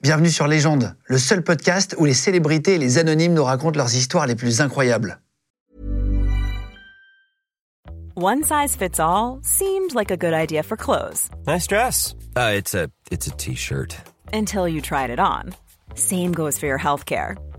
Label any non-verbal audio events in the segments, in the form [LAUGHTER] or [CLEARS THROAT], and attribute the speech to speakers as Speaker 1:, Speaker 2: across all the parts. Speaker 1: Bienvenue sur Légende, le seul podcast où les célébrités et les anonymes nous racontent leurs histoires les plus incroyables.
Speaker 2: One size fits all seemed like a good idea for clothes
Speaker 3: Nice dress. Uh, it's a it's a t-shirt.
Speaker 2: until you tried it on. Same goes for your healthcare.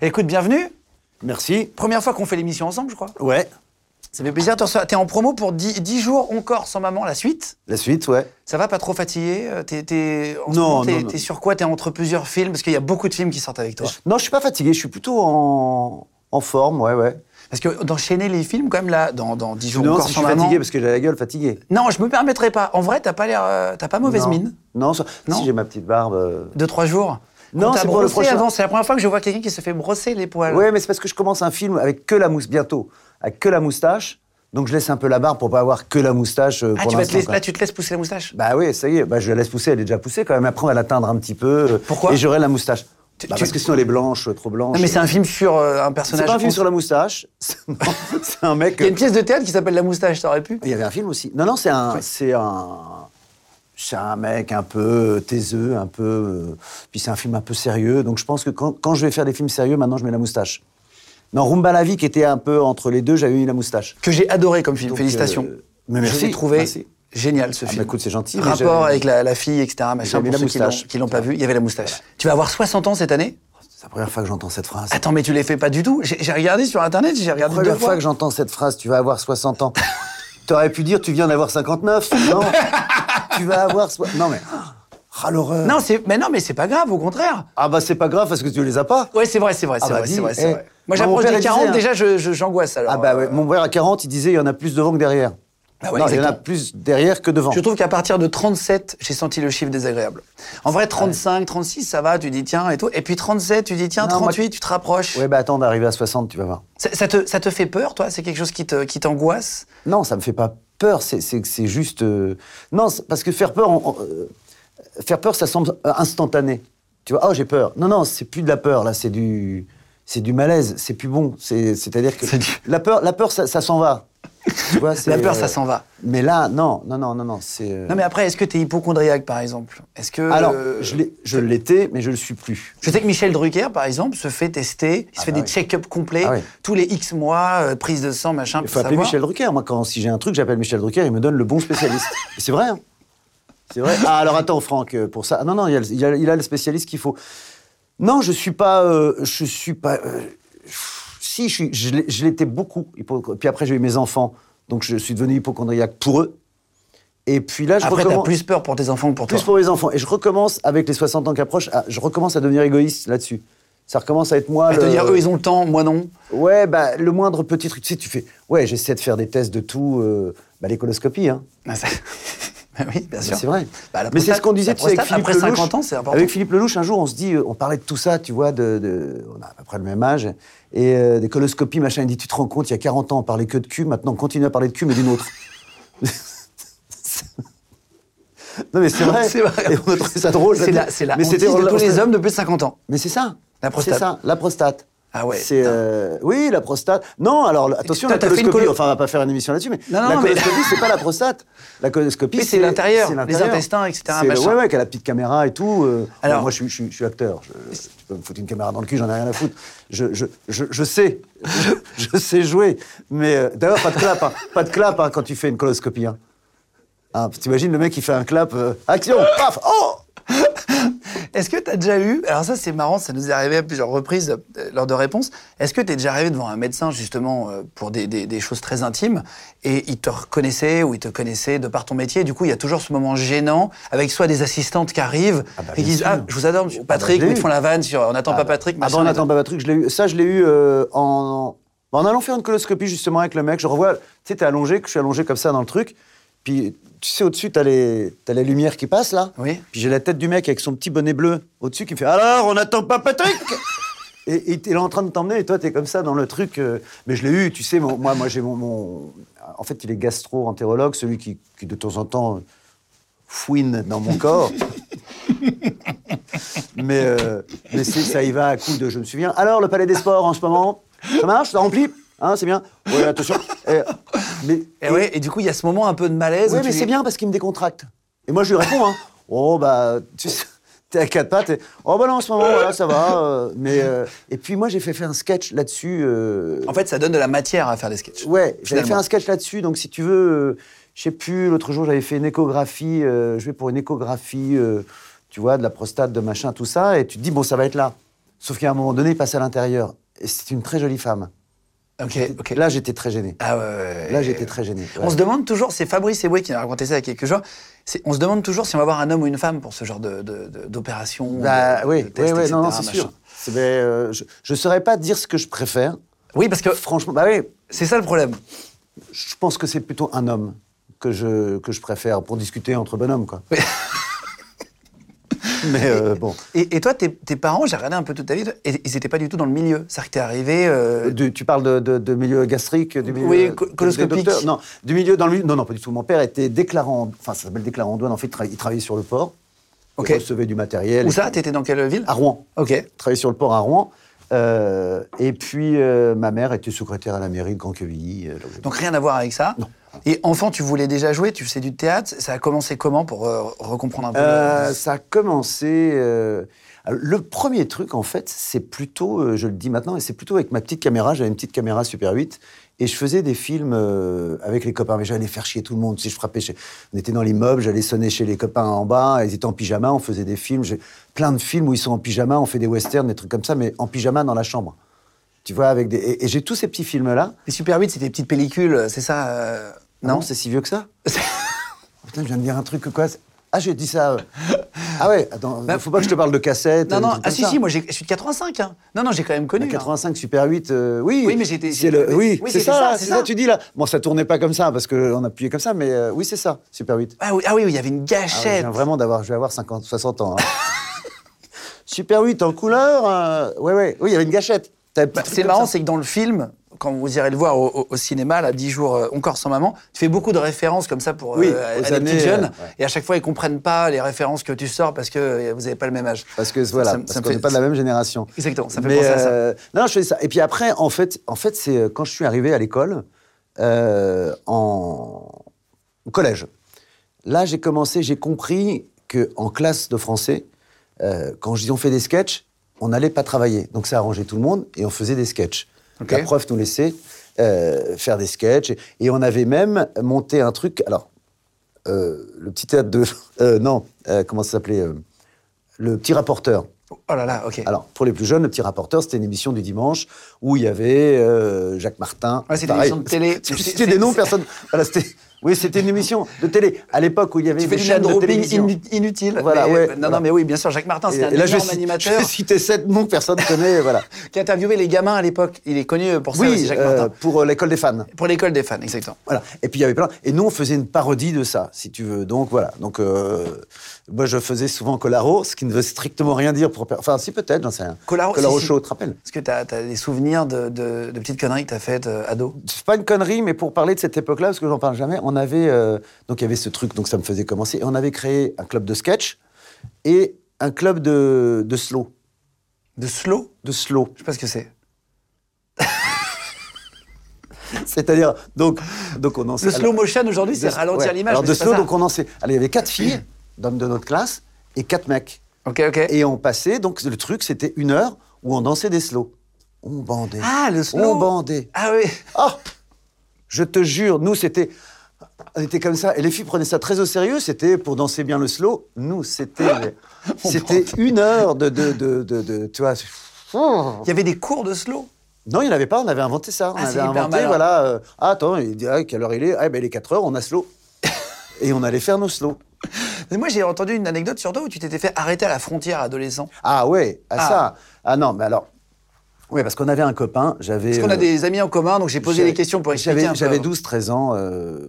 Speaker 1: Écoute, bienvenue.
Speaker 4: Merci.
Speaker 1: Première fois qu'on fait l'émission ensemble, je crois.
Speaker 4: Ouais.
Speaker 1: Ça fait plaisir. T'en sois- T'es en promo pour 10, jours encore sans maman, la suite.
Speaker 4: La suite, ouais.
Speaker 1: Ça va, pas trop fatigué Euh, T'es t'es- en ce
Speaker 4: Non,
Speaker 1: moment, t'es-
Speaker 4: non, non.
Speaker 1: t'es sur quoi T'es entre plusieurs films Parce qu'il y a beaucoup de films qui sortent avec toi.
Speaker 4: Non, je suis pas fatigué, je suis plutôt en, en forme, ouais, ouais.
Speaker 1: Parce que d'enchaîner les films, quand même, là, dans, dans 10 jours
Speaker 4: non,
Speaker 1: encore
Speaker 4: si je
Speaker 1: sans
Speaker 4: suis
Speaker 1: maman...
Speaker 4: fatigué parce que j'ai la gueule fatiguée.
Speaker 1: Non, je me permettrai pas. En vrai, t'as pas l'air, euh, t'as pas mauvaise
Speaker 4: Non.
Speaker 1: mine.
Speaker 4: Non, ça-
Speaker 1: Non.
Speaker 4: si j'ai ma petite barbe. euh.
Speaker 1: Deux trois jours.
Speaker 4: Non,
Speaker 1: Qu'on t'a
Speaker 4: c'est pour le
Speaker 1: brossé
Speaker 4: prochain.
Speaker 1: avant. C'est la première fois que je vois quelqu'un qui se fait brosser les poils.
Speaker 4: Ouais, mais c'est parce que je commence un film avec que la mousse bientôt, avec que la moustache. Donc je laisse un peu la barbe pour pas avoir que la moustache euh,
Speaker 1: ah,
Speaker 4: pour
Speaker 1: tu vas te
Speaker 4: l'instant,
Speaker 1: laisser-
Speaker 4: quoi.
Speaker 1: là, tu te laisses pousser la moustache.
Speaker 4: Bah oui, ça y est, bah, je la laisse pousser, elle est déjà poussée quand même. Après, on va l'atteindre un petit peu. euh,
Speaker 1: Pourquoi
Speaker 4: Et j'aurai la moustache.
Speaker 1: Tu-
Speaker 4: Bah,
Speaker 1: tu-
Speaker 4: parce que sinon, elle est blanche, euh, trop blanche.
Speaker 1: Non, mais c'est un film sur euh, un personnage.
Speaker 4: C'est pas un film
Speaker 1: cons-
Speaker 4: sur la moustache. [LAUGHS] C'est non, c'est un mec. euh,
Speaker 1: Il y a une pièce de théâtre qui s'appelle La moustache. T'aurais pu.
Speaker 4: Il y avait un film aussi. Non, non, c'est un,
Speaker 1: Ouais.
Speaker 4: c'est un, c'est un mec un peu taiseux, un peu. euh, Puis c'est un film un peu sérieux. Donc je pense que quand, quand je vais faire des films sérieux, maintenant je mets la moustache. Dans Rumba la vie, qui était un peu entre les deux, j'avais eu la moustache.
Speaker 1: Que j'ai adoré comme film.
Speaker 4: Donc,
Speaker 1: Félicitations.
Speaker 4: euh, mais
Speaker 1: Je
Speaker 4: merci,
Speaker 1: l'ai trouvé
Speaker 4: merci.
Speaker 1: génial ce
Speaker 4: Ah,
Speaker 1: film.
Speaker 4: bah, écoute, c'est gentil, mais
Speaker 1: Rapport
Speaker 4: j'avais-
Speaker 1: avec la, la fille, etc. Machin.
Speaker 4: J'avais
Speaker 1: Pour
Speaker 4: la
Speaker 1: ceux qui l'ont-
Speaker 4: moustache.
Speaker 1: qui l'ont pas vu, il y avait la moustache. Tu vas avoir 60 ans cette année.
Speaker 4: C'est la première fois que j'entends cette phrase.
Speaker 1: Attends, mais tu les fais pas du tout. J'ai j'ai regardé sur internet. J'ai
Speaker 4: la
Speaker 1: regardé deux
Speaker 4: première fois
Speaker 1: fois.
Speaker 4: que j'entends cette phrase, tu vas avoir 60 ans. [LAUGHS] T'aurais pu dire, tu viens d'avoir 59.
Speaker 1: [LAUGHS]
Speaker 4: Non. tu vas avoir. soi- Non, mais. Ah, l'horreur.
Speaker 1: Non, c'est mais non, mais c'est pas grave. Au contraire.
Speaker 4: Ah, bah, c'est pas grave parce que tu les as pas.
Speaker 1: Ouais, c'est vrai, c'est vrai,
Speaker 4: Ah
Speaker 1: c'est
Speaker 4: bah
Speaker 1: vrai,
Speaker 4: dis,
Speaker 1: c'est vrai, c'est
Speaker 4: eh.
Speaker 1: vrai. Moi,
Speaker 4: Bah, mon
Speaker 1: j'approche
Speaker 4: père,
Speaker 1: des
Speaker 4: il
Speaker 1: 40,
Speaker 4: disait,
Speaker 1: déjà,
Speaker 4: hein.
Speaker 1: je- je- j'angoisse alors.
Speaker 4: Ah bah ouais,
Speaker 1: euh,
Speaker 4: mon père à 40, il disait il y en a plus devant que derrière.
Speaker 1: Bah ouais,
Speaker 4: non, il y en a
Speaker 1: exactement.
Speaker 4: plus derrière que devant.
Speaker 1: Je trouve qu'à partir de 37, j'ai senti le chiffre désagréable. En vrai, 35, 36, ça va, tu dis tiens et tout. Et puis 37, tu dis tiens,
Speaker 4: Non, moi-
Speaker 1: 38, tu te rapproches.
Speaker 4: Ouais, bah attends d'arriver à 60, tu vas voir.
Speaker 1: Ça, ça te, ça te fait peur, toi C'est quelque chose qui te- qui t'angoisse
Speaker 4: Non, ça me fait pas peur, c'est- c'est c'est juste. euh, Non, c'est- parce que faire peur, on- on, euh, faire peur, ça semble euh, instantané. Tu vois, oh, j'ai peur. Non, non, c'est plus de la peur, là, c'est du. C'est du malaise, c'est plus bon. C'est- C'est-à-dire que.
Speaker 1: C'est du-
Speaker 4: La peur, la peur ça, ça s'en va. Tu vois, c'est,
Speaker 1: [LAUGHS] La peur,
Speaker 4: euh,
Speaker 1: ça s'en va.
Speaker 4: Mais là, non, non, non, non, non. c'est, euh,
Speaker 1: Non, mais après, est-ce que t'es hypochondriaque, par exemple Est-ce que.
Speaker 4: Alors,
Speaker 1: euh,
Speaker 4: je l'ai- je l'étais, mais je le suis plus.
Speaker 1: Je sais que Michel Drucker, par exemple, se fait tester, il se fait
Speaker 4: bah
Speaker 1: des
Speaker 4: oui.
Speaker 1: check-up complets
Speaker 4: Ah oui.
Speaker 1: tous les X mois, euh, prise de sang, machin.
Speaker 4: Il
Speaker 1: pour
Speaker 4: faut appeler
Speaker 1: savoir.
Speaker 4: Michel Drucker. Moi, quand si j'ai un truc, j'appelle Michel Drucker, il me donne le bon
Speaker 1: [LAUGHS]
Speaker 4: spécialiste. Et c'est vrai. hein. C'est vrai. Ah, alors attends, Franck, euh, pour ça. Non, non, il, y a, le- il y a- il a le spécialiste qu'il faut. Non, je suis pas. euh, je suis pas. euh, pff, si, je, suis- je l'ai- je l'étais beaucoup. hypo- Puis après, j'ai eu mes enfants. Donc, je suis devenu hypochondriaque pour eux. Et puis là, je
Speaker 1: Après, t'as
Speaker 4: recommence.
Speaker 1: plus peur pour tes enfants que pour toi.
Speaker 4: Plus pour les enfants. Et je recommence, avec les 60 ans qui approchent, à- je recommence à devenir égoïste là-dessus. Ça recommence à être moi.
Speaker 1: À te
Speaker 4: le-
Speaker 1: dire, eux, ils ont le temps, moi non.
Speaker 4: Ouais, bah, le moindre petit truc, tu sais, tu fais. Ouais, j'essaie de faire des tests de tout, euh, bah, les coloscopies, hein.
Speaker 1: Ah, ça- [LAUGHS] Bah oui, bien
Speaker 4: Bah,
Speaker 1: sûr.
Speaker 4: c'est vrai.
Speaker 1: Bah, la
Speaker 4: Mais c'est
Speaker 1: prostate-
Speaker 4: ce qu'on disait,
Speaker 1: la
Speaker 4: tu sais, avec
Speaker 1: prostate,
Speaker 4: Philippe
Speaker 1: après
Speaker 4: Lelouch.
Speaker 1: 50 ans, c'est important.
Speaker 4: Avec Philippe Lelouch, un jour, on se dit, euh, on parlait de tout ça, tu vois, de, de- on a à peu près le même âge, et euh, des coloscopies, machin. Il dit, tu te rends compte, il y a 40 ans, on parlait que de cul, maintenant, on continue à parler de cul, mais d'une
Speaker 1: [LAUGHS]
Speaker 4: autre. non, mais c'est
Speaker 1: [LAUGHS]
Speaker 4: vrai.
Speaker 1: C'est vrai.
Speaker 4: Et on a trouvé ça drôle.
Speaker 1: C'est la, c'est la
Speaker 4: Mais
Speaker 1: hantise
Speaker 4: c'était
Speaker 1: de tous les hommes depuis 50 ans. [LAUGHS]
Speaker 4: Mais c'est ça.
Speaker 1: La prostate.
Speaker 4: C'est ça, la prostate.
Speaker 1: Ah ouais,
Speaker 4: C'est
Speaker 1: putain.
Speaker 4: euh, oui, la prostate. Non, alors le- attention,
Speaker 1: Toi,
Speaker 4: la
Speaker 1: t'as fait une
Speaker 4: coloscopie.
Speaker 1: colo-
Speaker 4: Enfin, on va pas faire une émission là-dessus, mais
Speaker 1: Non, non,
Speaker 4: la
Speaker 1: non, mais-
Speaker 4: coloscopie, c'est pas la prostate. La coloscopie,
Speaker 1: Oui, c'est l'intérieur, les intestins, etc.,
Speaker 4: C'est-
Speaker 1: machin.
Speaker 4: Ouais, ouais, qui a la petite caméra et tout. euh,
Speaker 1: Alors-
Speaker 4: bon, moi, je, suis- je suis- je suis acteur. Je, tu peux me foutre une caméra dans le cul, j'en ai rien à foutre. Je, je, je, je sais, [LAUGHS] je, je sais jouer. Mais euh, d'ailleurs, pas de clap, hein. pas de clap hein, quand tu fais une coloscopie. Hein. Hein, T'imagines le mec qui fait un clap, euh, action, paf, oh.
Speaker 1: Est-ce que tu as déjà eu, alors ça c'est marrant, ça nous est arrivé à plusieurs reprises euh, lors de réponses, est-ce que tu es déjà arrivé devant un médecin justement euh, pour des, des- des choses très intimes et il te reconnaissait ou il te connaissait de par ton métier et du coup il y a toujours ce moment gênant avec soit des assistantes qui arrivent
Speaker 4: bah,
Speaker 1: et qui
Speaker 4: bien
Speaker 1: disent
Speaker 4: sûr.
Speaker 1: Ah, je vous adore, monsieur
Speaker 4: Ah, bah,
Speaker 1: Patrick,
Speaker 4: je l'ai
Speaker 1: ou ils te
Speaker 4: eu.
Speaker 1: font la vanne sur On n'attend pas
Speaker 4: Ah bah-
Speaker 1: Patrick,
Speaker 4: Ah bah,
Speaker 1: machin.
Speaker 4: on attend pas Patrick, je l'ai eu. Ça, je l'ai eu euh, en... en allant faire une coloscopie justement avec le mec. Je revois, tu sais, t'es allongé, que je suis allongé comme ça dans le truc. Puis, tu sais, au-dessus, t'as les, t'as les lumières qui passent, là.
Speaker 1: Oui.
Speaker 4: Puis j'ai la tête du mec avec son petit bonnet bleu au-dessus qui me fait Alors, on n'attend
Speaker 1: [LAUGHS]
Speaker 4: pas Patrick Et et il est en train de t'emmener, et toi, t'es comme ça dans le truc. euh, mais je l'ai eu, tu sais, mon- moi, moi j'ai mon, mon- En fait, il est gastro-entérologue, celui qui, qui, de temps en temps, fouine dans mon corps. mais euh, mais c'est- ça y va à coup de je me souviens. Alors, le palais des sports en ce moment, ça marche Ça remplit Hein, c'est bien Oui, attention. Eh, mais,
Speaker 1: Et, ouais, et du coup, il y a ce moment un peu de malaise.
Speaker 4: oui,
Speaker 1: où tu
Speaker 4: mais
Speaker 1: dis-
Speaker 4: c'est bien parce qu'il me décontracte. Et moi, je lui réponds, hein. Oh, bah, tu sais, t'es à quatre pattes. et, oh, bah non, en ce moment, voilà, ça va. euh, mais, euh, et puis, moi, j'ai fait faire un sketch là-dessus. euh,
Speaker 1: En fait, ça donne de la matière à faire des sketchs.
Speaker 4: ouais, j'avais
Speaker 1: finalement.
Speaker 4: fait un sketch là-dessus. Donc, si tu veux, euh, je sais plus, l'autre jour, j'avais fait une échographie. euh, je vais pour une échographie, euh, tu vois, de la prostate, de machin, tout ça. Et tu te dis, bon, ça va être là. Sauf qu'à un moment donné, il passe à l'intérieur. Et c'est une très jolie femme.
Speaker 1: Ok, ok.
Speaker 4: Là, j'étais très gêné.
Speaker 1: Ah ouais, ouais, ouais.
Speaker 4: Là, j'étais très gêné. ouais.
Speaker 1: On se demande toujours, c'est Fabrice Eboué qui nous a raconté ça il y a quelques jours, c'est- on se demande toujours si on va avoir un homme ou une femme pour ce genre de- de- de- d'opération. De,
Speaker 4: Bah,
Speaker 1: de
Speaker 4: oui, oui,
Speaker 1: test,
Speaker 4: oui, non, non,
Speaker 1: etc.,
Speaker 4: c'est sûr.
Speaker 1: machin.
Speaker 4: C'est- ben, euh, je ne saurais pas dire ce que je préfère.
Speaker 1: Oui, parce que
Speaker 4: Franchement, bah oui,
Speaker 1: c'est ça le problème.
Speaker 4: je pense que c'est plutôt un homme que je, que je préfère pour discuter entre bonhommes, quoi. Mais euh, bon,
Speaker 1: Et, et toi, tes, tes parents, j'ai regardé un peu toute ta vie, et, ils n'étaient pas du tout dans le milieu. C'est-à-dire que t'es arrivé. euh,
Speaker 4: Du- tu parles de, de- de milieu gastrique, du milieu
Speaker 1: Oui, co-
Speaker 4: des
Speaker 1: coloscopique.
Speaker 4: docteurs Non, du milieu dans le milieu. Non, non, pas du tout. Mon père était déclarant, enfin ça s'appelle déclarant en douane. En fait, il tra- il travaillait sur le port.
Speaker 1: Ok.
Speaker 4: Il recevait du matériel.
Speaker 1: Où ça T'étais dans quelle ville
Speaker 4: À Rouen.
Speaker 1: Ok.
Speaker 4: travaillé sur le port à Rouen. Euh, et puis, euh, ma mère était secrétaire à la mairie de Grand-Quevilly. euh, là où j'habite.
Speaker 1: Donc rien à voir avec ça. Et enfant, tu voulais déjà jouer, tu faisais du théâtre. Ça a commencé comment pour euh, recomprendre un peu
Speaker 4: Euh,
Speaker 1: le-
Speaker 4: ça a commencé. euh, alors, le premier truc, en fait, c'est plutôt, euh, je le dis maintenant, et c'est plutôt avec ma petite caméra. J'avais une petite caméra Super 8 et je faisais des films euh, avec les copains. Mais j'allais faire chier tout le monde. Si je frappais, chez... on était dans l'immeuble, j'allais sonner chez les copains en bas. Ils étaient en pyjama, on faisait des films. J'ai plein de films où ils sont en pyjama, on fait des westerns, des trucs comme ça, mais en pyjama dans la chambre. Tu vois, avec des. Et, et j'ai tous ces petits films-là.
Speaker 1: Les Super 8, c'était des petites pellicules, c'est ça euh,
Speaker 4: Non,
Speaker 1: Non
Speaker 4: c'est si vieux que ça [LAUGHS] Putain, je viens de dire un truc que quoi c'est- Ah, j'ai dit ça. euh. Ah ouais, attends, faut pas que je te parle de cassette.
Speaker 1: Bah, Non,
Speaker 4: euh,
Speaker 1: non,
Speaker 4: des trucs
Speaker 1: ah
Speaker 4: comme
Speaker 1: si,
Speaker 4: ça. Ah,
Speaker 1: si, moi j'ai- je suis de 85. hein. Non, non, j'ai quand même
Speaker 4: La
Speaker 1: connu. hein.
Speaker 4: 85 Super 8, euh, oui.
Speaker 1: Oui, mais j'étais-
Speaker 4: C'est le-
Speaker 1: j'étais-
Speaker 4: Oui,
Speaker 1: oui,
Speaker 4: c'est
Speaker 1: c'était
Speaker 4: ça,
Speaker 1: ça,
Speaker 4: là,
Speaker 1: c'est
Speaker 4: c'est ça,
Speaker 1: ça.
Speaker 4: tu dis là. Bon, ça tournait pas comme ça parce qu'on appuyait comme ça, mais euh, oui, c'est ça, Super 8.
Speaker 1: Ah oui, ah oui, oui, il y avait une
Speaker 4: Ah ouais, je
Speaker 1: gâchette.
Speaker 4: viens vraiment d'avoir, je vais avoir 50, 60 ans. hein. [LAUGHS] Super 8 en couleur, euh, ouais, ouais, oui, il y avait une gâchette. T'avais
Speaker 1: Bah,
Speaker 4: petit truc
Speaker 1: c'est
Speaker 4: comme
Speaker 1: marrant,
Speaker 4: ça.
Speaker 1: c'est que dans le film, quand vous irez le voir au, au- au cinéma, là, 10 jours euh, encore sans maman, tu fais beaucoup de références comme ça pour euh,
Speaker 4: Oui,
Speaker 1: à-
Speaker 4: aux
Speaker 1: à des
Speaker 4: années,
Speaker 1: petits jeunes.
Speaker 4: euh, ouais.
Speaker 1: Et à chaque fois, ils comprennent pas les références que tu sors parce que euh, vous n'avez pas le même âge.
Speaker 4: Parce que voilà,
Speaker 1: Ça me-
Speaker 4: parce
Speaker 1: ça me
Speaker 4: qu'on
Speaker 1: fait-
Speaker 4: n'est pas de la même génération.
Speaker 1: Exactement, ça me fait
Speaker 4: Mais,
Speaker 1: penser à ça.
Speaker 4: euh, non, je faisais ça. Et puis après, en fait, en fait c'est euh, quand je suis arrivé à l'école, euh, en au collège. Là, j'ai commencé, j'ai compris que en classe de français, euh, quand je dis on fait des sketchs, on n'allait pas travailler. Donc ça arrangeait tout le monde et on faisait des sketchs.
Speaker 1: Ok.
Speaker 4: La prof nous laissait euh, faire des sketchs et, et on avait même monté un truc. Alors euh, le petit théâtre de [LAUGHS] euh, non, euh, comment ça s'appelait euh, Le petit rapporteur.
Speaker 1: Oh là là, ok.
Speaker 4: Alors, pour les plus jeunes, Le Petit Rapporteur, c'était une émission du dimanche où il y avait euh, Jacques Martin.
Speaker 1: Ouais, c'était une
Speaker 4: Pareil.
Speaker 1: émission de télé.
Speaker 4: Tu-
Speaker 1: C'est-
Speaker 4: [LAUGHS] C'était
Speaker 1: c'est-
Speaker 4: des noms,
Speaker 1: c'est-
Speaker 4: personne. Voilà, c'était. Oui, c'était une émission de télé. À l'époque où il y avait
Speaker 1: tu fais
Speaker 4: des
Speaker 1: du
Speaker 4: chaînes
Speaker 1: name
Speaker 4: de
Speaker 1: dropping
Speaker 4: télévision.
Speaker 1: inu- inutile.
Speaker 4: Voilà,
Speaker 1: mais- euh,
Speaker 4: ouais,
Speaker 1: Non,
Speaker 4: voilà.
Speaker 1: non, mais oui, bien sûr, Jacques Martin,
Speaker 4: Et-
Speaker 1: c'était un
Speaker 4: et là, je vais,
Speaker 1: énorme
Speaker 4: ci-
Speaker 1: animateur
Speaker 4: je vais citer sept noms que personne connaît. voilà.
Speaker 1: qui interviewait les gamins à l'époque. Il est connu [LAUGHS] pour ça aussi,
Speaker 4: Oui,
Speaker 1: Jacques
Speaker 4: euh,
Speaker 1: Martin.
Speaker 4: pour euh, l'école des fans.
Speaker 1: Pour l'école des fans, exactement.
Speaker 4: Voilà. Et puis il y avait plein. Et nous, on faisait une parodie de ça, si tu veux. Donc voilà. Donc euh, moi, je faisais souvent Colaro, ce qui ne veut strictement rien dire pour. per- Enfin, si peut-être, j'en sais rien.
Speaker 1: Colaro, si, si.
Speaker 4: Show, tu te rappelles
Speaker 1: Est-ce que tu as, des souvenirs de, de- de petites conneries que tu as faites euh, ado
Speaker 4: c'est pas une connerie, mais pour parler de cette époque-là, parce que j'en parle jamais, on avait euh, donc il y avait ce truc, donc ça me faisait commencer. Et on avait créé un club de sketch et un club de, de slow,
Speaker 1: De slow
Speaker 4: de slow. [LAUGHS]
Speaker 1: Je sais pas ce que c'est.
Speaker 4: C'est-à-dire donc donc on en
Speaker 1: Le slow motion aujourd'hui,
Speaker 4: de-
Speaker 1: c'est ralentir
Speaker 4: ouais.
Speaker 1: l'image.
Speaker 4: Alors
Speaker 1: mais
Speaker 4: de
Speaker 1: c'est pas
Speaker 4: slow,
Speaker 1: ça.
Speaker 4: donc on en sait. Alors il y avait quatre filles [CLEARS THROAT] d'hommes de notre classe et quatre mecs.
Speaker 1: Ok, ok.
Speaker 4: Et on passait, donc le truc c'était une heure où on dansait des slow. On bandait.
Speaker 1: Ah, le slow
Speaker 4: On bandait.
Speaker 1: Ah oui.
Speaker 4: Ah Je te jure, nous, c'était. On était comme ça. Et les filles prenaient ça très au sérieux. C'était pour danser bien le slow. Nous, c'était.
Speaker 1: Ah,
Speaker 4: c'était une heure de. de, de, de- de- tu vois.
Speaker 1: Il y avait des cours de slow.
Speaker 4: Non, il n'y en avait pas, on avait inventé ça. On
Speaker 1: Hmm. Ah, c'est
Speaker 4: avait
Speaker 1: hyper
Speaker 4: inventé,
Speaker 1: malin.
Speaker 4: voilà. euh, ah, attends, il dit, ah, quelle heure il est Ah, ben, il est 4 heures, on
Speaker 1: [LAUGHS]
Speaker 4: a slow. Et on allait faire nos slow.
Speaker 1: Mais moi, j'ai entendu une anecdote sur toi où tu t'étais fait arrêter à la frontière adolescent.
Speaker 4: Ah, ouais, à
Speaker 1: Ah.
Speaker 4: ça. Ah, non, mais alors. Oui, parce qu'on avait un copain, j'avais.
Speaker 1: Parce qu'on a
Speaker 4: euh,
Speaker 1: des amis en commun, donc j'ai posé
Speaker 4: J'avais-
Speaker 1: des questions pour expliquer
Speaker 4: j'avais-
Speaker 1: un peu.
Speaker 4: J'avais 12-13 ans. euh,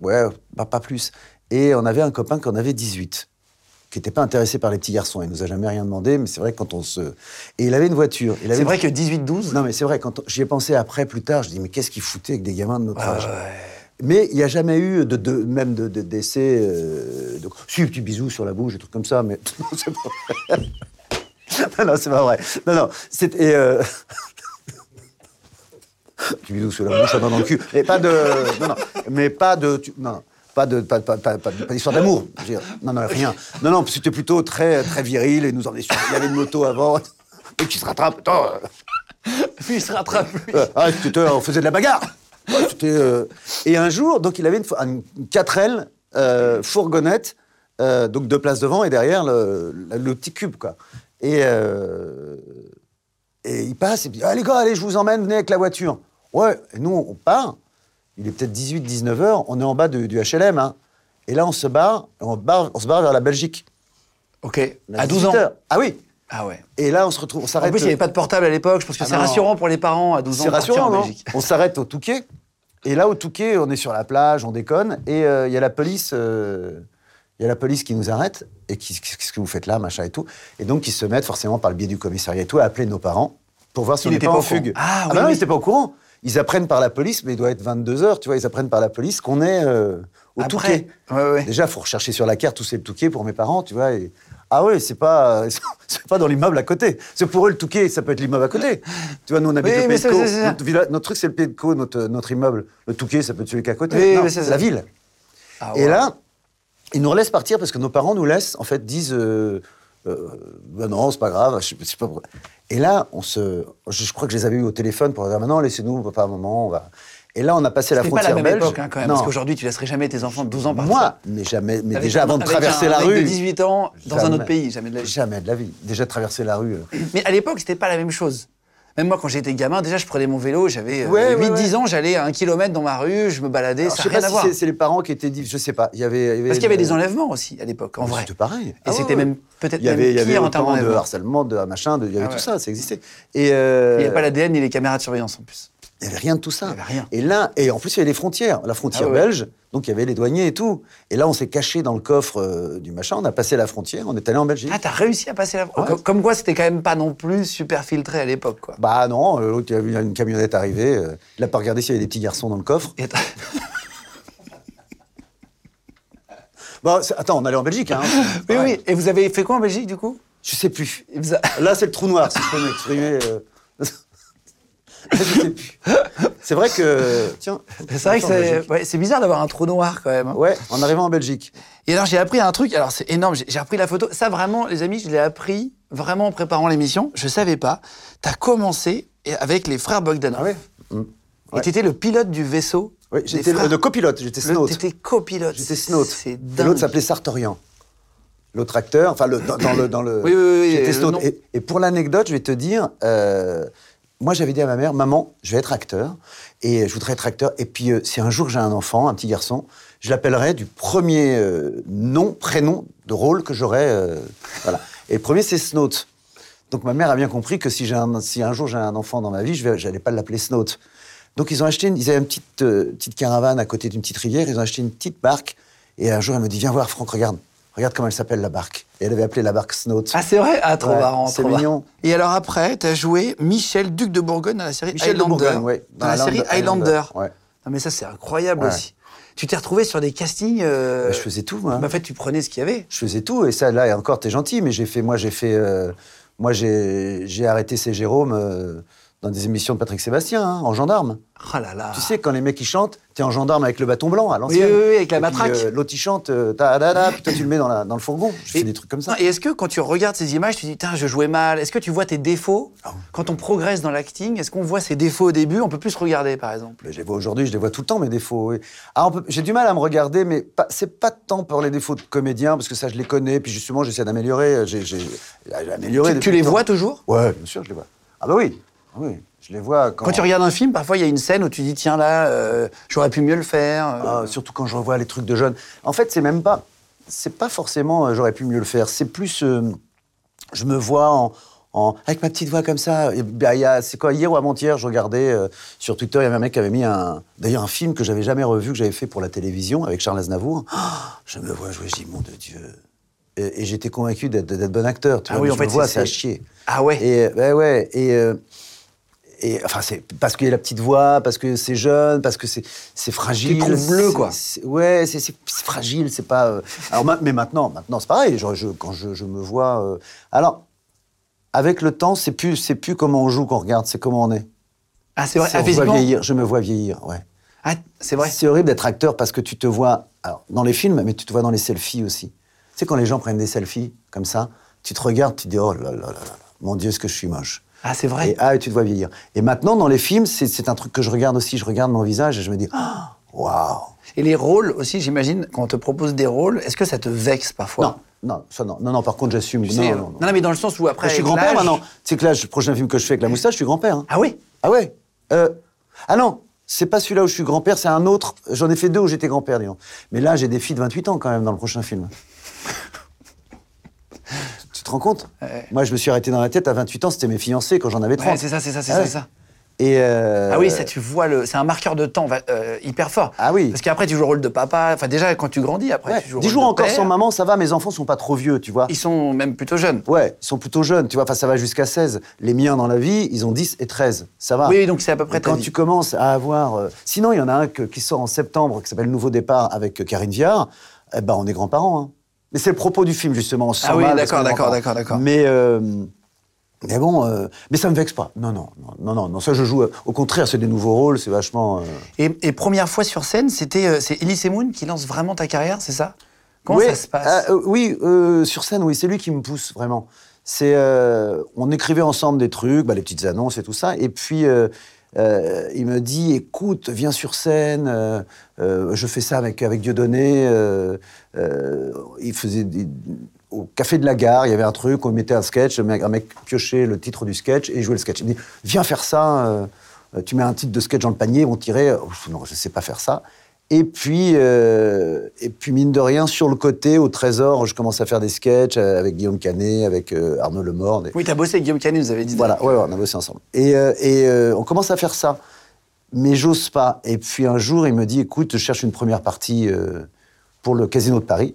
Speaker 4: ouais, bah, pas plus. Et on avait un copain qui en avait 18, qui n'était pas intéressé par les petits garçons. Il nous a jamais rien demandé, mais c'est vrai que quand on se. Et il avait une voiture. il avait
Speaker 1: C'est
Speaker 4: une-
Speaker 1: vrai que 18-12.
Speaker 4: Non, mais c'est vrai, quand on- j'y ai pensé après, plus tard, je dis, mais qu'est-ce qu'il foutait avec des gamins de notre
Speaker 1: Ouais,
Speaker 4: âge
Speaker 1: ouais.
Speaker 4: Mais il n'y a jamais eu de, de- même de, de- d'essai. euh, de- si, petit bisou sur la bouche, des trucs comme ça, mais [LAUGHS] non, c'est pas vrai. [LAUGHS] non, non, c'est pas vrai. Non, non, c'est. et, euh, [LAUGHS] petit bisou sur la bouche, un doigt dans le cul. Mais pas de. Non, non, mais pas de. tu- non, non, Pas de pas, pas, pas, pas- pas d'histoire d'amour. je veux dire. Non, non, rien. Non, non, c'était plutôt très, très viril et nous en sur. Il y avait une moto avant. Et qui se rattrape. Attends,
Speaker 1: [LAUGHS]
Speaker 4: euh,
Speaker 1: Puis il se rattrape. lui.
Speaker 4: euh, ah, c'était, euh, on faisait de la bagarre. Ouais, c'était, euh, Et un jour, donc il avait une, fo- une 4L euh, fourgonnette, euh, donc deux places devant et derrière le, le- le petit cube, quoi. Et, euh, et il passe et puis, ah, les gars, allez, je vous emmène, venez avec la voiture. Ouais, et nous, on part. Il est peut-être 18, 19 heures, on est en bas du, du HLM. hein. Et là, on se barre, on, barre- on se barre vers la Belgique.
Speaker 1: Ok,
Speaker 4: On a
Speaker 1: à 12 ans.
Speaker 4: 18 heures. Ah oui.
Speaker 1: Ah ouais.
Speaker 4: Et là, on se retrouve, on
Speaker 1: En
Speaker 4: s'arrête.
Speaker 1: plus, il n'y avait pas de portable à l'époque. Je pense que
Speaker 4: Ah
Speaker 1: c'est
Speaker 4: non.
Speaker 1: rassurant pour les parents à 12 ans.
Speaker 4: C'est
Speaker 1: de partir
Speaker 4: rassurant,
Speaker 1: en
Speaker 4: non
Speaker 1: Belgique.
Speaker 4: On s'arrête au Touquet. Et là, au Touquet, on est sur la plage, on déconne. Et euh, il y a la police. euh, il y a la police qui nous arrête et qui, qu'est-ce que vous faites là, machin et tout. Et donc, ils se mettent forcément par le biais du commissariat et tout à appeler nos parents pour voir si
Speaker 1: Ils
Speaker 4: on
Speaker 1: n'étaient
Speaker 4: n'était pas
Speaker 1: pas
Speaker 4: en
Speaker 1: au courant.
Speaker 4: fugue.
Speaker 1: Ah, oui,
Speaker 4: bah non,
Speaker 1: oui.
Speaker 4: ils n'étaient pas au courant. Ils apprennent par la police, mais il doit être 22 heures, tu vois, ils apprennent par la police qu'on est euh, au
Speaker 1: Après.
Speaker 4: Touquet.
Speaker 1: Ouais, ouais.
Speaker 4: Déjà, faut rechercher sur la carte où c'est le Touquet pour mes parents, tu vois. et- Ah ouais, c'est pas, [LAUGHS] c'est pas dans l'immeuble à côté. C'est pour eux le Touquet, ça peut être l'immeuble à côté. Tu vois, nous on habite
Speaker 1: Oui,
Speaker 4: le
Speaker 1: mais
Speaker 4: Pays
Speaker 1: c'est-
Speaker 4: de
Speaker 1: c'est-
Speaker 4: Caux.
Speaker 1: c'est ça.
Speaker 4: Notre, villa- notre truc c'est le Pays de Caux, notre, notre immeuble. Le Touquet, ça peut être celui qu'à côté.
Speaker 1: Oui,
Speaker 4: Non,
Speaker 1: mais c'est
Speaker 4: c'est
Speaker 1: ça.
Speaker 4: la ville.
Speaker 1: Ah
Speaker 4: Et
Speaker 1: ouais.
Speaker 4: là, ils nous relaissent partir parce que nos parents nous laissent, en fait, disent euh, euh, Ben non, c'est pas grave, je, sais pas- je sais pas pourquoi. Et là, on se, je, je crois que je les avais eu au téléphone pour leur dire Maintenant, laissez-nous, papa, maman, on va. Et là, on a passé la
Speaker 1: C'était pas
Speaker 4: frontière
Speaker 1: la même
Speaker 4: belge.
Speaker 1: époque, hein, quand même.
Speaker 4: Non.
Speaker 1: Parce qu'aujourd'hui, tu laisserais jamais tes enfants de 12 ans partir.
Speaker 4: Moi, mais jamais, mais
Speaker 1: Avec
Speaker 4: déjà
Speaker 1: un-
Speaker 4: avant de
Speaker 1: avec
Speaker 4: traverser
Speaker 1: un
Speaker 4: la
Speaker 1: mec
Speaker 4: rue.
Speaker 1: de 18 ans dans un autre
Speaker 4: Jamais.
Speaker 1: pays, jamais de la vie.
Speaker 4: Jamais de la vie. Déjà traverser la rue. euh.
Speaker 1: Mais à l'époque, c'était pas la même chose. Même moi, quand j'étais gamin, déjà, je prenais mon vélo, j'avais
Speaker 4: Ouais, ouais,
Speaker 1: 8-10
Speaker 4: ouais.
Speaker 1: ans, j'allais à un kilomètre dans ma rue, je me baladais,
Speaker 4: Alors,
Speaker 1: ça
Speaker 4: je sais
Speaker 1: n'a rien
Speaker 4: pas
Speaker 1: à
Speaker 4: si
Speaker 1: voir.
Speaker 4: c'est- c'est les parents qui étaient dit, je sais pas. Il y avait,
Speaker 1: Parce qu'il y avait des enlèvements aussi à l'époque, en vrai.
Speaker 4: C'était pareil.
Speaker 1: Et c'était même peut-être
Speaker 4: Ah Il y
Speaker 1: même
Speaker 4: avait, il y avait
Speaker 1: pire en termes
Speaker 4: autant de
Speaker 1: d'enlèvement.
Speaker 4: harcèlement, de machin, de- il y avait
Speaker 1: Ah
Speaker 4: tout
Speaker 1: ouais.
Speaker 4: ça, ça existait. Et euh,
Speaker 1: Il n'y avait pas l'ADN ni les caméras de surveillance en plus.
Speaker 4: il y avait rien de tout ça.
Speaker 1: Il y avait rien.
Speaker 4: Et là, et en plus il y avait les frontières, la frontière
Speaker 1: Ah ouais.
Speaker 4: belge, donc il y avait les douaniers et tout. Et là, on s'est caché dans le coffre euh, du machin, on a passé la frontière, on est allé en Belgique.
Speaker 1: Ah, t'as réussi à passer la. Comme, comme quoi, c'était quand même pas non plus super filtré à l'époque, quoi.
Speaker 4: Bah non, euh, l'autre, il y a vu une camionnette arriver, euh, il a pas regardé s'il y avait des petits garçons dans le coffre.
Speaker 1: Et t'as-
Speaker 4: Bah, c'est- attends, on allait
Speaker 1: [LAUGHS]
Speaker 4: en Belgique, hein.
Speaker 1: Oui,
Speaker 4: Ouais.
Speaker 1: oui. Et vous avez fait quoi en Belgique, du coup
Speaker 4: Je sais plus.
Speaker 1: Et vous a-
Speaker 4: Là, c'est le trou noir, si je peux m'exprimer. euh. [LAUGHS] Là, je sais plus. C'est vrai que. Tiens.
Speaker 1: C'est vrai que
Speaker 4: en
Speaker 1: c'est
Speaker 4: Belgique.
Speaker 1: ouais, c'est bizarre d'avoir un trou noir quand même. hein.
Speaker 4: Ouais, en arrivant en Belgique.
Speaker 1: Et alors j'ai appris un truc, alors c'est énorme, j'ai j'ai appris la photo. Ça vraiment, les amis, je l'ai appris vraiment en préparant l'émission. Je savais pas. T'as commencé et- avec les frères Bogdanov.
Speaker 4: Ah ouais
Speaker 1: Et t'étais le pilote du vaisseau.
Speaker 4: Oui,
Speaker 1: des
Speaker 4: j'étais
Speaker 1: frères-
Speaker 4: le copilote, j'étais
Speaker 1: le-
Speaker 4: Snout.
Speaker 1: T'étais copilote.
Speaker 4: J'étais Snout.
Speaker 1: C'est
Speaker 4: Et
Speaker 1: dingue.
Speaker 4: L'autre s'appelait Sartorian. L'autre acteur, enfin, le, dans, dans le, dans le.
Speaker 1: Oui, oui, oui,
Speaker 4: J'étais
Speaker 1: euh,
Speaker 4: Snout.
Speaker 1: non.
Speaker 4: Et, et pour l'anecdote, je vais te dire, euh, moi, j'avais dit à ma mère, maman, je vais être acteur, et je voudrais être acteur. Et puis, euh, si un jour j'ai un enfant, un petit garçon, je l'appellerai du premier euh, nom, prénom de rôle que j'aurai. euh, voilà. Et le premier, c'est Snout. Donc ma mère a bien compris que si, j'ai un, si un jour j'ai un enfant dans ma vie, je n'allais pas l'appeler Snout. Donc ils ont acheté, une, ils avaient une petite, euh, petite caravane à côté d'une petite rivière, ils ont acheté une petite barque. Et un jour elle me dit, viens voir Franck, regarde, regarde comment elle s'appelle la barque. Et elle avait appelé la barque Snout.
Speaker 1: Ah c'est vrai, ah trop
Speaker 4: Ouais,
Speaker 1: marrant,
Speaker 4: c'est
Speaker 1: trop marrant.
Speaker 4: mignon.
Speaker 1: Et alors après, t'as joué Michel Duc de Bourgogne dans la série
Speaker 4: Michel de
Speaker 1: Highlander.
Speaker 4: Bourgogne, ouais.
Speaker 1: hein. Dans la série Highlander. Euh,
Speaker 4: ouais.
Speaker 1: Non mais ça c'est incroyable
Speaker 4: Ouais.
Speaker 1: aussi. Tu t'es retrouvé sur des castings. euh,
Speaker 4: Bah, je faisais tout, moi.
Speaker 1: bah, en fait, tu prenais ce qu'il y avait.
Speaker 4: Je faisais tout, et ça, là, et encore, t'es gentil, mais j'ai fait, moi, j'ai fait, euh, moi, j'ai j'ai arrêté ces Jérôme euh, dans des émissions de Patrick Sébastien, hein, en gendarme.
Speaker 1: Oh là là.
Speaker 4: Tu sais, quand les mecs ils chantent, t'es en gendarme avec le bâton blanc à l'ancienne.
Speaker 1: Oui, oui, oui, avec la
Speaker 4: Et puis,
Speaker 1: matraque.
Speaker 4: euh, L'autre il chante, euh, ta, da, da, puis toi tu le mets dans, la- dans le fourgon. Je fais des trucs comme ça.
Speaker 1: Non, et est-ce que quand tu regardes ces images, tu dis, tiens, je jouais mal Est-ce que tu vois tes défauts
Speaker 4: Ah
Speaker 1: Quand on progresse dans l'acting, est-ce qu'on voit ses défauts au début On peut plus se regarder, par exemple.
Speaker 4: Mais je les vois aujourd'hui, je les vois tout le temps, mes défauts. oui. Ah, on peut- J'ai du mal à me regarder, mais pas- c'est pas tant pour les défauts de comédien, parce que ça, je les connais, puis justement, j'essaie d'améliorer. euh, J'ai j'ai- j'ai amélioré.
Speaker 1: tu,
Speaker 4: depuis
Speaker 1: tu les
Speaker 4: le temps.
Speaker 1: vois toujours
Speaker 4: Ouais, bien sûr, je les vois. Ah bah oui, oui, je les vois quand.
Speaker 1: Quand tu regardes un film, parfois, il y a une scène où tu dis, tiens, là, euh, j'aurais pu mieux le faire. euh.
Speaker 4: Ah, surtout quand je revois les trucs de jeunes. En fait, c'est même pas. C'est pas forcément euh, j'aurais pu mieux le faire. C'est plus. euh, je me vois en, en- avec ma petite voix comme ça. Et ben, il y a- C'est quoi, hier ou avant-hier, je regardais euh, sur Twitter, il y avait un mec qui avait mis un. D'ailleurs, un film que j'avais jamais revu, que j'avais fait pour la télévision avec Charles Aznavour. Ah, je me vois jouer, j'ai dit, mon de Dieu. Et, et j'étais convaincu d'être d'être bon acteur. Tu
Speaker 1: Ah
Speaker 4: vois,
Speaker 1: oui,
Speaker 4: mais
Speaker 1: en
Speaker 4: je
Speaker 1: fait,
Speaker 4: me vois,
Speaker 1: c'est-
Speaker 4: c'est à
Speaker 1: c'est-
Speaker 4: chier.
Speaker 1: Ah ouais.
Speaker 4: Et, euh, ben ouais, et, euh, et, enfin, c'est parce qu'il y a la petite voix, parce que c'est jeune, parce que c'est c'est fragile.
Speaker 1: Tu le trouves bleu,
Speaker 4: c'est-
Speaker 1: quoi.
Speaker 4: c'est- Ouais, c'est c'est- c'est fragile, c'est pas. euh, alors, ma- mais maintenant, maintenant c'est pareil. Genre, je, quand je, je me vois. euh, alors, avec le temps, c'est plus, c'est plus comment on joue qu'on regarde, c'est comment on est.
Speaker 1: Ah, c'est vrai.
Speaker 4: C'est-
Speaker 1: Ah,
Speaker 4: on se voit
Speaker 1: physiquement.
Speaker 4: vieillir, je me vois vieillir, ouais.
Speaker 1: Ah, c'est vrai.
Speaker 4: C'est horrible d'être acteur parce que tu te vois alors, dans les films, mais tu te vois dans les selfies aussi. Tu sais, quand les gens prennent des selfies comme ça, tu te regardes, tu te dis oh là là là là, là, mon Dieu, ce que je suis moche.
Speaker 1: Ah, c'est vrai.
Speaker 4: Et ah, et tu te vois vieillir. Et maintenant, dans les films, c'est- c'est un truc que je regarde aussi. Je regarde mon visage et je me dis Ah, waouh
Speaker 1: Et les rôles aussi, j'imagine, quand on te propose des rôles, est-ce que ça te vexe parfois
Speaker 4: Non, non, ça non. Non, non, par contre, j'assume.
Speaker 1: Tu
Speaker 4: non,
Speaker 1: sais,
Speaker 4: non,
Speaker 1: euh,
Speaker 4: non, non.
Speaker 1: mais dans le sens où après.
Speaker 4: je suis
Speaker 1: avec
Speaker 4: grand-père
Speaker 1: l'âge-
Speaker 4: maintenant. C'est que là, le prochain film que je fais avec la moustache, je suis grand-père. hein.
Speaker 1: Ah oui
Speaker 4: Ah ouais Euh, Ah non c'est pas celui-là où je suis grand-père, c'est un autre. J'en ai fait deux où j'étais grand-père, disons. Mais là, j'ai des filles de 28 ans quand même dans le
Speaker 1: [LAUGHS]
Speaker 4: prochain film. tu te rends compte
Speaker 1: Ouais.
Speaker 4: Moi, je me suis arrêté dans la tête à 28 ans, c'était mes fiancés quand j'en avais 30.
Speaker 1: Ouais, c'est ça, c'est ça, c'est
Speaker 4: Ah
Speaker 1: ça,
Speaker 4: ouais.
Speaker 1: c'est ça.
Speaker 4: Et euh,
Speaker 1: Ah oui, ça, tu vois, le... c'est un marqueur de temps va- euh, hyper fort.
Speaker 4: Ah oui.
Speaker 1: Parce qu'après, tu joues le rôle de papa. Enfin, déjà, quand tu grandis, après,
Speaker 4: Ouais,
Speaker 1: tu joues. le
Speaker 4: Dix
Speaker 1: rôle
Speaker 4: jours
Speaker 1: de
Speaker 4: encore
Speaker 1: père.
Speaker 4: sans maman, ça va, mes enfants sont pas trop vieux, tu vois.
Speaker 1: Ils sont même plutôt jeunes.
Speaker 4: Ouais, ils sont plutôt jeunes, tu vois, enfin ça va jusqu'à 16. Les miens dans la vie, ils ont 10 et 13, ça va.
Speaker 1: Oui, donc c'est à peu près
Speaker 4: Et quand
Speaker 1: ta vie.
Speaker 4: tu commences à avoir... euh, Sinon, il y en a un que- qui sort en septembre, qui s'appelle Nouveau Départ, avec euh, Karine Viard, eh ben on est grands-parents. hein. Mais c'est le propos du film, justement, on se sent
Speaker 1: Ah oui,
Speaker 4: mal parce
Speaker 1: d'accord,
Speaker 4: qu'on est
Speaker 1: d'accord,
Speaker 4: grands-parents.
Speaker 1: d'accord, d'accord.
Speaker 4: Mais... euh, Mais bon, euh, mais ça me vexe pas. Non, non, non, non, non, non, ça je joue. euh, Au contraire, c'est des nouveaux rôles, c'est vachement. euh,
Speaker 1: Et, et première fois sur scène, c'était euh, c'est Elise Moon qui lance vraiment ta carrière, c'est ça Comment
Speaker 4: Oui,
Speaker 1: ça se passe
Speaker 4: ah, euh, Oui, euh, sur scène, oui, c'est lui qui me pousse vraiment. C'est, euh, on écrivait ensemble des trucs, bah, les petites annonces et tout ça, et puis euh, euh, il me dit, écoute, viens sur scène, euh, euh, je fais ça avec avec Dieudonné. euh, euh, il faisait des- au café de la gare, il y avait un truc, on mettait un sketch, un mec, un mec piochait le titre du sketch et il jouait le sketch. Il me dit, viens faire ça. euh, euh, tu mets un titre de sketch dans le panier, ils vont tirer. Oh, non, je sais pas faire ça. Et puis, euh, et puis, mine de rien, sur le côté, au Trésor, je commence à faire des sketchs euh, avec Guillaume Canet, avec euh, Arnaud Lemort. des-
Speaker 1: Oui, t'as bossé avec Guillaume Canet, vous avez dit.
Speaker 4: Voilà, ouais, ouais, on a bossé ensemble. Et, euh, et, euh, on commence à faire ça. Mais j'ose pas. Et puis un jour, il me dit écoute, je cherche une première partie euh, pour le Casino de Paris.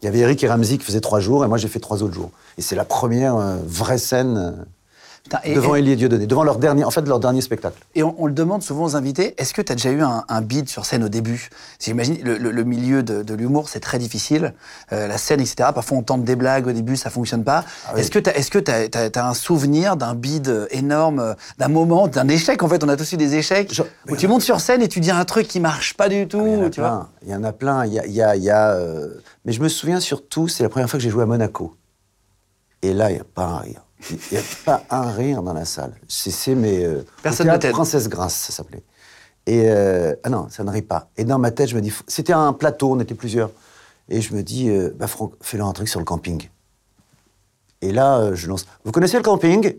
Speaker 4: Il y avait Eric et Ramsey qui faisaient trois jours, et moi j'ai fait trois autres jours. Et c'est la première euh, vraie scène
Speaker 1: Putain,
Speaker 4: euh,
Speaker 1: et-
Speaker 4: devant Élie et Dieudonné, devant leur dernier, en fait, leur dernier spectacle.
Speaker 1: Et on, on le demande souvent aux invités, est-ce que tu as déjà eu un, un bide sur scène au début J'imagine, le, le- le milieu de, de l'humour, c'est très difficile. Euh, la scène, etc. Parfois, on tente des blagues au début, ça fonctionne pas.
Speaker 4: Ah oui.
Speaker 1: Est-ce que tu as, est-ce que t'as- t'as- t'as un souvenir d'un bide énorme, euh, d'un moment, d'un échec En fait, on a tous eu des échecs.
Speaker 4: Je- Ah
Speaker 1: Où tu montes sur scène et tu dis un truc qui marche pas du tout,
Speaker 4: Il y en a
Speaker 1: tu vois
Speaker 4: plein. Il y en a plein. Il y a, il y a- il y a, euh, Mais je me souviens surtout, c'est la première fois que j'ai joué à Monaco. Et là, il n'y a pas un rire. Il n'y a pas un rire dans la salle. C'est- C'est mes. euh, au
Speaker 1: Personne
Speaker 4: théâtre
Speaker 1: ne t'aide.
Speaker 4: Princesse Grasse, ça s'appelait. Et euh, ah non, ça ne rit pas. Et dans ma tête, je me dis, faut- c'était un plateau, on était plusieurs. Et je me dis, euh, bah Franck, fais-leur un truc sur le camping. Et là, euh, je lance. Vous connaissez le camping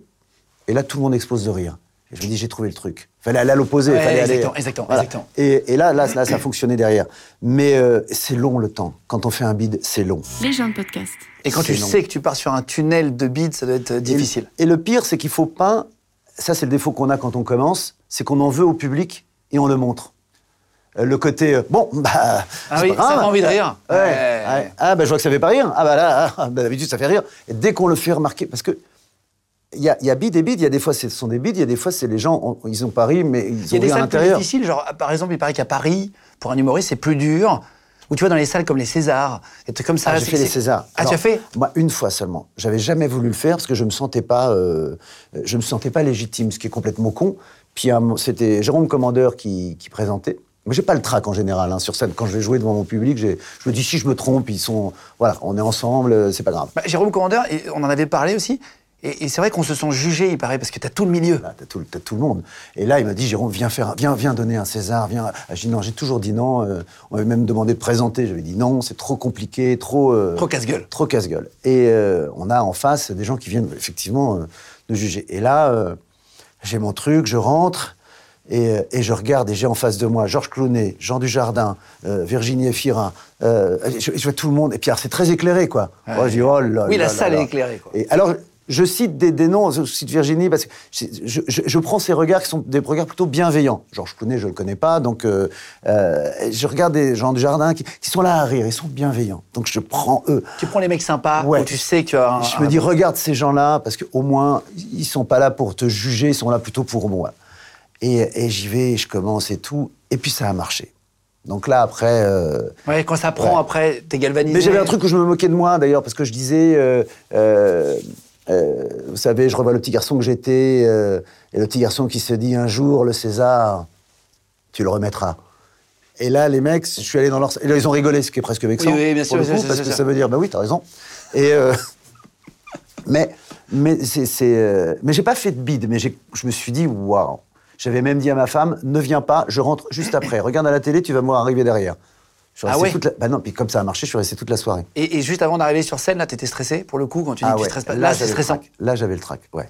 Speaker 4: Et là, tout le monde explose de rire. Et je me dis, j'ai trouvé le truc. Fallait aller à l'opposé.
Speaker 1: Ouais,
Speaker 4: fallait aller-
Speaker 1: exactement, exactement, exactement.
Speaker 4: Et, et là, là, là, ça a fonctionné derrière. Mais euh, c'est long le temps. Quand on fait un bid, c'est long.
Speaker 5: Les gens de podcast.
Speaker 1: Et quand tu
Speaker 4: C'est long.
Speaker 1: sais que tu pars sur un tunnel de bide, ça doit être euh, difficile.
Speaker 4: Et, et le pire, c'est qu'il faut pas. Ça, c'est le défaut qu'on a quand on commence, c'est qu'on en veut au public et on le montre. Euh, Le côté euh, bon, [LAUGHS] bah.
Speaker 1: Ah
Speaker 4: c'est
Speaker 1: oui,
Speaker 4: pas
Speaker 1: ça
Speaker 4: grave.
Speaker 1: fait envie de rire.
Speaker 4: Ouais,
Speaker 1: Ouais.
Speaker 4: ouais. Ah, bah, je vois que ça fait pas rire. Ah, bah là, ah, bah, d'habitude, ça fait rire. Et dès qu'on le fait remarquer, parce que. Il y a, il y a bid et bid, il y a des fois ce sont des bides, il y a des fois c'est les gens, ont- ils ont pas ri, mais
Speaker 1: Il
Speaker 4: ils
Speaker 1: y a
Speaker 4: ont
Speaker 1: des
Speaker 4: ri à
Speaker 1: salles plus
Speaker 4: l'intérieur.
Speaker 1: difficiles, genre par exemple, il paraît qu'à Paris, pour un humoriste, c'est plus dur. Ou tu vois, dans les salles comme les Césars, des trucs comme ça.
Speaker 4: Ah, j'ai
Speaker 1: c'est-
Speaker 4: fait les
Speaker 1: c'est-
Speaker 4: Césars.
Speaker 1: Ah, tu
Speaker 4: Alors,
Speaker 1: as fait
Speaker 4: Moi, une fois seulement. J'avais jamais voulu le faire parce que je me sentais pas, euh, je me sentais pas légitime, ce qui est complètement con. Puis un- c'était Jérôme Commandeur qui, qui présentait. Moi, j'ai pas le trac en général hein, sur scène. Quand je vais jouer devant mon public, j'ai- je me dis si je me trompe, ils sont, voilà, on est ensemble, euh, c'est pas grave.
Speaker 1: Bah, Jérôme Commandeur, et on en avait parlé aussi. Et, et c'est vrai qu'on se sent jugé, il paraît, parce que t'as tout le milieu.
Speaker 4: Là, t'as tout, le- t'as tout le monde. Et là, il m'a dit, Jérôme, viens faire, un- viens, viens donner un César, viens. Ah, J'ai dit non, j'ai toujours dit non. euh, on m'avait même demandé de présenter. J'avais dit non, c'est trop compliqué, trop. euh,
Speaker 1: Trop casse-gueule.
Speaker 4: Trop casse-gueule. Et euh, on a en face des gens qui viennent effectivement euh, nous juger. Et là, euh, j'ai mon truc, je rentre. Et, euh, et je regarde et j'ai en face de moi Georges Clooney, Jean Dujardin, euh, Virginie Efira. euh, je, je vois tout le monde. Et puis alors, c'est très éclairé, quoi. Moi, je dis, oh là
Speaker 1: Oui, la
Speaker 4: là là
Speaker 1: salle
Speaker 4: là.
Speaker 1: est éclairée, quoi.
Speaker 4: Et alors, je cite des, des noms, je cite Virginie, parce que je, je- je- je prends ces regards qui sont des regards plutôt bienveillants. Genre, je connais, je le connais pas, donc euh, euh, je regarde des gens du jardin qui, qui sont là à rire, ils sont bienveillants. Donc je prends eux.
Speaker 1: Tu prends les mecs sympas,
Speaker 4: Ouais.
Speaker 1: où tu sais que. euh,
Speaker 4: Je me dis, regarde ces gens-là, parce qu'au moins, ils sont pas là pour te juger, ils sont là plutôt pour moi. Et, et j'y vais, je commence et tout. Et puis ça a marché. Donc là, après. euh,
Speaker 1: Ouais, quand ça prend
Speaker 4: Ouais.
Speaker 1: après, t'es galvanisé.
Speaker 4: mais j'avais un truc où je me moquais de moi, d'ailleurs, parce que je disais, euh, euh, euh, vous savez, je revois le petit garçon que j'étais, euh, et le petit garçon qui se dit un jour, le César, tu le remettras. Et là, les mecs, je suis allé dans leur. et là, ils ont rigolé, ce qui est presque vexant.
Speaker 1: Oui, oui, bien
Speaker 4: pour
Speaker 1: sûr,
Speaker 4: le
Speaker 1: bien
Speaker 4: coup,
Speaker 1: sûr,
Speaker 4: parce
Speaker 1: bien
Speaker 4: que
Speaker 1: sûr.
Speaker 4: ça veut dire, bah oui, t'as raison. Et. euh, mais mais c'est. c'est, euh, mais j'ai pas fait de bide, mais j'ai- je me suis dit, waouh. J'avais même dit à ma femme, ne viens pas, je rentre juste après. Regarde à la télé, tu vas me voir arriver derrière. Je suis
Speaker 1: Ah
Speaker 4: resté
Speaker 1: ouais
Speaker 4: toute la- Bah non, puis comme ça a marché, je suis resté toute la soirée.
Speaker 1: Et, et juste avant d'arriver sur scène, là, t'étais stressé pour le coup quand tu dis que tu stresses pas. Là, c'est
Speaker 4: Ah j'avais le
Speaker 1: stressant.
Speaker 4: trac. Là, j'avais le trac, ouais.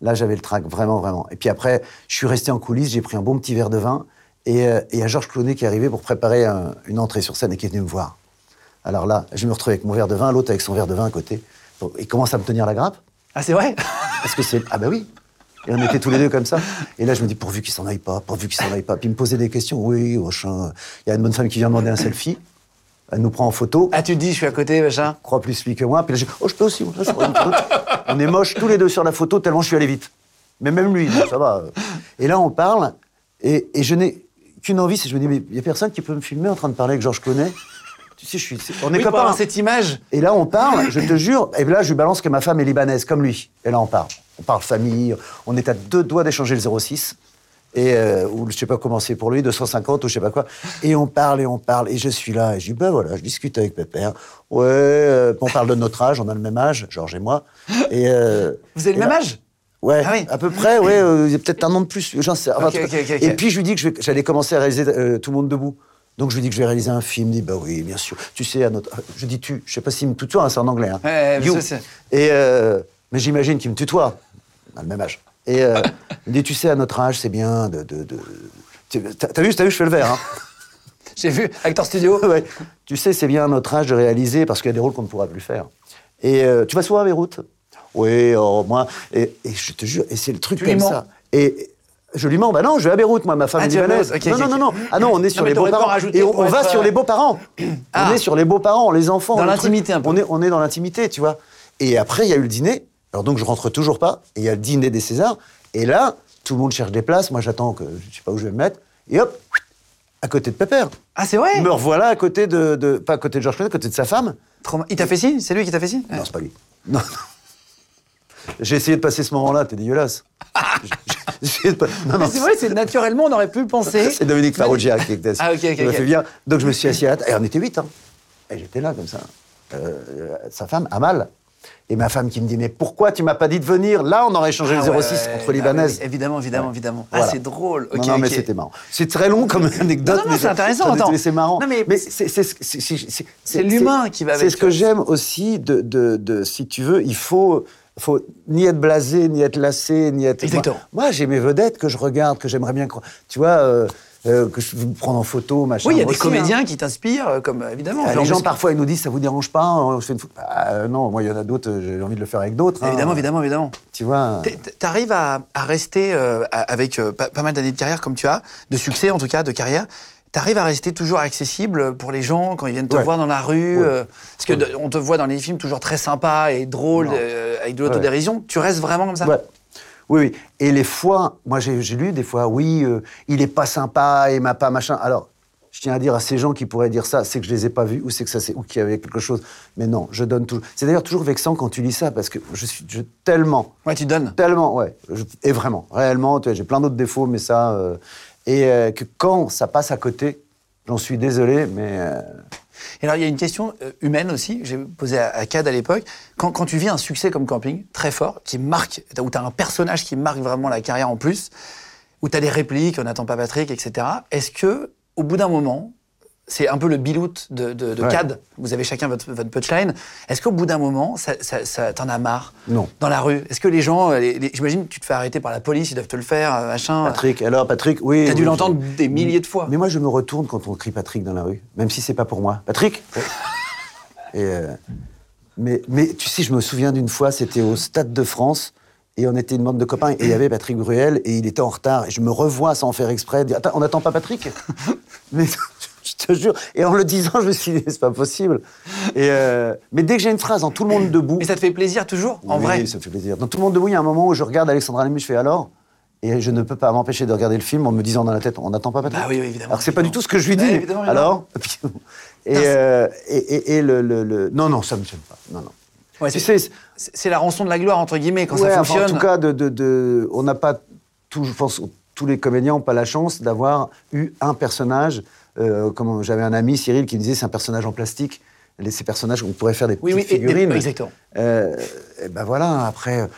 Speaker 4: Là, j'avais le trac, vraiment, vraiment. Et puis après, je suis resté en coulisses, j'ai pris un bon petit verre de vin. Et euh, et il y a Georges Clooney qui est arrivé pour préparer un- une entrée sur scène et qui est venu me voir. Alors là, je me retrouve avec mon verre de vin, l'autre avec son verre de vin à côté. Bon, Il commence à me tenir la grappe.
Speaker 1: Ah, c'est vrai [LAUGHS]
Speaker 4: Parce que c'est. Ah bah oui Et on était tous les deux comme ça. Et là, je me dis, pourvu qu'il s'en aille pas, pourvu qu'il s'en aille pas. Puis il me posait des questions. Oui, machin. Il y a une bonne femme qui vient demander un selfie. Elle nous prend en photo.
Speaker 1: Ah, tu te dis, je suis à côté, machin.
Speaker 4: croit plus lui que moi. Puis là, j'ai oh, je peux aussi. moi, je prends une photo. on est moches tous les deux sur la photo, tellement je suis allé vite. Mais même lui, donc ça va. Et là, on parle, et, et je n'ai qu'une envie, c'est que je me dis, mais il n'y a personne qui peut me filmer en train de parler avec Georges Connais. Tu sais, je suis, c'est- on est
Speaker 1: Oui, pour
Speaker 4: copains.
Speaker 1: avoir cette image.
Speaker 4: Et là, on parle, je te jure, et là, je lui balance que ma femme est libanaise, comme lui. Et là, on parle. On parle famille, on est à deux doigts d'échanger le 06. Et euh, ou je sais pas comment c'est pour lui, 250 ou je sais pas quoi. Et on parle et on parle. Et je suis là et je dis, ben voilà, je discute avec Pépère. Ouais, euh, on parle de notre âge, on a le même âge, Georges et moi. Et, euh,
Speaker 1: Vous avez le
Speaker 4: et
Speaker 1: même
Speaker 4: là-
Speaker 1: âge
Speaker 4: Ouais,
Speaker 1: Ah oui.
Speaker 4: à peu
Speaker 1: [COUGHS]
Speaker 4: près, ouais, euh, il y a peut-être un an de plus, j'en sais. enfin,
Speaker 1: Ok,
Speaker 4: en tout cas.
Speaker 1: ok, ok, ok.
Speaker 4: Et puis je lui dis que je vais- j'allais commencer à réaliser euh, Tout le monde debout. Donc je lui dis que je vais réaliser un film. Il dit bah oui, bien sûr. Tu sais, à notre, je dis tu, je sais pas s'il me tutoie, hein, c'est en anglais. hein.
Speaker 1: Ouais, ouais,
Speaker 4: You.
Speaker 1: mais ça,
Speaker 4: Et euh, mais j'imagine qu'il me tutoie. On a le même âge.
Speaker 1: [COUGHS]
Speaker 4: Et euh, il dit tu sais, à notre âge, c'est bien de. de, de- tu- T'as t'as vu, t'as vu, je fais le verre. hein.
Speaker 1: J'ai vu, Acteur
Speaker 4: [LAUGHS]
Speaker 1: Studio.
Speaker 4: Ouais. Tu sais, c'est bien à notre âge de réaliser parce qu'il y a des rôles qu'on ne pourra plus faire. Et euh, tu vas souvent à Beyrouth Oui, oh, moi. Et, et je te jure, et c'est le truc
Speaker 1: Tu lui
Speaker 4: comme
Speaker 1: mens
Speaker 4: ça. Et je lui mens, bah non, je vais à Beyrouth, moi, ma femme
Speaker 1: Ah,
Speaker 4: est
Speaker 1: tu vas à
Speaker 4: libanaise.
Speaker 1: Beyrouth, ok,
Speaker 4: non,
Speaker 1: ok,
Speaker 4: non,
Speaker 1: ok.
Speaker 4: non, non. Ah non, on est
Speaker 1: Non,
Speaker 4: sur
Speaker 1: mais
Speaker 4: les
Speaker 1: t'aurais pas
Speaker 4: beaux-parents.
Speaker 1: rajouté
Speaker 4: Et on,
Speaker 1: pour
Speaker 4: on va
Speaker 1: être,
Speaker 4: sur
Speaker 1: euh, [CLEARS THROAT]
Speaker 4: les beaux-parents.
Speaker 1: Ah.
Speaker 4: On est sur les beaux-parents, les enfants.
Speaker 1: Dans
Speaker 4: le truc.
Speaker 1: l'intimité, un peu.
Speaker 4: On est, on est dans l'intimité, tu vois. Et après, il y a eu le dîner. Alors donc, je rentre toujours pas. Et il y a le dîner des Césars. Et là, tout le monde cherche des places. Moi, j'attends que je sais pas où je vais me mettre. Et hop, à côté de Pépère.
Speaker 1: Ah, c'est vrai
Speaker 4: Me revoilà à côté de, de- Pas à côté de Georges Clooney, à côté de sa femme.
Speaker 1: Trauma- Il t'a fait ci C'est lui qui t'a fait ci
Speaker 4: Non, c'est pas lui. Non, non. J'ai essayé de passer ce moment-là,
Speaker 1: [LAUGHS]
Speaker 4: t'es dégueulasse. J'ai- j'ai essayé de pas- Non, non.
Speaker 1: Ah, Mais C'est vrai, c'est naturellement, on aurait pu le penser.
Speaker 4: [LAUGHS] C'est Dominique Farrugia qui était assis.
Speaker 1: Ah, ok, ok,
Speaker 4: Il m'a
Speaker 1: ok.
Speaker 4: fait bien. Donc je me suis assis à la table. Et on était huit, hein. Et j'étais là, comme ça. Euh, euh, sa femme, Amal. Et ma femme qui me dit Mais pourquoi tu m'as pas dit de venir Là, on aurait échangé
Speaker 1: Ah
Speaker 4: le
Speaker 1: ouais,
Speaker 4: 06
Speaker 1: ouais,
Speaker 4: entre
Speaker 1: ouais.
Speaker 4: Libanaises.
Speaker 1: Ah oui, évidemment, évidemment, évidemment. Ah,
Speaker 4: Voilà.
Speaker 1: c'est drôle.
Speaker 4: Non,
Speaker 1: Ok,
Speaker 4: non, mais
Speaker 1: ok.
Speaker 4: c'était marrant. C'est très long comme anecdote.
Speaker 1: Non, non,
Speaker 4: mais
Speaker 1: c'est intéressant,
Speaker 4: j'en ai
Speaker 1: attends.
Speaker 4: trouvé, C'est marrant.
Speaker 1: Non, mais-
Speaker 4: mais c'est- c'est- c'est- c'est- c'est- c'est- c'est-
Speaker 1: l'humain qui va avec,
Speaker 4: C'est ce
Speaker 1: tu
Speaker 4: que
Speaker 1: vois.
Speaker 4: j'aime aussi de, de- de- si tu veux, il faut, faut ni être blasé, ni être lassé, ni être.
Speaker 1: Exactement.
Speaker 4: Moi, moi, j'ai mes vedettes que je regarde, que j'aimerais bien, cro- tu vois, euh, euh, que je veux me prendre en photo, machin.
Speaker 1: Oui, il y a
Speaker 4: Moi
Speaker 1: des
Speaker 4: aussi, hein.
Speaker 1: comédiens qui t'inspirent, euh, comme euh, évidemment.
Speaker 4: Euh,
Speaker 1: Genre,
Speaker 4: les gens
Speaker 1: je-
Speaker 4: parfois ils nous disent ça vous dérange pas on se fait une fou- Bah, euh, non moi il y en a d'autres euh, j'ai envie de le faire avec d'autres hein.
Speaker 1: Évidemment, évidemment, évidemment.
Speaker 4: tu vois
Speaker 1: T'es- T'arrives à, à rester euh, à- avec euh, pas, pas mal d'années de carrière comme tu as, de succès en tout cas, de carrière. T'arrives à rester toujours accessible pour les gens quand ils viennent te
Speaker 4: Ouais.
Speaker 1: voir dans la rue,
Speaker 4: Ouais.
Speaker 1: euh, parce que de- on te voit dans les films toujours très sympa et drôle,
Speaker 4: Non.
Speaker 1: euh, avec de l'autodérision. Tu restes vraiment comme ça.
Speaker 4: Ouais. Oui, oui. Et les fois, moi j'ai j'ai lu des fois, oui, euh, il est pas sympa, il m'a pas machin. Alors, je tiens à dire à ces gens qui pourraient dire ça, c'est que je les ai pas vus ou c'est que ça c'est ou qu'il y avait quelque chose. Mais non, je donne tout. C'est d'ailleurs toujours vexant quand tu lis ça parce que je suis je, tellement,
Speaker 1: Ouais, tu donnes.
Speaker 4: tellement, ouais, je- et vraiment, réellement, tu vois, j'ai plein d'autres défauts, mais ça, euh, et euh, que quand ça passe à côté, j'en suis désolé, mais euh,
Speaker 1: Et alors, il y a une question euh, humaine aussi, j'ai posé à, à Cad à l'époque. Quand, quand tu vis un succès comme camping, très fort, qui marque, où tu as un personnage qui marque vraiment la carrière en plus, où tu as des répliques, on n'attend pas Patrick, etc., est-ce que au bout d'un moment, c'est un peu le biloute de, de, de
Speaker 4: Ouais.
Speaker 1: Cad, vous avez chacun votre, votre punchline, est-ce qu'au bout d'un moment, ça, ça, ça- t'en as marre
Speaker 4: Non.
Speaker 1: Dans la rue Est-ce que les gens, euh, les- les- j'imagine que tu te fais arrêter par la police, ils doivent te le faire, euh, machin.
Speaker 4: Patrick, alors Patrick, oui.
Speaker 1: T'as dû
Speaker 4: oui,
Speaker 1: l'entendre
Speaker 4: je-
Speaker 1: des milliers de fois.
Speaker 4: Mais moi, je me
Speaker 1: [LAUGHS]
Speaker 4: retourne quand on crie Patrick dans la rue, même si c'est pas pour moi. Patrick Et euh, Mais, mais tu sais, je me souviens d'une fois, c'était au Stade de France. Et on était une bande de copains, et il y avait Patrick Bruel, et il était en retard. Et je me revois sans faire exprès, dire, Attends, on n'attend
Speaker 1: [LAUGHS]
Speaker 4: pas Patrick Mais [LAUGHS] je te jure. Et en le disant, je me suis dit, c'est pas possible. Et euh, mais dès que j'ai une phrase dans Tout le monde debout.
Speaker 1: Mais ça te fait plaisir toujours, en
Speaker 4: Oui,
Speaker 1: vrai
Speaker 4: Ça me fait plaisir. Dans Tout le monde debout, il y a un moment où je regarde Alexandra Lamy, je fais alors Et je ne peux pas m'empêcher de regarder le film en me disant dans la tête, on n'attend pas Patrick.
Speaker 1: Bah oui, oui, évidemment,
Speaker 4: Alors que c'est pas du
Speaker 1: évidemment.
Speaker 4: tout ce que je lui dis.
Speaker 1: Ouais, évidemment, évidemment.
Speaker 4: Alors Et, euh, et, et- et le, le- le- Non, non, ça me gêne pas. Non, non.
Speaker 1: Ouais,
Speaker 4: Tu
Speaker 1: c'est,
Speaker 4: sais,
Speaker 1: c'est- c'est la rançon de la gloire, entre guillemets, quand
Speaker 4: Ouais,
Speaker 1: ça
Speaker 4: enfin,
Speaker 1: fonctionne.
Speaker 4: en tout cas, de, de- de- on n'a pas tout, je pense, tous les comédiens n'ont pas la chance d'avoir eu un personnage. euh, comme j'avais un ami, Cyril, qui me disait c'est un personnage en plastique. Les- Ces personnages, on pourrait faire des
Speaker 1: Oui,
Speaker 4: petites
Speaker 1: oui, et- et-
Speaker 4: figurines.
Speaker 1: exactement.
Speaker 4: Euh, et ben voilà, après,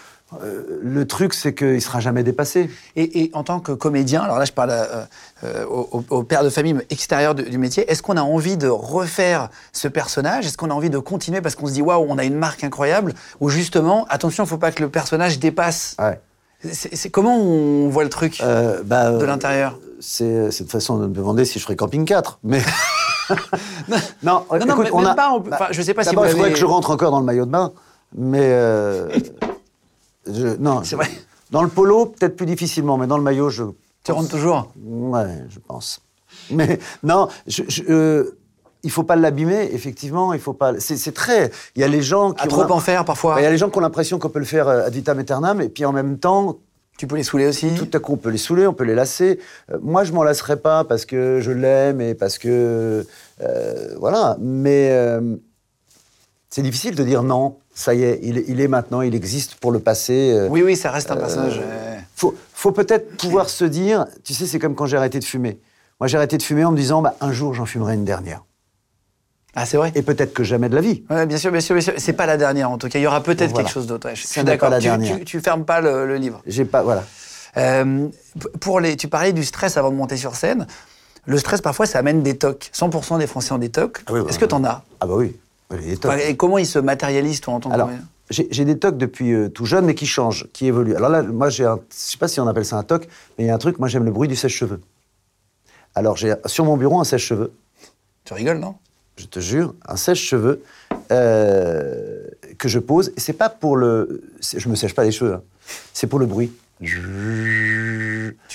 Speaker 4: euh, le truc, c'est qu'il ne sera jamais dépassé.
Speaker 1: Et, et en tant que comédien, alors là je parle euh, euh, au, au- au père de famille mais extérieur du, du métier, est-ce qu'on a envie de refaire ce personnage Est-ce qu'on a envie de continuer parce qu'on se dit waouh, on a une marque incroyable Ou justement, attention, faut pas que le personnage dépasse
Speaker 4: Ouais.
Speaker 1: C'est- c'est- Comment on voit le truc
Speaker 4: Euh, bah,
Speaker 1: de
Speaker 4: euh,
Speaker 1: l'intérieur
Speaker 4: C'est cette façon de me demander si je ferais Camping 4.
Speaker 1: [LAUGHS]
Speaker 4: Mais. non,
Speaker 1: Non, non, mais même pas, on peut- enfin, je sais pas si
Speaker 4: bah, d'abord,
Speaker 1: vous
Speaker 4: il faudrait
Speaker 1: avez-
Speaker 4: que je rentre encore dans le maillot de bain. Mais. euh,
Speaker 1: [LAUGHS]
Speaker 4: je- non.
Speaker 1: C'est
Speaker 4: je-
Speaker 1: vrai.
Speaker 4: Dans le polo, peut-être plus difficilement, mais dans le maillot, je.
Speaker 1: Tu rentres toujours
Speaker 4: Ouais, je pense. Mais non, je. je- euh, il faut pas l'abîmer, effectivement. Il faut pas. C'est c'est très. Il y a les gens qui.
Speaker 1: À
Speaker 4: ont
Speaker 1: trop
Speaker 4: l'im-
Speaker 1: en faire parfois
Speaker 4: Bah, Il y a les gens qui ont l'impression qu'on peut le faire euh, ad vitam aeternam, et puis en même temps,
Speaker 1: Tu peux les saouler aussi
Speaker 4: tout à coup, on peut les saouler, on peut les lasser. Euh, moi, je m'en lasserai pas parce que je l'aime et parce que. euh, voilà. Mais euh, c'est difficile de dire non, ça y est, il, est- il est maintenant, il existe pour le passé. euh,
Speaker 1: Oui, oui, ça reste un personnage. euh,
Speaker 4: faut, faut peut-être pouvoir se dire, tu sais, c'est comme quand j'ai arrêté de fumer. Moi, j'ai arrêté de fumer en me disant, bah, un jour, j'en fumerai une dernière.
Speaker 1: Ah, c'est vrai
Speaker 4: Et peut-être que jamais de la vie.
Speaker 1: Ouais, bien sûr, bien sûr, bien sûr. C'est pas la dernière en tout cas. Il y aura peut-être
Speaker 4: Bon, voilà.
Speaker 1: quelque chose d'autre. ouais, je
Speaker 4: Ce
Speaker 1: suis
Speaker 4: n'est pas
Speaker 1: d'accord.
Speaker 4: la
Speaker 1: Tu-
Speaker 4: dernière.
Speaker 1: Tu, tu fermes pas le- le livre.
Speaker 4: J'ai pas. Voilà.
Speaker 1: Euh, p- pour les, tu parlais du stress avant de monter sur scène. Le stress, parfois, ça amène des tocs. 100% des Français ont des tocs.
Speaker 4: Ah oui, bah,
Speaker 1: Est-ce que t'en as
Speaker 4: Ah, bah oui. Il est top.
Speaker 1: Enfin, Et comment ils se matérialisent, toi, en tant que
Speaker 4: Alors,
Speaker 1: comédien
Speaker 4: j'ai j'ai des tocs depuis euh, tout jeune, mais qui changent, qui évoluent. Alors là, moi, j'ai un- je sais pas si on appelle ça un toc, mais il y a un truc, moi, j'aime le bruit du sèche-cheveux. Alors, j'ai sur mon bureau un sèche-cheveux,
Speaker 1: Tu rigoles, non
Speaker 4: je te jure, un sèche-cheveux euh, que je pose. Et c'est pas pour le. c'est- Je me sèche pas les cheveux, hein. c'est pour le bruit.
Speaker 1: Tu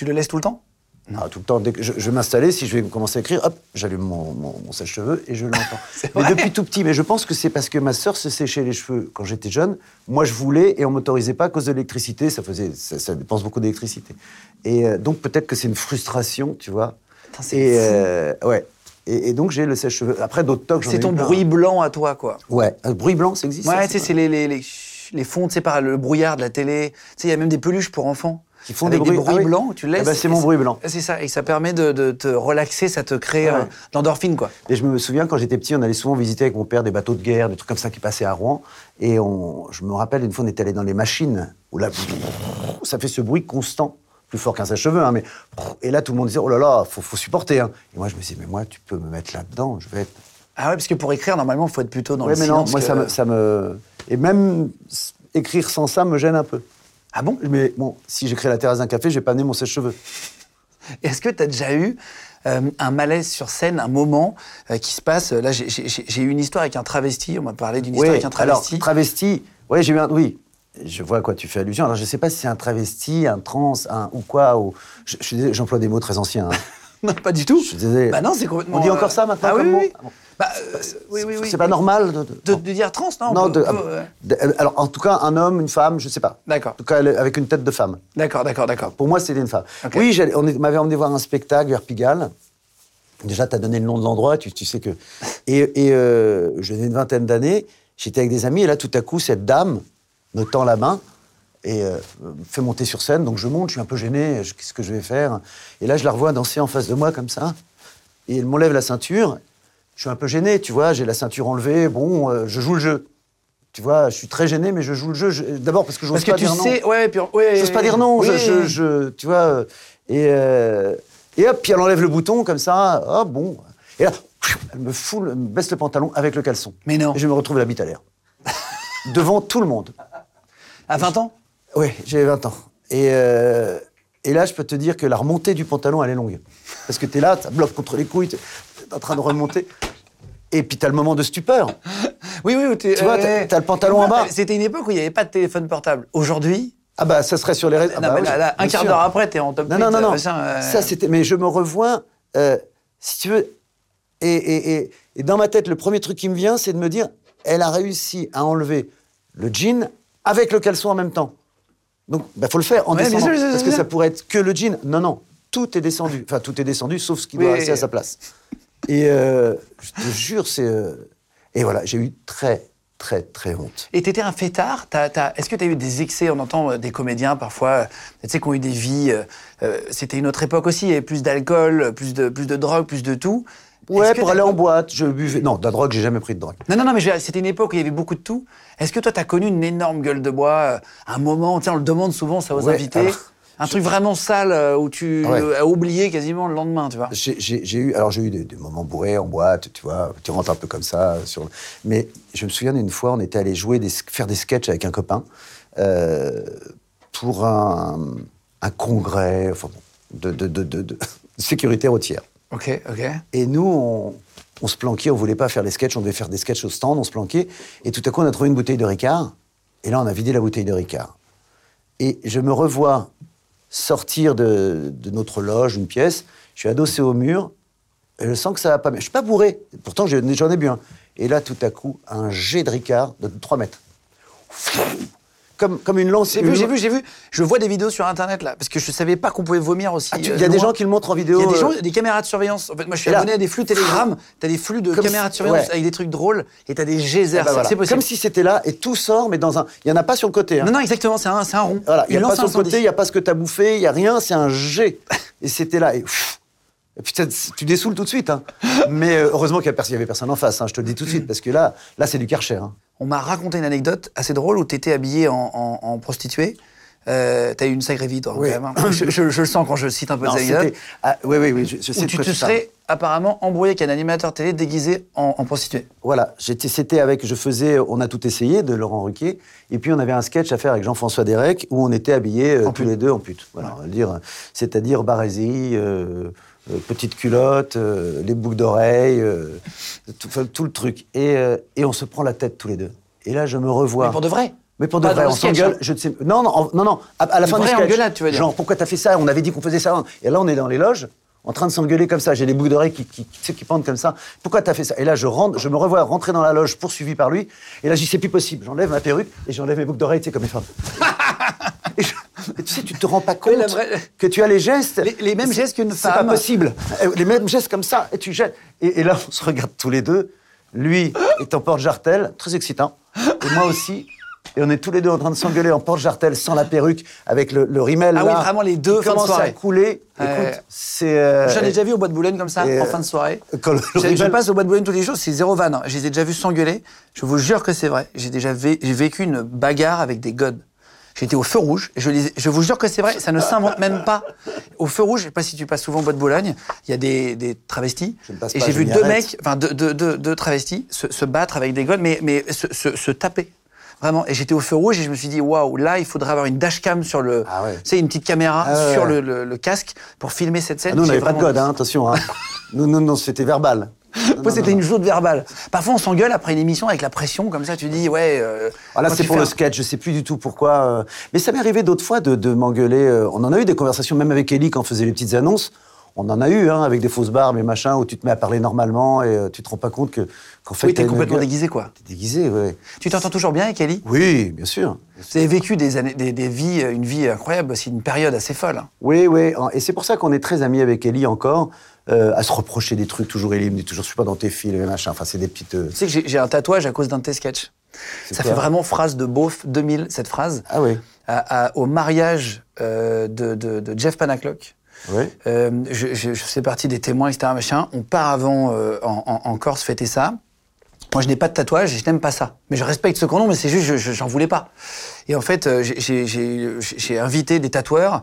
Speaker 1: le laisses tout le temps
Speaker 4: Ah, tout le temps, dès que je, je vais m'installer, si je vais commencer à écrire, hop, j'allume mon, mon- mon sèche-cheveux et
Speaker 1: [LAUGHS]
Speaker 4: je l'entends. mais depuis tout petit, mais je pense que c'est parce que ma sœur se séchait les cheveux quand j'étais jeune. Moi, je voulais et on m'autorisait pas à cause de l'électricité. Ça faisait, ça, ça dépense beaucoup d'électricité. Et euh, donc peut-être que c'est une frustration, tu vois.
Speaker 1: Putain, c'est
Speaker 4: Et
Speaker 1: fou.
Speaker 4: euh, ouais. Et, et donc j'ai le sèche-cheveux. Après d'autres tocs, j'en ai
Speaker 1: C'est
Speaker 4: eu
Speaker 1: ton
Speaker 4: plein.
Speaker 1: bruit blanc à toi, quoi.
Speaker 4: Ouais, un bruit blanc, ça existe. ça,
Speaker 1: Ouais, tu sais, c'est les, les, les, les fonds, tu sais, par le brouillard de la télé. Tu sais, il y a même des peluches pour enfants.
Speaker 4: Qui font
Speaker 1: Avec
Speaker 4: des bruits, ah oui.
Speaker 1: blancs, tu
Speaker 4: Eh
Speaker 1: laisses.
Speaker 4: ben, c'est
Speaker 1: et
Speaker 4: mon bruit blanc.
Speaker 1: C'est ça, et ça permet de, de te relaxer, ça te crée
Speaker 4: Ouais.
Speaker 1: euh, de l'endorphine, quoi.
Speaker 4: Et je me souviens, quand j'étais petit, on allait souvent visiter avec mon père des bateaux de guerre, des trucs comme ça qui passaient à Rouen. Et on, je me rappelle, une fois, on est allé dans les machines, où là, ça fait ce bruit constant, plus fort qu'un sèche-cheveux, hein, mais... Et là, tout le monde disait, oh là là, faut, faut supporter. hein. Et moi, je me disais, mais moi, tu peux me mettre là-dedans, je vais être...
Speaker 1: Ah ouais, parce que pour écrire, normalement, il faut être plutôt dans
Speaker 4: Ouais,
Speaker 1: le
Speaker 4: mais non,
Speaker 1: silence.
Speaker 4: moi,
Speaker 1: que-
Speaker 4: ça, me, ça me- Et même s- écrire sans ça me gêne un peu.
Speaker 1: Ah bon
Speaker 4: Mais bon, si j'écris à la terrasse d'un café, j'ai pas amené mon sèche-cheveux.
Speaker 1: Est-ce que tu as déjà eu euh, un malaise sur scène, un moment euh, qui se passe Là, j'ai- j'ai j'ai eu une histoire avec un travesti. On m'a parlé d'une histoire
Speaker 4: Ouais,
Speaker 1: avec un travesti.
Speaker 4: Alors, travesti, ouais, j'ai eu un. Oui, je vois à quoi tu fais allusion. Alors, je sais pas si c'est un travesti, un trans, un ou quoi. Ou... je- je suis désolé, J'emploie des mots très anciens. hein.
Speaker 1: [LAUGHS] non, pas du tout.
Speaker 4: Je suis
Speaker 1: [LAUGHS]
Speaker 4: désolé.
Speaker 1: Bah non, c'est complètement.
Speaker 4: On dit
Speaker 1: euh,
Speaker 4: encore ça maintenant
Speaker 1: Ah oui, oui,
Speaker 4: comme mot
Speaker 1: oui.
Speaker 4: Ah bon.
Speaker 1: Bah, euh, oui, oui, oui.
Speaker 4: C'est pas normal de.
Speaker 1: De,
Speaker 4: bon.
Speaker 1: de dire trans, non
Speaker 4: Non,
Speaker 1: on peut-
Speaker 4: de-
Speaker 1: on peut, euh,
Speaker 4: de- euh, alors en tout cas, un homme, une femme, je sais pas.
Speaker 1: D'accord.
Speaker 4: En tout cas, elle est avec une tête de femme.
Speaker 1: D'accord, d'accord, d'accord.
Speaker 4: Pour moi, c'était une femme.
Speaker 1: Ok.
Speaker 4: Oui, j'allais- on est- m'avait emmené voir un spectacle vers Pigalle. Déjà, tu as donné le nom de l'endroit, tu, tu sais que. Et, et, euh, je venais une vingtaine d'années, j'étais avec des amis, et là, tout à coup, cette dame me tend la main et euh, me fait monter sur scène. Donc, je monte, je suis un peu gêné, je- qu'est-ce que je vais faire Et là, je la revois danser en face de moi, comme ça. Et elle m'enlève la ceinture. Je suis un peu gêné, tu vois, j'ai la ceinture enlevée, bon, euh, je joue le jeu. Tu vois, je suis très gêné, mais je joue le jeu. je- D'abord parce que je
Speaker 1: Parce que
Speaker 4: pas
Speaker 1: tu
Speaker 4: dire non.
Speaker 1: sais, ouais, puis ouais,
Speaker 4: J'ose pas dire non, je-
Speaker 1: oui.
Speaker 4: je, je- tu vois. euh, Et, euh, et hop, puis elle enlève le bouton comme ça, hop, bon. Et là, elle me fout, le- me baisse le pantalon avec le caleçon.
Speaker 1: Mais non.
Speaker 4: Et je me retrouve la bite à l'air. [LAUGHS] Devant tout le monde.
Speaker 1: À 20 ans
Speaker 4: Oui, j'ai 20 ans. Et, euh, et là, je peux te dire que la remontée du pantalon, elle est longue. Parce que t'es là, ça bloque contre les couilles, t'es t'es en train de remonter. Et puis t'as le moment de stupeur.
Speaker 1: Oui, oui, où tu,
Speaker 4: Tu vois, t'as- t'as le pantalon en bas.
Speaker 1: bah, C'était une époque où il n'y avait pas de téléphone portable. Aujourd'hui,
Speaker 4: Ah bah ça serait sur les réseaux. Ah
Speaker 1: non,
Speaker 4: bah
Speaker 1: mais
Speaker 4: oui,
Speaker 1: là, là, un
Speaker 4: bien
Speaker 1: quart
Speaker 4: sûr.
Speaker 1: d'heure après, t'es en top
Speaker 4: Non,
Speaker 1: huit,
Speaker 4: non, non,
Speaker 1: euh,
Speaker 4: non.
Speaker 1: machin, euh,
Speaker 4: Ça, c'était. Mais je me revois, euh, si tu veux. Et, et- et- et dans ma tête, le premier truc qui me vient, c'est de me dire elle a réussi à enlever le jean avec le caleçon en même temps. Donc, il faut le faire en
Speaker 1: Ouais, bien
Speaker 4: descendant.
Speaker 1: sûr, bien sûr,
Speaker 4: parce que
Speaker 1: bien
Speaker 4: ça
Speaker 1: sûr.
Speaker 4: pourrait être que le jean. Non, non. Tout est descendu. Enfin, tout est descendu, sauf ce qui doit
Speaker 1: Oui.
Speaker 4: rester à sa place. Et euh, je te jure, c'est. euh, Et voilà, j'ai eu très, très, très honte.
Speaker 1: Et t'étais un fêtard t'as- t'as- Est-ce que t'as eu des excès On entend euh, des comédiens parfois, euh, tu sais, qui ont eu des vies. euh, euh, C'était une autre époque aussi, il y avait plus d'alcool, euh, plus de, plus de drogue, plus de tout.
Speaker 4: Ouais,
Speaker 1: Est-ce que
Speaker 4: pour
Speaker 1: t'as-
Speaker 4: aller en boîte, je buvais. Non, de la drogue, j'ai jamais pris de drogue.
Speaker 1: Non, non, non, mais je veux dire, c'était une époque où il y avait beaucoup de tout. Est-ce que toi, t'as connu une énorme gueule de bois euh, Un moment, tiens, on le demande souvent ça aux
Speaker 4: Ouais,
Speaker 1: invités.
Speaker 4: alors,
Speaker 1: un truc vraiment sale euh, où tu
Speaker 4: Ah ouais.
Speaker 1: euh, as oublié quasiment le lendemain, tu vois.
Speaker 4: J'ai- J'ai j'ai eu, alors j'ai eu des, des moments bourrés en boîte, tu vois, tu rentres un peu comme ça. euh, Sur le- Mais je me souviens d'une fois, on était allé jouer, des, faire des sketchs avec un copain euh, pour un, un congrès enfin bon, de, de- de- de- de [LAUGHS] sécurité routière.
Speaker 1: Ok, ok.
Speaker 4: Et nous, on, on se planquait, on voulait pas faire les sketchs, on devait faire des sketchs au stand, on se planquait. Et tout à coup, on a trouvé une bouteille de Ricard. Et là, on a vidé la bouteille de Ricard. Et je me revois sortir de, de notre loge, une pièce. Je suis adossé au mur. Et je sens que ça va pas. bien. Je suis pas bourré. Pourtant, j'ai- j'en ai bu un. Et là, tout à coup, un jet de Ricard de 3 mètres. Comme, comme une lance.
Speaker 1: J'ai vu, j'ai vu, j'ai vu. Je vois des vidéos sur Internet là, parce que je savais pas qu'on pouvait vomir aussi.
Speaker 4: Ah, tu-
Speaker 1: euh,
Speaker 4: Il y a des
Speaker 1: loin.
Speaker 4: gens qui le montrent en
Speaker 1: Il
Speaker 4: vidéo.
Speaker 1: y a des
Speaker 4: euh,
Speaker 1: gens, des caméras de surveillance. En fait, moi, je suis
Speaker 4: Et là-
Speaker 1: abonné à des flux Telegram. T'as des flux de
Speaker 4: Comme
Speaker 1: caméras de
Speaker 4: si-
Speaker 1: surveillance
Speaker 4: ouais.
Speaker 1: avec des trucs drôles et t'as des geysers.
Speaker 4: eh ben
Speaker 1: ça,
Speaker 4: voilà.
Speaker 1: C'est possible.
Speaker 4: Comme si c'était là et tout sort, mais dans un. Il y en a pas sur le côté. hein.
Speaker 1: Non, non, exactement. C'est un, c'est un rond.
Speaker 4: Voilà, il n'y a
Speaker 1: lance
Speaker 4: pas
Speaker 1: un
Speaker 4: son côté, il
Speaker 1: incendie.
Speaker 4: n'y a pas ce que tu as bouffé, il n'y a rien, c'est un jet. Et c'était là, et pff, et putain, tu dessoules tout de suite.
Speaker 1: [LAUGHS]
Speaker 4: hein. Mais euh, heureusement qu'il n'y avait personne en face, hein, je te le dis tout de suite, parce que là, là c'est du karcher. hein.
Speaker 1: On m'a raconté une anecdote assez drôle où t'étais habillé en, en- en prostituée. Euh, T'as eu une sacrée vie, toi,
Speaker 4: Oui.
Speaker 1: quand même, hein. je, je- je le sens quand je cite un peu
Speaker 4: Non,
Speaker 1: cette anecdote.
Speaker 4: c'était- ah, oui, oui, oui, je, je sais
Speaker 1: Où
Speaker 4: de
Speaker 1: tu
Speaker 4: quoi
Speaker 1: te
Speaker 4: tu parles.
Speaker 1: serais apparemment embrouillé avec un animateur télé déguisé en, en prostituée.
Speaker 4: Voilà, j'étais- c'était avec, je faisais On a tout essayé de Laurent Ruquier, et puis on avait un sketch à faire avec Jean-François Derek où on était habillés euh,
Speaker 1: En
Speaker 4: tous
Speaker 1: pute.
Speaker 4: les deux en pute. Voilà, on va le dire, c'est-à-dire barésie, euh, euh, petite culotte, euh, les boucles d'oreilles, euh, tout, enfin, tout le truc. Et, euh, et on se prend la tête tous les deux. Et là, je me revois.
Speaker 1: Mais pour de vrai.
Speaker 4: Mais pour de
Speaker 1: Pas
Speaker 4: vrai,
Speaker 1: dans
Speaker 4: on
Speaker 1: le sketch,
Speaker 4: s'engueule.
Speaker 1: hein.
Speaker 4: Je ne sais. Non, non, en- non, non. À, à la
Speaker 1: Une
Speaker 4: fin du
Speaker 1: vraie
Speaker 4: sketch.
Speaker 1: engueulade, tu veux dire.
Speaker 4: Genre, pourquoi t'as fait ça On avait dit qu'on faisait ça. hein. Et là, on est dans les loges, en train de s'engueuler comme ça. J'ai les boucles d'oreilles qui, qui, qui, tu sais, qui pendent comme ça. Pourquoi t'as fait ça Et là, je rentre, je me revois rentrer dans la loge, poursuivi par lui. Et là, j'y sais plus possible. J'enlève ma perruque et j'enlève mes boucles d'oreilles, tu sais,
Speaker 1: [LAUGHS]
Speaker 4: comme les femmes. Et je- et tu sais, tu te rends pas compte
Speaker 1: Oui, la vraie-
Speaker 4: que tu as les gestes.
Speaker 1: Les- les mêmes
Speaker 4: C'est-
Speaker 1: gestes qu'une
Speaker 4: C'est
Speaker 1: femme.
Speaker 4: pas possible. Euh, Les mêmes gestes comme ça, et tu jettes. Et, et là, on se regarde tous les deux. Lui est en porte-jartel, très excitant. Et moi aussi. Et on est tous les deux en train de s'engueuler en porte-jartel, sans la perruque, avec le, le rimel.
Speaker 1: Ah oui,
Speaker 4: là,
Speaker 1: vraiment, les deux,
Speaker 4: qui
Speaker 1: fin de
Speaker 4: commence à
Speaker 1: soirée.
Speaker 4: couler.
Speaker 1: Ouais.
Speaker 4: Écoute, c'est. euh,
Speaker 1: J'en ai déjà vu au bois de Boulogne comme ça,
Speaker 4: et,
Speaker 1: en
Speaker 4: euh,
Speaker 1: fin de soirée.
Speaker 4: quand le-
Speaker 1: Je,
Speaker 4: le
Speaker 1: je
Speaker 4: rival-
Speaker 1: passe au bois de Boulogne tous les jours, c'est zéro vanne. hein. Je les ai déjà vus s'engueuler. Je vous jure que c'est vrai. J'ai déjà vé- j'ai vécu une bagarre avec des godes. J'étais au feu rouge. Je, les ai- je vous jure que c'est vrai. Ça ne s'invente même pas. Au feu rouge, je sais pas si tu passes souvent au bois de Boulogne, il y a des, des travestis.
Speaker 4: Je ne passe
Speaker 1: et
Speaker 4: pas,
Speaker 1: j'ai
Speaker 4: je
Speaker 1: vu
Speaker 4: m'y
Speaker 1: deux
Speaker 4: arrête.
Speaker 1: mecs, enfin deux, deux- deux- deux travestis, se, se battre avec des godes, mais, mais se, se- se taper. Vraiment. Et j'étais au feu rouge et je me suis dit, waouh, là, il faudrait avoir une dashcam sur le.
Speaker 4: Ah ouais.
Speaker 1: Tu sais, une petite caméra
Speaker 4: Ah ouais,
Speaker 1: sur
Speaker 4: ouais.
Speaker 1: le, le- le casque pour filmer cette scène.
Speaker 4: Ah, nous, on
Speaker 1: J'ai
Speaker 4: n'avait pas de
Speaker 1: vraiment-
Speaker 4: code, hein, attention. hein. nous, non, non, c'était verbal. Non,
Speaker 1: moi,
Speaker 4: non,
Speaker 1: c'était
Speaker 4: non.
Speaker 1: une joute verbale. Parfois, on s'engueule après une émission avec la pression, comme ça, tu dis, ouais. euh,
Speaker 4: Voilà,
Speaker 1: quand
Speaker 4: Ah, c'est
Speaker 1: tu
Speaker 4: pour
Speaker 1: fais
Speaker 4: le
Speaker 1: un-
Speaker 4: sketch, je sais plus du tout pourquoi. euh, Mais ça m'est arrivé d'autres fois de, de m'engueuler. euh, On en a eu des conversations, même avec Ellie quand on faisait les petites annonces. On en a eu, hein, avec des fausses barbes et machin, où tu te mets à parler normalement et euh, tu te rends pas compte que, qu'en fait.
Speaker 1: Oui, t'es
Speaker 4: t'as une
Speaker 1: complètement
Speaker 4: gueule-
Speaker 1: déguisé, quoi.
Speaker 4: T'es déguisé, ouais.
Speaker 1: Tu t'entends toujours bien avec Ellie
Speaker 4: Oui, bien sûr.
Speaker 1: Vous avez vécu des, années, des, des vies, euh, une vie incroyable, c'est une période assez folle. hein.
Speaker 4: Oui, oui. en- Et c'est pour ça qu'on est très amis avec Ellie encore, euh, à se reprocher des trucs. Toujours Ellie me dit toujours, je suis pas dans tes fils et machin. Enfin, c'est des petites. euh,
Speaker 1: Tu sais que j'ai- j'ai un tatouage à cause d'un de tes sketchs. Ça
Speaker 4: quoi
Speaker 1: fait vraiment phrase de beauf 2000, cette phrase.
Speaker 4: Ah oui.
Speaker 1: À- à- au mariage euh, de, de- de Jeff Panaclock.
Speaker 4: Oui.
Speaker 1: Euh, je, je- je fais partie des témoins, etc. Machin. On part avant euh, en, en- en Corse fêter ça. Moi, je n'ai pas de tatouage et je n'aime pas ça. Mais je respecte ce qu'on a, mais c'est juste, je- je- j'en voulais pas. Et en fait, euh, j'ai- j'ai- j'ai j'ai invité des tatoueurs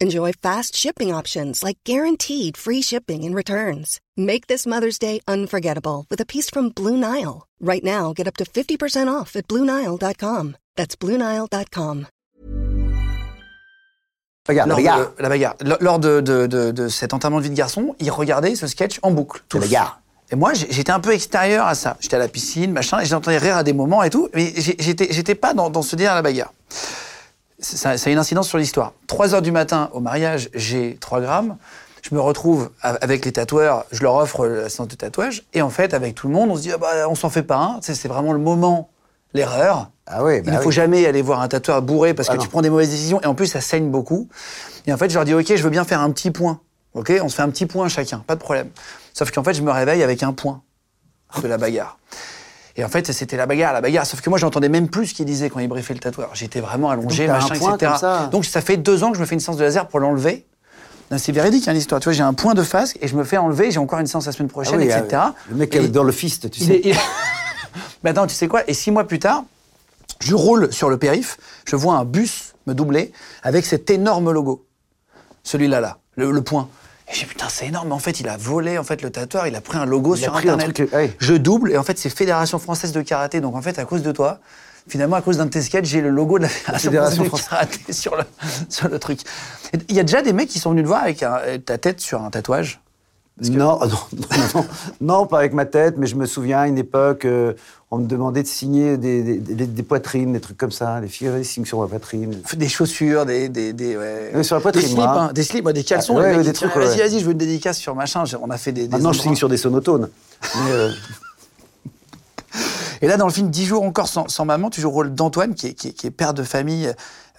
Speaker 5: Enjoy fast shipping options like guaranteed free shipping and returns. Make this Mother's Day unforgettable with a piece from Blue Nile. Right now, get up to 50% off at BlueNile.com. That's BlueNile.com.
Speaker 4: Regarde,
Speaker 1: Lors
Speaker 4: regarde.
Speaker 1: de- la bagarre. L- Lors de, de- de- de cet enterrement de vie de garçon, ils regardaient ce sketch en boucle. Tous.
Speaker 4: bagarre.
Speaker 1: Et moi, j'ai- j'étais un peu extérieur à ça. J'étais à la piscine, machin, et j'entendais rire à des moments et tout, mais j'ai- j'étais j'étais pas dans, dans ce délire à la bagarre. C'est- Ça, ça a une incidence sur l'histoire. 3 heures du matin au mariage, j'ai 3 grammes. Je me retrouve a- avec les tatoueurs, je leur offre la séance de tatouage, et en fait, avec tout le monde, on se dit, ah bah, on s'en fait pas un. Tu sais, C'est vraiment le moment, l'erreur.
Speaker 4: Ah oui,
Speaker 1: Il
Speaker 4: bah
Speaker 1: ne faut
Speaker 4: oui.
Speaker 1: jamais aller voir un tatoueur bourré parce
Speaker 4: Ah
Speaker 1: que
Speaker 4: non.
Speaker 1: tu prends des mauvaises décisions et en plus ça saigne beaucoup. Et en fait, je leur dis OK, je veux bien faire un petit point. OK, on se fait un petit point chacun, pas de problème. Sauf qu'en fait, je me réveille avec un point de la bagarre. Et en fait, c'était la bagarre, la bagarre. Sauf que moi, j'entendais même plus ce qu'il disait quand il briefait le tatoueur. J'étais vraiment allongé,
Speaker 4: t'as un
Speaker 1: machin,
Speaker 4: point
Speaker 1: etc.
Speaker 4: comme ça.
Speaker 1: Donc ça fait deux ans que je me fais une séance de laser pour l'enlever. Non, C'est véridique hein, l'histoire. Tu vois, j'ai un point de fasque et je me fais enlever. J'ai encore une séance la semaine
Speaker 4: Ah
Speaker 1: prochaine,
Speaker 4: oui,
Speaker 1: etc.
Speaker 4: ah oui. Le mec
Speaker 1: Et-
Speaker 4: dans le fist, tu
Speaker 1: il
Speaker 4: sais.
Speaker 1: est- il- [LAUGHS] Mais attends, tu sais quoi Et six mois plus tard, je roule sur le périph, je vois un bus me doubler avec cet énorme logo. Celui-là, là, le, le point. Et j'ai dit, putain, c'est énorme. Mais en fait, il a volé en fait le tatoueur, il a pris un logo
Speaker 4: Il a
Speaker 1: sur
Speaker 4: pris un
Speaker 1: Internet.
Speaker 4: truc, ouais.
Speaker 1: Je double, et en fait, c'est Fédération Française de Karaté. Donc en fait, à cause de toi, finalement, à cause d'un de tes sketchs, j'ai le logo de la Fédération,
Speaker 4: Fédération
Speaker 1: Française de Karaté [LAUGHS] sur le, sur le truc. Et Il y a déjà des mecs qui sont venus te voir avec un- ta tête sur un tatouage.
Speaker 4: Non, [LAUGHS] non, non, non. Non, pas avec ma tête, mais je me souviens à une époque, euh, on me demandait de signer des, des- des- des poitrines, des trucs comme ça. Les filles, elles signent sur ma poitrine.
Speaker 1: des chaussures, des. des, des ouais.
Speaker 4: Oui, sur la poitrine,
Speaker 1: Des slips,
Speaker 4: moi, hein.
Speaker 1: hein, des slips, moi, des caleçons.
Speaker 4: Ah,
Speaker 1: les
Speaker 4: ouais,
Speaker 1: mecs,
Speaker 4: ouais, des
Speaker 1: ils
Speaker 4: trucs,
Speaker 1: disent, Vas-y,
Speaker 4: ouais.
Speaker 1: vas-y, je veux une dédicace sur machin. J'ai- On a fait des. des
Speaker 4: Maintenant, je signe
Speaker 1: endroits.
Speaker 4: sur des [LAUGHS] sonotones. Mais, euh,
Speaker 1: Et là, dans le film 10 jours encore sans, sans maman, tu joues le rôle d'Antoine, qui est, qui, est- qui est père de famille,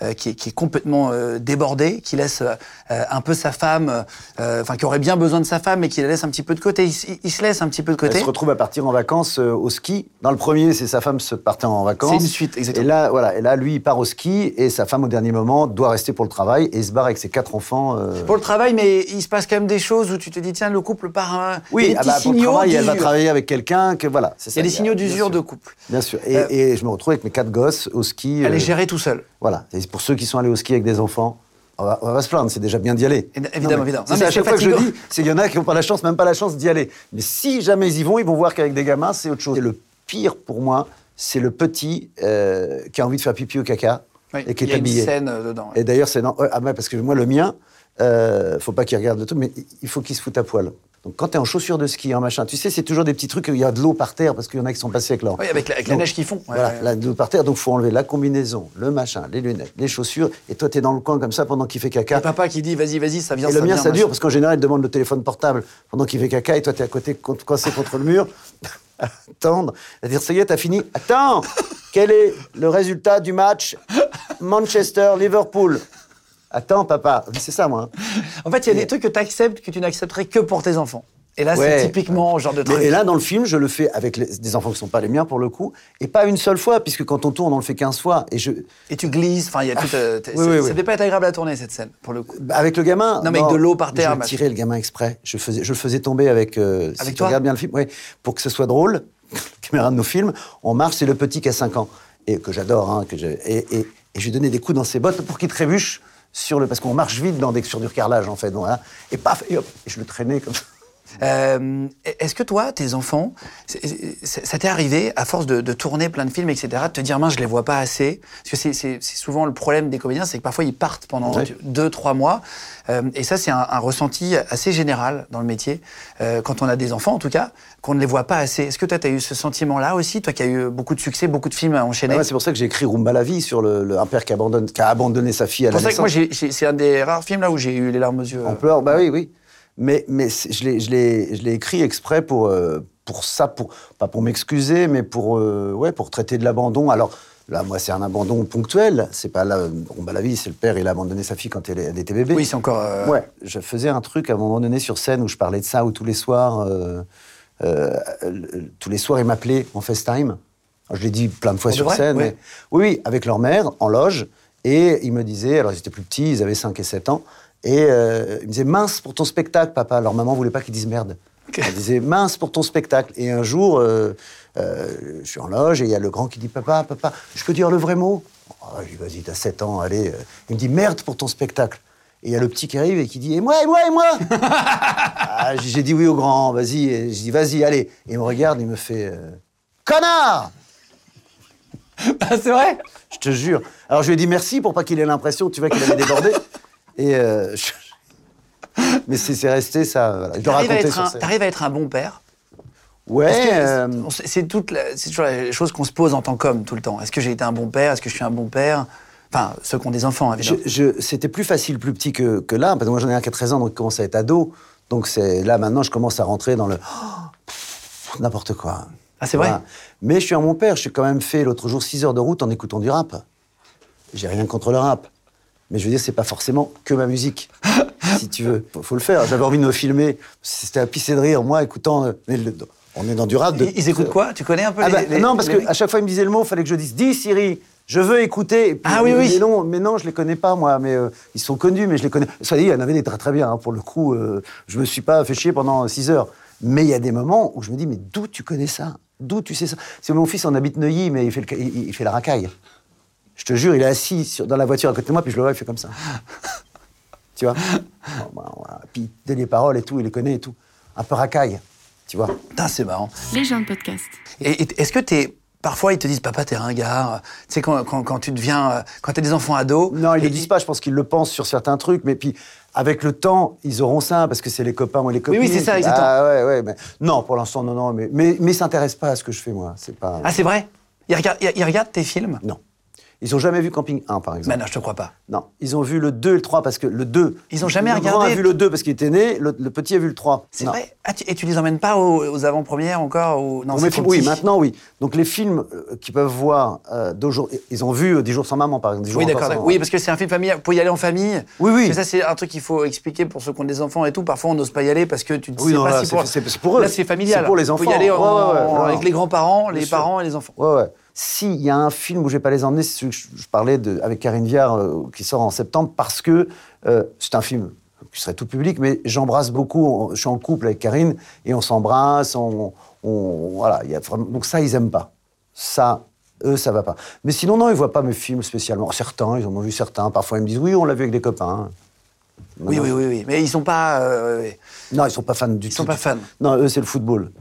Speaker 1: euh, qui, est, qui est complètement euh, débordé, qui laisse euh, euh, un peu sa femme, euh, enfin, qui aurait bien besoin de sa femme, mais qui la laisse un petit peu de côté. Il, s- il- il se laisse un petit peu de
Speaker 4: elle
Speaker 1: côté.
Speaker 4: se retrouve à partir en vacances euh, au ski. Dans le premier, c'est sa femme se partant en vacances.
Speaker 1: C'est une suite, exactement.
Speaker 4: Et là, voilà, et là, lui, il part au ski et sa femme, au dernier moment, doit rester pour le travail et il se barre avec ses quatre enfants. euh,
Speaker 1: Pour le travail, mais il se passe quand même des choses où tu te dis, tiens, le couple part. Un... il y a
Speaker 4: Oui,
Speaker 1: des
Speaker 4: ah
Speaker 1: petits
Speaker 4: bah, pour le
Speaker 1: signaux
Speaker 4: travail, elle va
Speaker 1: d'usure.
Speaker 4: travailler avec quelqu'un que voilà. c'est
Speaker 1: Il
Speaker 4: ça,
Speaker 1: y a des signaux
Speaker 4: bien
Speaker 1: d'usure
Speaker 4: sûr.
Speaker 1: de couple.
Speaker 4: Bien sûr. Et,
Speaker 1: Euh,
Speaker 4: et je me retrouve avec mes quatre gosses au ski.
Speaker 1: Elle
Speaker 4: euh,
Speaker 1: est gérée tout seul.
Speaker 4: Voilà. Et pour ceux qui sont allés au ski avec des enfants, on va, on va se plaindre, c'est déjà bien d'y aller.
Speaker 1: Et- évidemment,
Speaker 4: Non, mais-
Speaker 1: évidemment.
Speaker 4: c'est
Speaker 1: Non,
Speaker 4: ça,
Speaker 1: mais
Speaker 4: à chaque
Speaker 1: c'est
Speaker 4: fois que je
Speaker 1: fatigant.
Speaker 4: dis, c'est qu'il y en a qui n'ont pas la chance, même pas la chance d'y aller. Mais si jamais ils y vont, ils vont voir qu'avec des gamins, c'est autre chose. Et le pire pour moi, c'est le petit euh, qui a envie de faire pipi au caca
Speaker 1: Oui,
Speaker 4: et qui
Speaker 1: il
Speaker 4: est
Speaker 1: y a
Speaker 4: habillé.
Speaker 1: une scène euh, dedans.
Speaker 4: Et d'ailleurs, c'est non. ouais, ah ouais, parce que moi, le mien, euh, faut pas qu'il regarde le truc, mais il faut qu'il se foute à poil. Donc quand t'es en chaussures de ski, en machin, tu sais, c'est toujours des petits trucs où il y a de l'eau par terre parce qu'il y en a qui sont passés avec leur.
Speaker 1: Oui, avec la- avec la
Speaker 4: Donc,
Speaker 1: neige qu'ils font, ouais,
Speaker 4: voilà,
Speaker 1: ouais.
Speaker 4: la- de l'eau par terre. Donc faut enlever la combinaison, le machin, les lunettes, les chaussures, et toi t'es dans le coin comme ça pendant qu'il fait caca.
Speaker 1: Et papa qui dit vas-y, vas-y, ça vient.
Speaker 4: Et le mien,
Speaker 1: vient,
Speaker 4: ça dure,
Speaker 1: machin.
Speaker 4: parce qu'en général, il demande le téléphone portable pendant qu'il fait caca, et toi, t'es à côté, co- coincé contre le mur, [LAUGHS] à attendre, à dire, ça y est, t'as fini. Attends Quel est le résultat du match Manchester-Liverpool Attends, papa. Oui, C'est ça, moi. hein.
Speaker 1: En fait, il y a
Speaker 4: Et-
Speaker 1: des trucs que tu acceptes que tu n'accepterais que pour tes enfants. Et là,
Speaker 4: Ouais.
Speaker 1: Ah, c'est typiquement le genre de
Speaker 4: Mais-
Speaker 1: truc.
Speaker 4: et là, dans le film, je le fais avec les- des enfants qui ne sont pas les miens, pour le coup, et pas une seule fois, puisque quand on tourne, on le fait 15 fois. Et je,
Speaker 1: Et tu glisses. Enfin, il y a tout. euh, t-
Speaker 4: Ah. oui,
Speaker 1: c'est-
Speaker 4: oui,
Speaker 1: ça
Speaker 4: oui.
Speaker 1: devait pas être agréable à tourner cette scène pour le coup.
Speaker 4: Bah, Avec le gamin
Speaker 1: Non, mais avec de l'eau par terre,
Speaker 4: Je
Speaker 1: machin.
Speaker 4: tirais le gamin exprès. Je, faisais, je le faisais tomber avec. euh, si
Speaker 1: Avec
Speaker 4: tu
Speaker 1: toi
Speaker 4: regardes bien le film, ouais, pour que ce soit drôle, [LAUGHS] caméra de nos films, on marche, c'est le petit qui a 5 ans, et que j'adore, hein, que j'ai- et, et- et je lui donnais des coups dans ses bottes pour qu'il trébuche sur le. Parce qu'on marche vite dans des, sur du carrelage, en fait. donc, voilà. et paf, et hop, et je le traînais comme ça.
Speaker 1: Euh, Est-ce que toi, tes enfants, c'est- c'est- ça t'est arrivé à force de, de tourner plein de films, etc., de te dire mince, je les vois pas assez Parce que c'est- c'est c'est souvent le problème des comédiens, c'est que parfois ils partent pendant
Speaker 4: Ouais.
Speaker 1: tu- deux, trois mois. Euh, et ça, c'est un, un ressenti assez général dans le métier, euh, quand on a des enfants en tout cas, qu'on ne les voit pas assez. Est-ce que toi, tu as eu ce sentiment-là aussi Toi qui as eu beaucoup de succès, beaucoup de films à enchaîner
Speaker 4: Ah Ouais, c'est pour ça que j'ai écrit Rumba la vie sur le, le- un père qui, abandonne, qui a abandonné sa fille à
Speaker 1: C'est pour
Speaker 4: la
Speaker 1: ça que moi,
Speaker 4: naissance.
Speaker 1: j'ai- j'ai- c'est un des rares films là où j'ai eu les larmes aux yeux.
Speaker 4: On pleure, bah oui, oui. Mais, mais c'est- je l'ai- je l'ai je l'ai écrit exprès pour, euh, pour ça, pour, pas pour m'excuser, mais pour, euh, ouais, pour traiter de l'abandon. Alors là, moi, c'est un abandon ponctuel. C'est pas là, on bat la vie, c'est le père, il a abandonné sa fille quand elle, elle était bébé.
Speaker 1: Oui, c'est encore. euh,
Speaker 4: Ouais, je faisais un truc à un moment donné sur scène où je parlais de ça, où tous les soirs, euh, euh, euh, tous les soirs, ils m'appelaient en FaceTime. Je l'ai dit plein de fois
Speaker 1: Pour de
Speaker 4: sur
Speaker 1: vrai
Speaker 4: scène.
Speaker 1: Ouais.
Speaker 4: mais- Oui, oui, avec leur mère, en loge. Et ils me disaient, alors ils étaient plus petits, ils avaient 5 et 7 ans, et euh, ils me disaient, mince pour ton spectacle, papa. Leur maman voulait pas qu'ils disent merde. Elle disait mince pour ton spectacle. Et un jour, euh, euh, je suis en loge et il y a le grand qui dit Papa, papa, je peux dire le vrai mot Ah, Je lui dis Vas-y, t'as 7 ans, allez. euh. Il me dit Merde pour ton spectacle. Et il y a le petit qui arrive et qui dit Et moi, et moi, et moi Ah, J'ai dit oui au grand, vas-y. Et Je dis Vas-y, allez. Et il me regarde, il me fait euh, Connard
Speaker 1: Ah, c'est vrai
Speaker 4: je te jure. Alors je lui ai dit merci pour pas qu'il ait l'impression, tu vois, qu'il
Speaker 1: [LAUGHS]
Speaker 4: avait débordé. Et euh, je- [LAUGHS] Mais c'est c'est resté ça. voilà. Je le
Speaker 1: T'arrives à,
Speaker 4: racontais
Speaker 1: être
Speaker 4: sur
Speaker 1: un-
Speaker 4: scène.
Speaker 1: t'arrives à être un bon père Parce
Speaker 4: Ouais.
Speaker 1: que
Speaker 4: euh,
Speaker 1: c'est- on- C'est toute la- c'est toujours la chose qu'on se pose en tant qu'homme tout le temps. Est-ce que j'ai été un bon père Est-ce que je suis un bon père Enfin, ceux qui ont des enfants,
Speaker 4: je-
Speaker 1: évidemment.
Speaker 4: je- C'était plus facile, plus petit que, que là, parce que moi j'en ai un qui a 13 ans, donc il commence à être ado. Donc c'est là maintenant, je commence à rentrer dans le Oh, pff, n'importe quoi.
Speaker 1: Ah, c'est vrai
Speaker 4: Mais je suis à mon père. Je suis quand même fait l'autre jour 6 heures de route en écoutant du rap. J'ai rien contre le rap. Mais je veux dire, c'est pas forcément que
Speaker 1: [LAUGHS]
Speaker 4: ma musique. si tu veux, faut, faut le faire. J'avais envie de me filmer. C'était à pisser de rire, moi, écoutant. euh, mais le- on est dans du rap. de-
Speaker 1: Ils, ils écoutent quoi Tu connais un peu
Speaker 4: Ah
Speaker 1: les,
Speaker 4: bah,
Speaker 1: les-
Speaker 4: non, parce
Speaker 1: les
Speaker 4: que
Speaker 1: mecs
Speaker 4: à chaque fois, il me disait le mot, il fallait que je dise Dis Siri, je veux écouter. Et puis,
Speaker 1: Ah oui,
Speaker 4: mais
Speaker 1: oui.
Speaker 4: Non, mais non, je les connais pas, moi. Mais euh, ils sont connus, mais je les connais. Soit dit, il y en avait des très très bien. hein. pour le coup, euh, je me suis pas fait chier pendant 6 heures. Mais il y a des moments où je me dis Mais d'où tu connais ça D'où tu sais ça C'est mon fils, on habite Neuilly, mais il fait, le ca- il- il fait la racaille. Je te jure, il est assis sur- dans la voiture à côté de moi, puis je le vois, il fait comme ça. [LAUGHS] tu vois Bon, bah, voilà. Puis dès les paroles et tout, il les connaît et tout. Un peu racaille, tu vois
Speaker 1: Putain, c'est marrant.
Speaker 6: Les gens de podcast.
Speaker 1: Et, et- est-ce que t'es. Parfois, ils te disent, papa, t'es ringard. Tu sais, quand, quand, quand tu deviens. euh, Quand t'as des enfants ados.
Speaker 4: Non, ils
Speaker 1: et-
Speaker 4: le disent pas. Je pense qu'ils le pensent sur certains trucs, mais puis avec le temps, ils auront ça parce que c'est les copains ou les copines.
Speaker 1: oui, c'est ça, exactement.
Speaker 4: Ah ouais, ouais. Mais non, pour l'instant, non, non. Mais mais, mais ils s'intéressent pas à ce que je fais moi. C'est pas.
Speaker 1: Ah, c'est vrai ils regardent, ils- ils regardent tes films
Speaker 4: non. Ils ont jamais vu Camping 1, par exemple.
Speaker 1: Mais non, je te crois pas.
Speaker 4: Non, ils ont vu le 2 et le 3 parce que le 2.
Speaker 1: Ils ont jamais
Speaker 4: le grand
Speaker 1: regardé-
Speaker 4: a vu le 2 parce qu'il était né, le, le petit a vu le 3.
Speaker 1: C'est
Speaker 4: Non.
Speaker 1: vrai Ah, tu- Et tu les emmènes pas aux, aux avant-premières encore ou... Non,
Speaker 4: Pour
Speaker 1: c'est
Speaker 4: mes films,
Speaker 1: trop
Speaker 4: oui,
Speaker 1: petit.
Speaker 4: maintenant, oui. Donc les films euh, qu'ils peuvent voir euh, d'aujourd'hui. Ils ont vu euh, 10 jours sans maman, par exemple. 10 jours
Speaker 1: Oui,
Speaker 4: encore
Speaker 1: d'accord.
Speaker 4: sans
Speaker 1: d'accord.
Speaker 4: maman.
Speaker 1: Oui, parce que c'est un film familial. Vous pouvez y aller en famille.
Speaker 4: Oui, oui.
Speaker 1: Parce que ça, c'est un truc qu'il faut expliquer pour ceux qui ont des enfants et tout. Parfois, on n'ose pas y aller parce que tu te
Speaker 4: Oui,
Speaker 1: sais
Speaker 4: non,
Speaker 1: pas
Speaker 4: là,
Speaker 1: si
Speaker 4: c'est-
Speaker 1: pour...
Speaker 4: c'est- c'est pour eux.
Speaker 1: Là, c'est familial.
Speaker 4: C'est pour les
Speaker 1: On peut y
Speaker 4: enfants.
Speaker 1: aller en-
Speaker 4: Ouais, ouais, ouais.
Speaker 1: en-
Speaker 4: Non,
Speaker 1: avec
Speaker 4: non.
Speaker 1: les grands-parents, les
Speaker 4: Bien sûr.
Speaker 1: parents et les enfants.
Speaker 4: Ouais, ouais. S'il y a un film où je vais pas les emmener, c'est celui que je, je parlais de, avec Karine Viard, euh, qui sort en septembre, parce que euh, c'est un film qui serait tout public, mais j'embrasse beaucoup. on- je suis en couple avec Karine et on s'embrasse. On, on- voilà, il y a vraiment- donc ça, ils aiment pas. Ça, eux, ça va pas. Mais sinon, non, ils voient pas mes films spécialement. Certains, ils en ont vu certains. Parfois, ils me disent oui, on l'a vu avec des copains. Non,
Speaker 1: Oui,
Speaker 4: non.
Speaker 1: oui, oui, oui. Mais ils sont pas. euh, oui.
Speaker 4: Non, ils sont pas fans du tout.
Speaker 1: sont pas fans.
Speaker 4: Non, eux, c'est le football.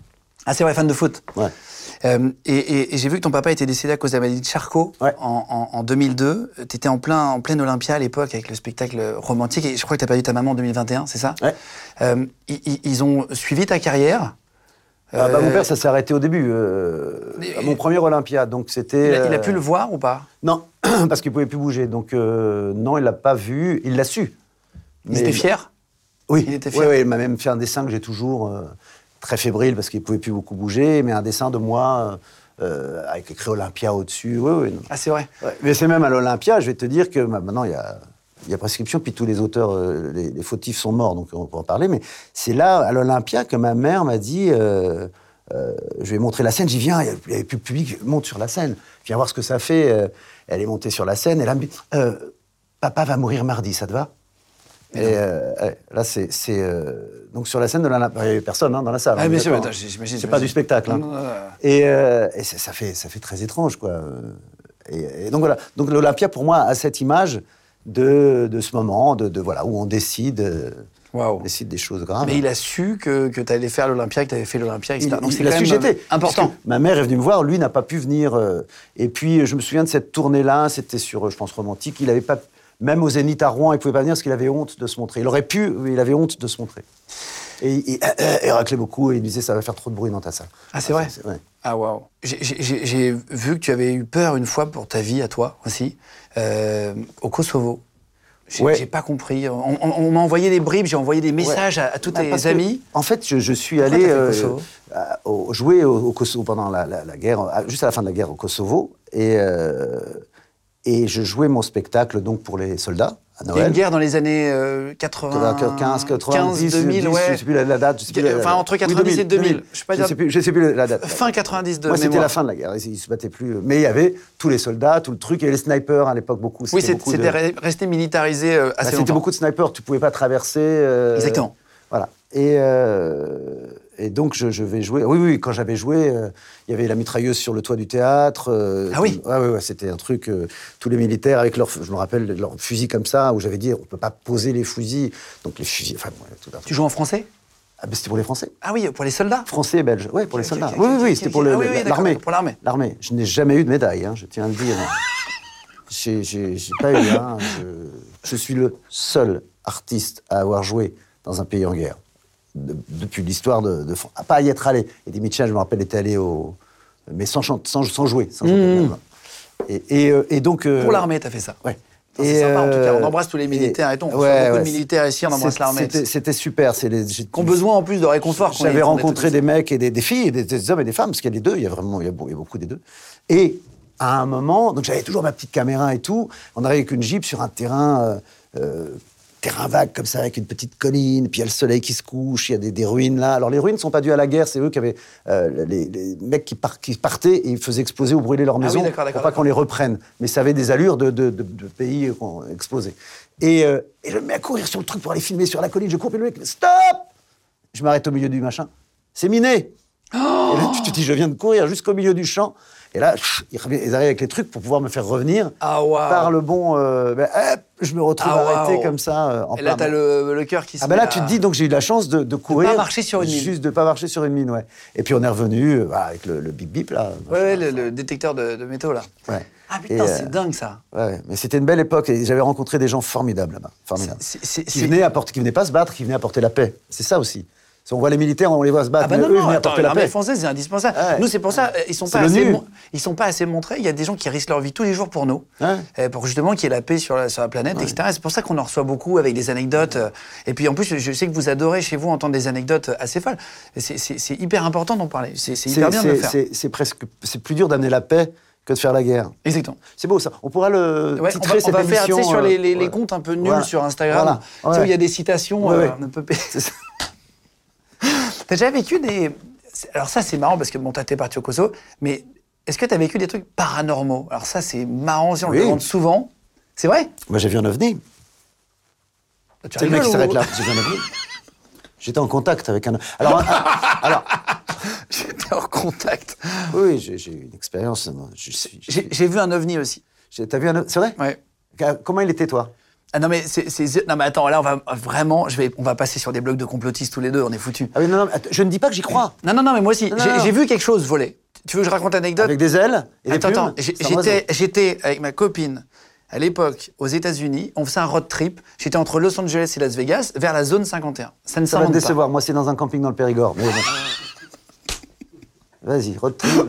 Speaker 1: Ah, c'est vrai, fan de foot.
Speaker 4: Ouais.
Speaker 1: Euh, et et- et j'ai vu que ton papa était décédé à cause de la maladie de Charcot
Speaker 4: Ouais.
Speaker 1: en, en- en 2002. Tu étais en plein, en pleine Olympia à l'époque avec le spectacle romantique et je crois que tu as perdu ta maman en 2021, c'est ça
Speaker 4: Ouais.
Speaker 1: Euh, ils- ils- ils ont suivi ta carrière.
Speaker 4: Ah, bah,
Speaker 1: Euh,
Speaker 4: mon père, ça s'est arrêté au début, euh, à mon premier Olympia. Donc c'était.
Speaker 1: Il a, il a
Speaker 4: euh,
Speaker 1: pu le voir ou pas
Speaker 4: Non, [CLEARS THROAT] parce qu'il pouvait plus bouger. Donc euh, non, il l'a pas vu. Il l'a su.
Speaker 1: Il était fier
Speaker 4: Oui,
Speaker 1: Il était
Speaker 4: Oui,
Speaker 1: fier.
Speaker 4: oui, il m'a même fait un dessin que j'ai toujours euh, très fébrile parce qu'il pouvait plus beaucoup bouger, mais un dessin de moi euh, euh, avec écrit Olympia au-dessus. Oui, oui. non.
Speaker 1: Ah, c'est vrai.
Speaker 4: Ouais, Mais c'est même à l'Olympia, je vais te dire que bah, maintenant, il y a, il y a prescription, puis tous les auteurs, euh, les, les fautifs sont morts, donc on peut en parler. Mais c'est là, à l'Olympia, que ma mère m'a dit euh, euh, Je vais montrer la scène, j'y viens, il n'y avait plus de public, monte sur la scène, viens voir ce que ça fait. Euh, elle est montée sur la scène, et là, elle me dit Euh, Papa va mourir mardi, ça te va et euh, ouais, là, c'est. c'est, euh, donc, sur la scène de l'Olympia, il n'y avait personne hein, dans la salle.
Speaker 1: Ah,
Speaker 4: on est
Speaker 1: bien sûr,
Speaker 4: d'accord,
Speaker 1: attends,
Speaker 4: hein.
Speaker 1: j'imagine,
Speaker 4: C'est pas
Speaker 1: j'imagine.
Speaker 4: du spectacle. hein.
Speaker 1: Non, non, non.
Speaker 4: Et, euh, et ça, ça fait, ça fait très étrange, quoi. Et, et donc voilà. Donc l'Olympia, pour moi, a cette image de, de ce moment, de, de voilà où on décide, euh,
Speaker 1: Waouh.
Speaker 4: on décide des choses graves.
Speaker 1: Mais il a su que, que tu allais faire l'Olympia, que tu avais fait l'Olympia, etc.
Speaker 4: Il-
Speaker 1: Donc
Speaker 4: il
Speaker 1: c'est
Speaker 4: a
Speaker 1: quand
Speaker 4: su
Speaker 1: même
Speaker 4: que j'étais.
Speaker 1: important.
Speaker 4: Parce que Ma mère est venue me voir, lui n'a pas pu venir. euh, et puis euh, je me souviens de cette tournée-là, c'était sur, euh, je pense, romantique. Il avait pas, même au Zénith à Rouen, il pouvait pas venir parce qu'il avait honte de se montrer. Il aurait pu, mais il avait honte de se montrer. Et il euh, euh, il raclait beaucoup et il disait ça va faire trop de bruit dans ta salle.
Speaker 1: Ah, c'est vrai
Speaker 4: ouais.
Speaker 1: Ah, waouh. J'ai- J'ai j'ai vu que tu avais eu peur une fois pour ta vie, à toi aussi, euh, au Kosovo. J'ai
Speaker 4: Ouais.
Speaker 1: j'ai pas compris. On, on- on m'a envoyé des bribes, j'ai envoyé des messages à, à tous
Speaker 4: Bah, parce
Speaker 1: tes
Speaker 4: que,
Speaker 1: amis.
Speaker 4: En fait, je, je suis
Speaker 1: Pourquoi
Speaker 4: allé
Speaker 1: t'as fait le
Speaker 4: euh,
Speaker 1: Kosovo
Speaker 4: à- au- jouer au, au Kosovo pendant la, la- la guerre, à- juste à la fin de la guerre au Kosovo, et, euh, et je jouais mon spectacle donc pour les soldats à
Speaker 1: Il y a
Speaker 4: Noël.
Speaker 1: une guerre dans les années euh, 80,
Speaker 4: 15, 90,
Speaker 1: 2000,
Speaker 4: 10, je
Speaker 1: ouais.
Speaker 4: sais plus la, la date. Je sais plus la-
Speaker 1: Enfin, entre 90 et 2000, je sais pas dire-
Speaker 4: sais plus, je sais plus la date.
Speaker 1: Fin 90 de
Speaker 4: Moi, c'était
Speaker 1: mémoire.
Speaker 4: la fin de la guerre. Ils ils se battaient plus. Mais il y avait tous les soldats, tout le truc. Il y avait les snipers à l'époque, beaucoup.
Speaker 1: Oui, c'est-
Speaker 4: beaucoup de-
Speaker 1: c'était re- resté militarisé euh,
Speaker 4: bah,
Speaker 1: assez
Speaker 4: C'était
Speaker 1: longtemps.
Speaker 4: beaucoup de snipers, tu pouvais pas traverser. euh,
Speaker 1: Exactement.
Speaker 4: Voilà. Et euh, Et donc, je, je vais jouer. Oui, oui, quand j'avais joué, euh, il y avait la mitrailleuse sur le toit du théâtre. euh,
Speaker 1: Ah oui.
Speaker 4: tout- ouais, ouais, ouais, c'était un truc. euh, tous les militaires avec leur, je me rappelle, leurs fusils comme ça, où j'avais dit, on peut pas poser les fusils. Donc les fusils, enfin, ouais, tout un truc.
Speaker 1: Tu joues en français
Speaker 4: Ah, ben, c'était pour les Français.
Speaker 1: Ah oui, pour les soldats.
Speaker 4: Français et Belges. Oui, pour les
Speaker 1: Ok,
Speaker 4: soldats.
Speaker 1: ok, ok,
Speaker 4: oui, oui,
Speaker 1: ok,
Speaker 4: oui,
Speaker 1: ok,
Speaker 4: c'était
Speaker 1: ok.
Speaker 4: pour
Speaker 1: Ah
Speaker 4: le-
Speaker 1: oui, oui, d'accord,
Speaker 4: l'armée.
Speaker 1: pour l'armée.
Speaker 4: L'armée. Je n'ai jamais eu de médaille, hein, je tiens à le
Speaker 1: [LAUGHS]
Speaker 4: dire. J'ai- J'ai j'ai pas eu. hein. Je, je suis le seul artiste à avoir joué dans un pays en guerre. De- depuis l'histoire de, de France. À pas y être allé. Et Mitchell, je me rappelle, était allé au. Mais sans, chan- sans, sans jouer. Sans chanter de la- et, et, euh, et donc. euh,
Speaker 1: Mmh. Pour l'armée, t'as fait ça.
Speaker 4: Ouais.
Speaker 1: Putain, c'est sympa, en tout cas,
Speaker 4: euh,
Speaker 1: on embrasse tous les militaires et tout, on reçoit beaucoup de militaires ici, on embrasse
Speaker 4: C'est-
Speaker 1: l'armée.
Speaker 4: c'était- C'était super. c'est les- j'ai-
Speaker 1: Qu'on besoin en plus de réconfort. qu'on ait
Speaker 4: j'avais
Speaker 1: des-
Speaker 4: rencontré
Speaker 1: trucs-
Speaker 4: des mecs et des, des filles, et des, des hommes et des femmes, parce qu'il y a les deux, il y a vraiment il y a, beau- il y a beaucoup des deux. Et à un moment, donc j'avais toujours ma petite caméra et tout, on arrive avec une Jeep sur un terrain, euh, euh, terrain vague comme ça, avec une petite colline, puis il y a le soleil qui se couche, il y a des, des ruines là. Alors les ruines ne sont pas dues à la guerre, c'est eux qui avaient, euh, les, les mecs qui, par- qui partaient et ils faisaient exploser ou brûler leur
Speaker 1: Ah oui,
Speaker 4: maison
Speaker 1: d'accord, d'accord,
Speaker 4: pour pas qu'on les reprenne. Mais ça avait des allures de, de- de- de pays qu'on- explosés. Et, euh, et je me mets à courir sur le truc pour aller filmer sur la colline, je cours, puis le mec, stop je m'arrête au milieu du machin. C'est miné. et là, tu te dis, je viens de courir jusqu'au milieu du champ. Et là, pff, ils, reviennent- ils arrivent avec les trucs pour pouvoir me faire revenir
Speaker 1: Ah, waouh.
Speaker 4: par le bon. euh, ben, hop, je me retrouve
Speaker 1: Ah,
Speaker 4: arrêté
Speaker 1: waouh.
Speaker 4: comme ça euh, en
Speaker 1: Et là,
Speaker 4: plein
Speaker 1: t'as le, le cœur qui se
Speaker 4: ah ben
Speaker 1: met
Speaker 4: là,
Speaker 1: à-
Speaker 4: tu te dis, donc j'ai eu la chance de, de courir.
Speaker 1: marcher sur une mine.
Speaker 4: Juste de pas marcher sur une mine, ouais. Et puis on est revenu euh, voilà, avec le, le bip bip, là.
Speaker 1: Ouais, ouais, le, le détecteur de, de métaux, là.
Speaker 4: Ouais.
Speaker 1: Ah
Speaker 4: Et,
Speaker 1: putain,
Speaker 4: euh,
Speaker 1: c'est dingue ça.
Speaker 4: Ouais, mais c'était une belle époque et j'avais rencontré des gens formidables là-bas. Formidables.
Speaker 1: C'est- c'est-
Speaker 4: qui,
Speaker 1: c'est-
Speaker 4: venaient apporter, qui venaient pas se battre, qui venaient apporter la paix. C'est ça aussi. Parce qu'on voit les militaires, on les voit se battre,
Speaker 1: Ah bah
Speaker 4: mais
Speaker 1: non,
Speaker 4: eux, ils
Speaker 1: non,
Speaker 4: venaient
Speaker 1: attends,
Speaker 4: apporter la
Speaker 1: l'armée
Speaker 4: paix.
Speaker 1: française, c'est indispensable.
Speaker 4: Ouais.
Speaker 1: Nous, c'est pour ça, euh, ils sont
Speaker 4: C'est
Speaker 1: pas
Speaker 4: le
Speaker 1: assez,
Speaker 4: nu.
Speaker 1: mon- ils sont pas assez montrés. Il y a des gens qui risquent leur vie tous les jours pour nous,
Speaker 4: Ouais.
Speaker 1: euh, pour justement qu'il y ait la paix sur la, sur la planète, etc. Et C'est pour ça qu'on en reçoit beaucoup avec des anecdotes. euh, Et puis en plus, je sais que vous adorez chez vous entendre des anecdotes euh, assez folles. Et c'est- C'est c'est hyper important d'en parler. C'est c'est hyper
Speaker 4: C'est-
Speaker 1: bien de le
Speaker 4: c'est-
Speaker 1: faire.
Speaker 4: C'est c'est presque, c'est plus dur d'amener la paix que de faire la guerre.
Speaker 1: Exactement.
Speaker 4: C'est beau ça. On pourra le
Speaker 1: Ouais, on va,
Speaker 4: titrer
Speaker 1: on
Speaker 4: cette
Speaker 1: va faire tu
Speaker 4: émission.
Speaker 1: sais, sur les,
Speaker 4: euh,
Speaker 1: les- les
Speaker 4: voilà.
Speaker 1: comptes un peu nuls
Speaker 4: Voilà.
Speaker 1: sur Instagram,
Speaker 4: Voilà.
Speaker 1: tu sais, où il y a
Speaker 4: Ouais.
Speaker 1: des citations
Speaker 4: Ouais,
Speaker 1: euh,
Speaker 4: ouais.
Speaker 1: un
Speaker 4: [LAUGHS]
Speaker 1: peu p- T'as déjà vécu des. c'est- Alors, ça, c'est marrant parce que bon, t'as- t'es parti au Kosovo, mais est-ce que t'as vécu des trucs paranormaux Alors, ça, c'est marrant, si on le
Speaker 4: Oui.
Speaker 1: demande souvent. C'est vrai
Speaker 4: Moi j'ai vu un ovni.
Speaker 1: Tu
Speaker 4: C'est le mec qui
Speaker 1: rigoles
Speaker 4: s'arrête
Speaker 1: ou- [LAUGHS]
Speaker 4: là. J'ai vu un ovni. J'étais en contact avec un. Alors, un- alors
Speaker 1: J'étais en contact. [LAUGHS]
Speaker 4: oui, j'ai j'ai eu une expérience. moi. Je suis-
Speaker 1: J'ai j'ai vu un ovni aussi.
Speaker 4: j'ai- T'as vu un. ovni C'est vrai.
Speaker 1: Ouais.
Speaker 4: Ah, Comment il était toi
Speaker 1: Ah non mais c'est c'est- non mais attends là on va euh, vraiment je vais on va passer sur des blocs de complotistes tous les deux on est foutus.
Speaker 4: Ah oui, non, non, mais attends, je ne dis pas que j'y crois.
Speaker 1: Non non non mais moi aussi
Speaker 4: Non,
Speaker 1: j'ai
Speaker 4: non.
Speaker 1: j'ai vu quelque chose voler. Tu veux que je raconte l'anecdote
Speaker 4: Avec des ailes et
Speaker 1: Attends,
Speaker 4: des plumes.
Speaker 1: attends, j'ai-
Speaker 4: C'est un oiseau.
Speaker 1: j'étais, j'étais avec ma copine à l'époque aux États-Unis. On faisait un road trip. J'étais entre Los Angeles et Las Vegas vers la zone 51. Ça ne
Speaker 4: Ça va te
Speaker 1: s'invente pas.
Speaker 4: décevoir. Moi, c'est dans un camping dans le Périgord. mais bon. Vas-y, retrouve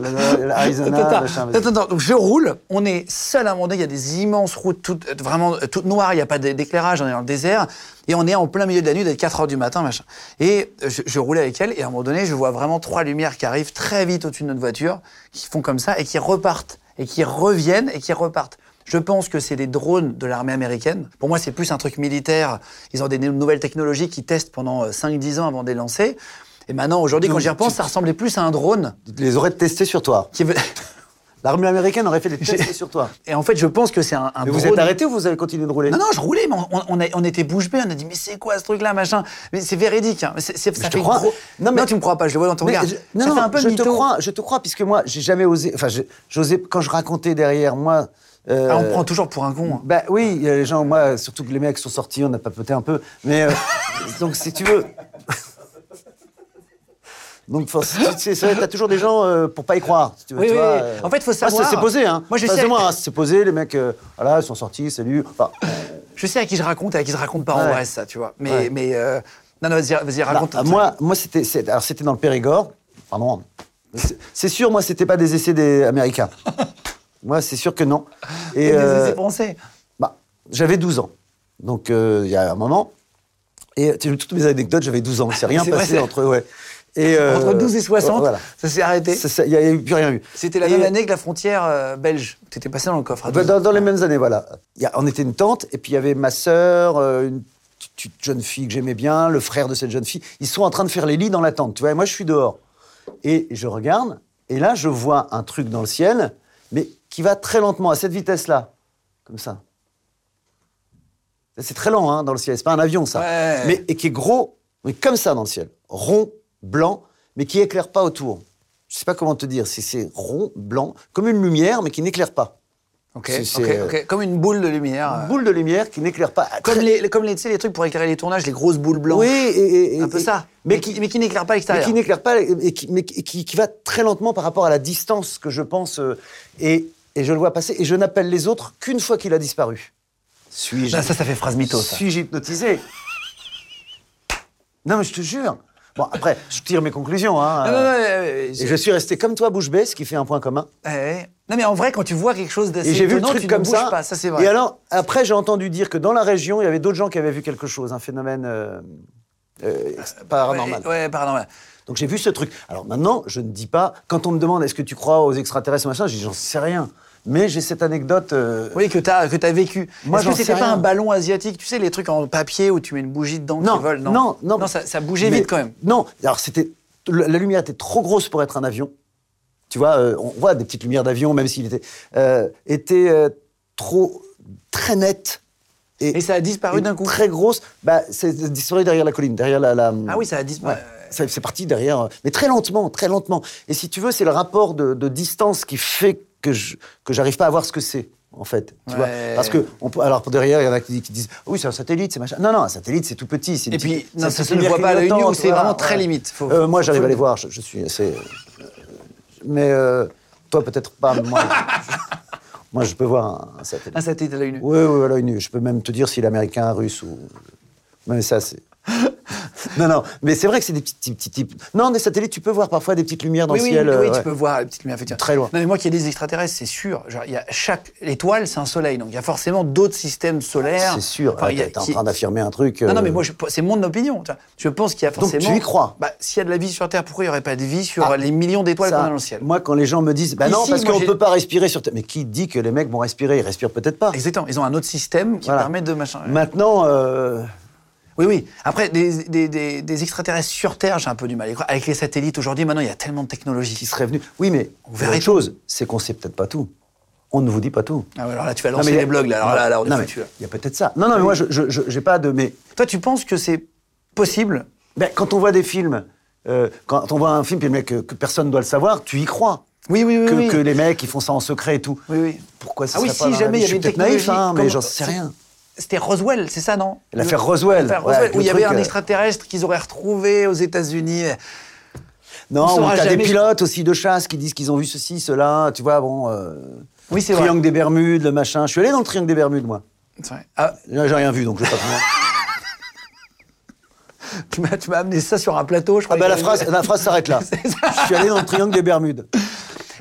Speaker 4: Arizona,
Speaker 1: Attends,
Speaker 4: machin,
Speaker 1: attends,
Speaker 4: vas-y.
Speaker 1: attends, attends. donc je roule, on est seul à un moment donné, il y a des immenses routes toutes, euh, vraiment euh, toutes noires, il n'y a pas d'é- d'éclairage, on est dans le désert, et on est en plein milieu de la nuit, il est 4 heures du matin, machin. Et euh, je, je roulais avec elle, et à un moment donné, je vois vraiment trois lumières qui arrivent très vite au-dessus de notre voiture, qui font comme ça, et qui repartent, et qui reviennent, et qui repartent. Je pense que c'est des drones de l'armée américaine. Pour moi, c'est plus un truc militaire. Ils ont des nou- nouvelles technologies qu'ils testent pendant euh, 5-10 ans avant de les lancer. Et maintenant, aujourd'hui, quand
Speaker 4: Donc,
Speaker 1: j'y repense,
Speaker 4: tu-
Speaker 1: ça ressemblait plus à un drone
Speaker 4: Ils les auraient testés sur toi.
Speaker 1: qui...
Speaker 4: L'armée américaine aurait fait des tests sur toi.
Speaker 1: Et en fait, je pense que c'est un, un
Speaker 4: Mais vous
Speaker 1: drone-
Speaker 4: êtes arrêté ou vous avez continué de rouler
Speaker 1: Non, non, je roulais, mais on, on, a- on était bouche bée, on a dit, mais c'est quoi ce truc-là, machin Mais c'est véridique, hein. C'est- c'est- ça
Speaker 4: je te
Speaker 1: fait
Speaker 4: crois.
Speaker 1: gros- Non,
Speaker 4: Non, mais-
Speaker 1: tu me crois pas, je le vois dans ton
Speaker 4: Mais
Speaker 1: regard.
Speaker 4: je-
Speaker 1: ça
Speaker 4: non,
Speaker 1: fait un
Speaker 4: non,
Speaker 1: peu
Speaker 4: je
Speaker 1: mytho.
Speaker 4: te crois, je te crois, puisque moi, j'ai jamais osé. Enfin, je- j'osais quand je racontais derrière moi. euh,
Speaker 1: Ah, on me prend toujours pour un con. hein.
Speaker 4: Bah oui, il y a les gens, moi, surtout que les mecs sont sortis, on a papoté un peu. Mais euh, [LAUGHS] donc, si tu veux. [LAUGHS] Donc, for- tu sais, ça, t'as toujours des gens euh, pour pas y croire. si tu veux,
Speaker 1: Oui,
Speaker 4: tu
Speaker 1: oui,
Speaker 4: vois, euh,
Speaker 1: oui. En fait, faut
Speaker 4: moi, c'est-
Speaker 1: savoir.
Speaker 4: C'est posé, hein.
Speaker 1: Moi, je
Speaker 4: Enfin,
Speaker 1: sais-
Speaker 4: c'est moi, hein, c'est posé, les mecs, euh, voilà, ils sont sortis, salut. Enfin,
Speaker 1: Je sais à qui je raconte et à qui je raconte pas en
Speaker 4: Ouais.
Speaker 1: vrai, ça, tu vois. Mais,
Speaker 4: Ouais.
Speaker 1: mais euh, non, non, vas-y, vas-y, raconte.
Speaker 4: Bah, moi, moi c'était, c'est- alors, c'était dans le Périgord. Pardon. C'est- C'est sûr, moi, c'était pas des essais des Américains. moi, c'est sûr que non.
Speaker 1: et
Speaker 4: Et, euh,
Speaker 1: c'est français.
Speaker 4: bah, j'avais 12 ans. Donc, euh, il y a un moment. Et tu sais, toutes mes anecdotes, j'avais 12 ans. C'est
Speaker 1: [LAUGHS]
Speaker 4: rien
Speaker 1: C'est vrai,
Speaker 4: passé
Speaker 1: c'est-
Speaker 4: entre. Ouais. Et, euh,
Speaker 1: Entre 12 et 60,
Speaker 4: Voilà.
Speaker 1: ça s'est arrêté.
Speaker 4: Ça, ça, Il n'y a, il y a eu plus rien eu.
Speaker 1: C'était la
Speaker 4: Et-
Speaker 1: même année que la frontière euh, belge. T'étais passé dans le coffre. à
Speaker 4: bah,
Speaker 1: 12.
Speaker 4: dans, dans les mêmes années, voilà. Il y a- on était une tante, et puis il y avait ma sœur, euh, une petite jeune fille que j'aimais bien, le frère de cette jeune fille. Ils sont en train de faire les lits dans la tente, tu vois. Et moi, je suis dehors. Et je regarde, et là, je vois un truc dans le ciel, mais qui va très lentement, à cette vitesse-là. Comme ça. C'est très lent, hein, dans le ciel. C'est pas un avion, ça.
Speaker 1: Ouais.
Speaker 4: Mais, et qui est gros, mais comme ça dans le ciel. Rond, blanc. mais qui éclaire pas autour. Je sais pas comment te dire, c'est- c'est rond, blanc, comme une lumière, mais qui n'éclaire pas.
Speaker 1: Ok,
Speaker 4: C'est- c'est,
Speaker 1: ok,
Speaker 4: euh,
Speaker 1: ok. Comme une boule de lumière. euh,
Speaker 4: Une boule de lumière qui n'éclaire pas.
Speaker 1: Comme
Speaker 4: Très-
Speaker 1: les, comme les, tu sais, les trucs pour éclairer les tournages, les grosses boules blanches.
Speaker 4: Oui, et- et- et-
Speaker 1: un peu
Speaker 4: et-
Speaker 1: ça. Mais, qui, mais qui n'éclaire pas
Speaker 4: mais
Speaker 1: l'extérieur.
Speaker 4: qui n'éclaire pas et qui, mais qui- qui- qui va très lentement par rapport à la distance que je pense euh, et, et je le vois passer et je n'appelle les autres qu'une fois qu'il a disparu. Suis-je
Speaker 1: Ah, ça, ça fait phrase mytho, ça.
Speaker 4: suis-je hypnotisé Non mais je te jure. Bon après, je tire mes conclusions. Hein,
Speaker 1: Non, non, non,
Speaker 4: euh,
Speaker 1: euh,
Speaker 4: et je suis resté comme toi bouche bée, ce qui fait un point commun.
Speaker 1: euh, non, mais en vrai, quand tu vois quelque chose d'assez
Speaker 4: Et j'ai vu le
Speaker 1: étonnant,
Speaker 4: truc
Speaker 1: tu
Speaker 4: comme
Speaker 1: ne bouges
Speaker 4: ça.
Speaker 1: pas, ça c'est vrai.
Speaker 4: Et alors, après, j'ai entendu dire que dans la région, il y avait d'autres gens qui avaient vu quelque chose, un phénomène euh, euh, paranormal.
Speaker 1: Ah, Ouais, ouais, paranormal.
Speaker 4: Donc j'ai vu ce truc. Alors maintenant, je ne dis pas, quand on me demande est-ce que tu crois aux extraterrestres, machin, je dis j'en sais rien. Mais j'ai cette anecdote. euh,
Speaker 1: Oui, que t'as, que t'as vécu.
Speaker 4: Moi,
Speaker 1: Est-ce que
Speaker 4: j'en
Speaker 1: c'était
Speaker 4: sais
Speaker 1: pas
Speaker 4: rien.
Speaker 1: un ballon asiatique Tu sais, les trucs en papier où tu mets une bougie dedans
Speaker 4: non,
Speaker 1: qui vole
Speaker 4: non, non,
Speaker 1: non. ça, ça bougeait
Speaker 4: Mais-
Speaker 1: vite quand même.
Speaker 4: Non, alors c'était. le- La lumière était trop grosse pour être un avion. Tu vois, euh, on voit des petites lumières d'avion, même s'il était. euh, était euh, trop. très nette.
Speaker 1: Et ça a disparu
Speaker 4: et
Speaker 1: d'un coup.
Speaker 4: Très grosse. Bah, c'est disparu derrière la colline, derrière la. la-
Speaker 1: Ah oui, ça a disparu.
Speaker 4: Ouais. Ça- C'est parti derrière, euh, mais très lentement, très lentement. Et si tu veux, c'est le rapport de, de distance qui fait que je que j'arrive pas à voir ce que c'est. En fait, tu
Speaker 1: Ouais.
Speaker 4: vois, parce que on peut, alors derrière il y en a qui, qui disent oui c'est un satellite c'est machin non non un satellite c'est tout petit c'est une
Speaker 1: Et puis,
Speaker 4: petite-
Speaker 1: non,
Speaker 4: c'est
Speaker 1: ça
Speaker 4: une
Speaker 1: se ne
Speaker 4: lumière
Speaker 1: voit pas à l'œil nu,
Speaker 4: clignotante,
Speaker 1: c'est
Speaker 4: voilà,
Speaker 1: vraiment très
Speaker 4: ouais.
Speaker 1: limite. Faut-
Speaker 4: Euh, moi
Speaker 1: faut-
Speaker 4: j'arrive
Speaker 1: faut-
Speaker 4: à les voir je, je suis assez euh, mais euh, toi peut-être pas
Speaker 1: [LAUGHS]
Speaker 4: moi moi je peux voir un, un satellite
Speaker 1: Un satellite à l'œil nu.
Speaker 4: oui, oui, à l'œil nu. Je peux même te dire si l'américain, russe ou. Non, mais
Speaker 1: [LAUGHS]
Speaker 4: ça, c'est. non, non, mais c'est vrai que c'est des petits, petits, petits types. Non, des satellites, tu peux voir parfois des petites lumières dans
Speaker 1: Oui,
Speaker 4: le
Speaker 1: oui,
Speaker 4: ciel.
Speaker 1: oui,
Speaker 4: euh, ouais.
Speaker 1: tu peux voir les petites lumières effectivement.
Speaker 4: Très loin.
Speaker 1: Non, mais moi, qu'il y ait des extraterrestres, c'est sûr. Genre, il y a chaque étoile, c'est un soleil. Donc, il y a forcément d'autres systèmes solaires.
Speaker 4: C'est sûr.
Speaker 1: Enfin,
Speaker 4: ouais,
Speaker 1: il y a-
Speaker 4: T'es en
Speaker 1: qui-
Speaker 4: train d'affirmer un truc.
Speaker 1: Non, non,
Speaker 4: euh,
Speaker 1: mais moi, je- c'est mon opinion. tu vois. Je pense qu'il y a
Speaker 4: Donc,
Speaker 1: forcément.
Speaker 4: tu y crois
Speaker 1: bah, S'il y a de la vie sur Terre, pourquoi il n'y aurait pas de vie sur
Speaker 4: Ah,
Speaker 1: les millions d'étoiles qu'on
Speaker 4: ça,
Speaker 1: a dans le ciel
Speaker 4: Moi, quand les gens me disent, bah non,
Speaker 1: Ici,
Speaker 4: parce
Speaker 1: moi,
Speaker 4: qu'on
Speaker 1: j'ai-
Speaker 4: peut pas respirer sur Terre. Mais qui dit que les mecs vont respirer Ils respirent peut-être pas.
Speaker 1: Exactement. Ils ont un autre système qui
Speaker 4: Voilà.
Speaker 1: permet de machin.
Speaker 4: Maintenant, euh,
Speaker 1: Oui, oui. Après, des, des- des- des extraterrestres sur Terre, j'ai un peu du mal. à y croire. Avec les satellites aujourd'hui, maintenant, il y a tellement de
Speaker 4: qui
Speaker 1: technologie.
Speaker 4: serait venu. Oui, mais
Speaker 1: On
Speaker 4: il y a
Speaker 1: verrait
Speaker 4: autre chose, c'est qu'on sait peut-être pas tout. On ne vous dit pas tout.
Speaker 1: Ah ouais, alors là, tu vas
Speaker 4: Non,
Speaker 1: lancer
Speaker 4: mais il y a-
Speaker 1: les blogs, là. Alors là, là, on est
Speaker 4: Non, mais
Speaker 1: foutu, là.
Speaker 4: Il y a peut-être ça. Non, non, mais moi, je- je je- j'ai pas de. Mais
Speaker 1: Toi, tu penses que c'est possible
Speaker 4: Ben, quand on voit des films, euh, quand on voit un film puis le mec, euh, que, que personne ne doit le savoir, tu y crois.
Speaker 1: Oui, oui, oui.
Speaker 4: que,
Speaker 1: oui.
Speaker 4: que les mecs, ils font ça en secret et tout.
Speaker 1: Oui, oui.
Speaker 4: Pourquoi ça
Speaker 1: Ah oui,
Speaker 4: serait pas
Speaker 1: si
Speaker 4: dans la
Speaker 1: jamais il
Speaker 4: vie
Speaker 1: y avait
Speaker 4: Je suis
Speaker 1: une
Speaker 4: peut-être
Speaker 1: technologie.
Speaker 4: naïf, hein, mais
Speaker 1: comment-
Speaker 4: j'en sais rien.
Speaker 1: C'était Roswell, c'est ça, non
Speaker 4: L'affaire
Speaker 1: Le-
Speaker 4: Roswell,
Speaker 1: L'affaire
Speaker 4: ouais,
Speaker 1: Roswell,
Speaker 4: avec
Speaker 1: où
Speaker 4: le
Speaker 1: il y avait
Speaker 4: truc,
Speaker 1: un
Speaker 4: euh,
Speaker 1: extraterrestre qu'ils auraient retrouvé aux États-Unis.
Speaker 4: Non,
Speaker 1: saura
Speaker 4: ou t'as
Speaker 1: jamais.
Speaker 4: des pilotes aussi de chasse qui disent qu'ils ont vu ceci, cela, tu vois, bon. euh,
Speaker 1: Oui, c'est vrai.
Speaker 4: triangle des Bermudes, le machin. Je suis allé dans le Triangle des Bermudes, moi.
Speaker 1: C'est vrai. Ah, [LAUGHS]
Speaker 4: J'ai j'ai rien vu, donc je vais pas plus loin.
Speaker 1: tu m'as tu m'as amené ça sur un plateau, je crois.
Speaker 4: Ah ben, la
Speaker 1: que-
Speaker 4: phrase, la phrase s'arrête là.
Speaker 1: [LAUGHS] C'est ça.
Speaker 4: Je suis allé dans le Triangle des Bermudes.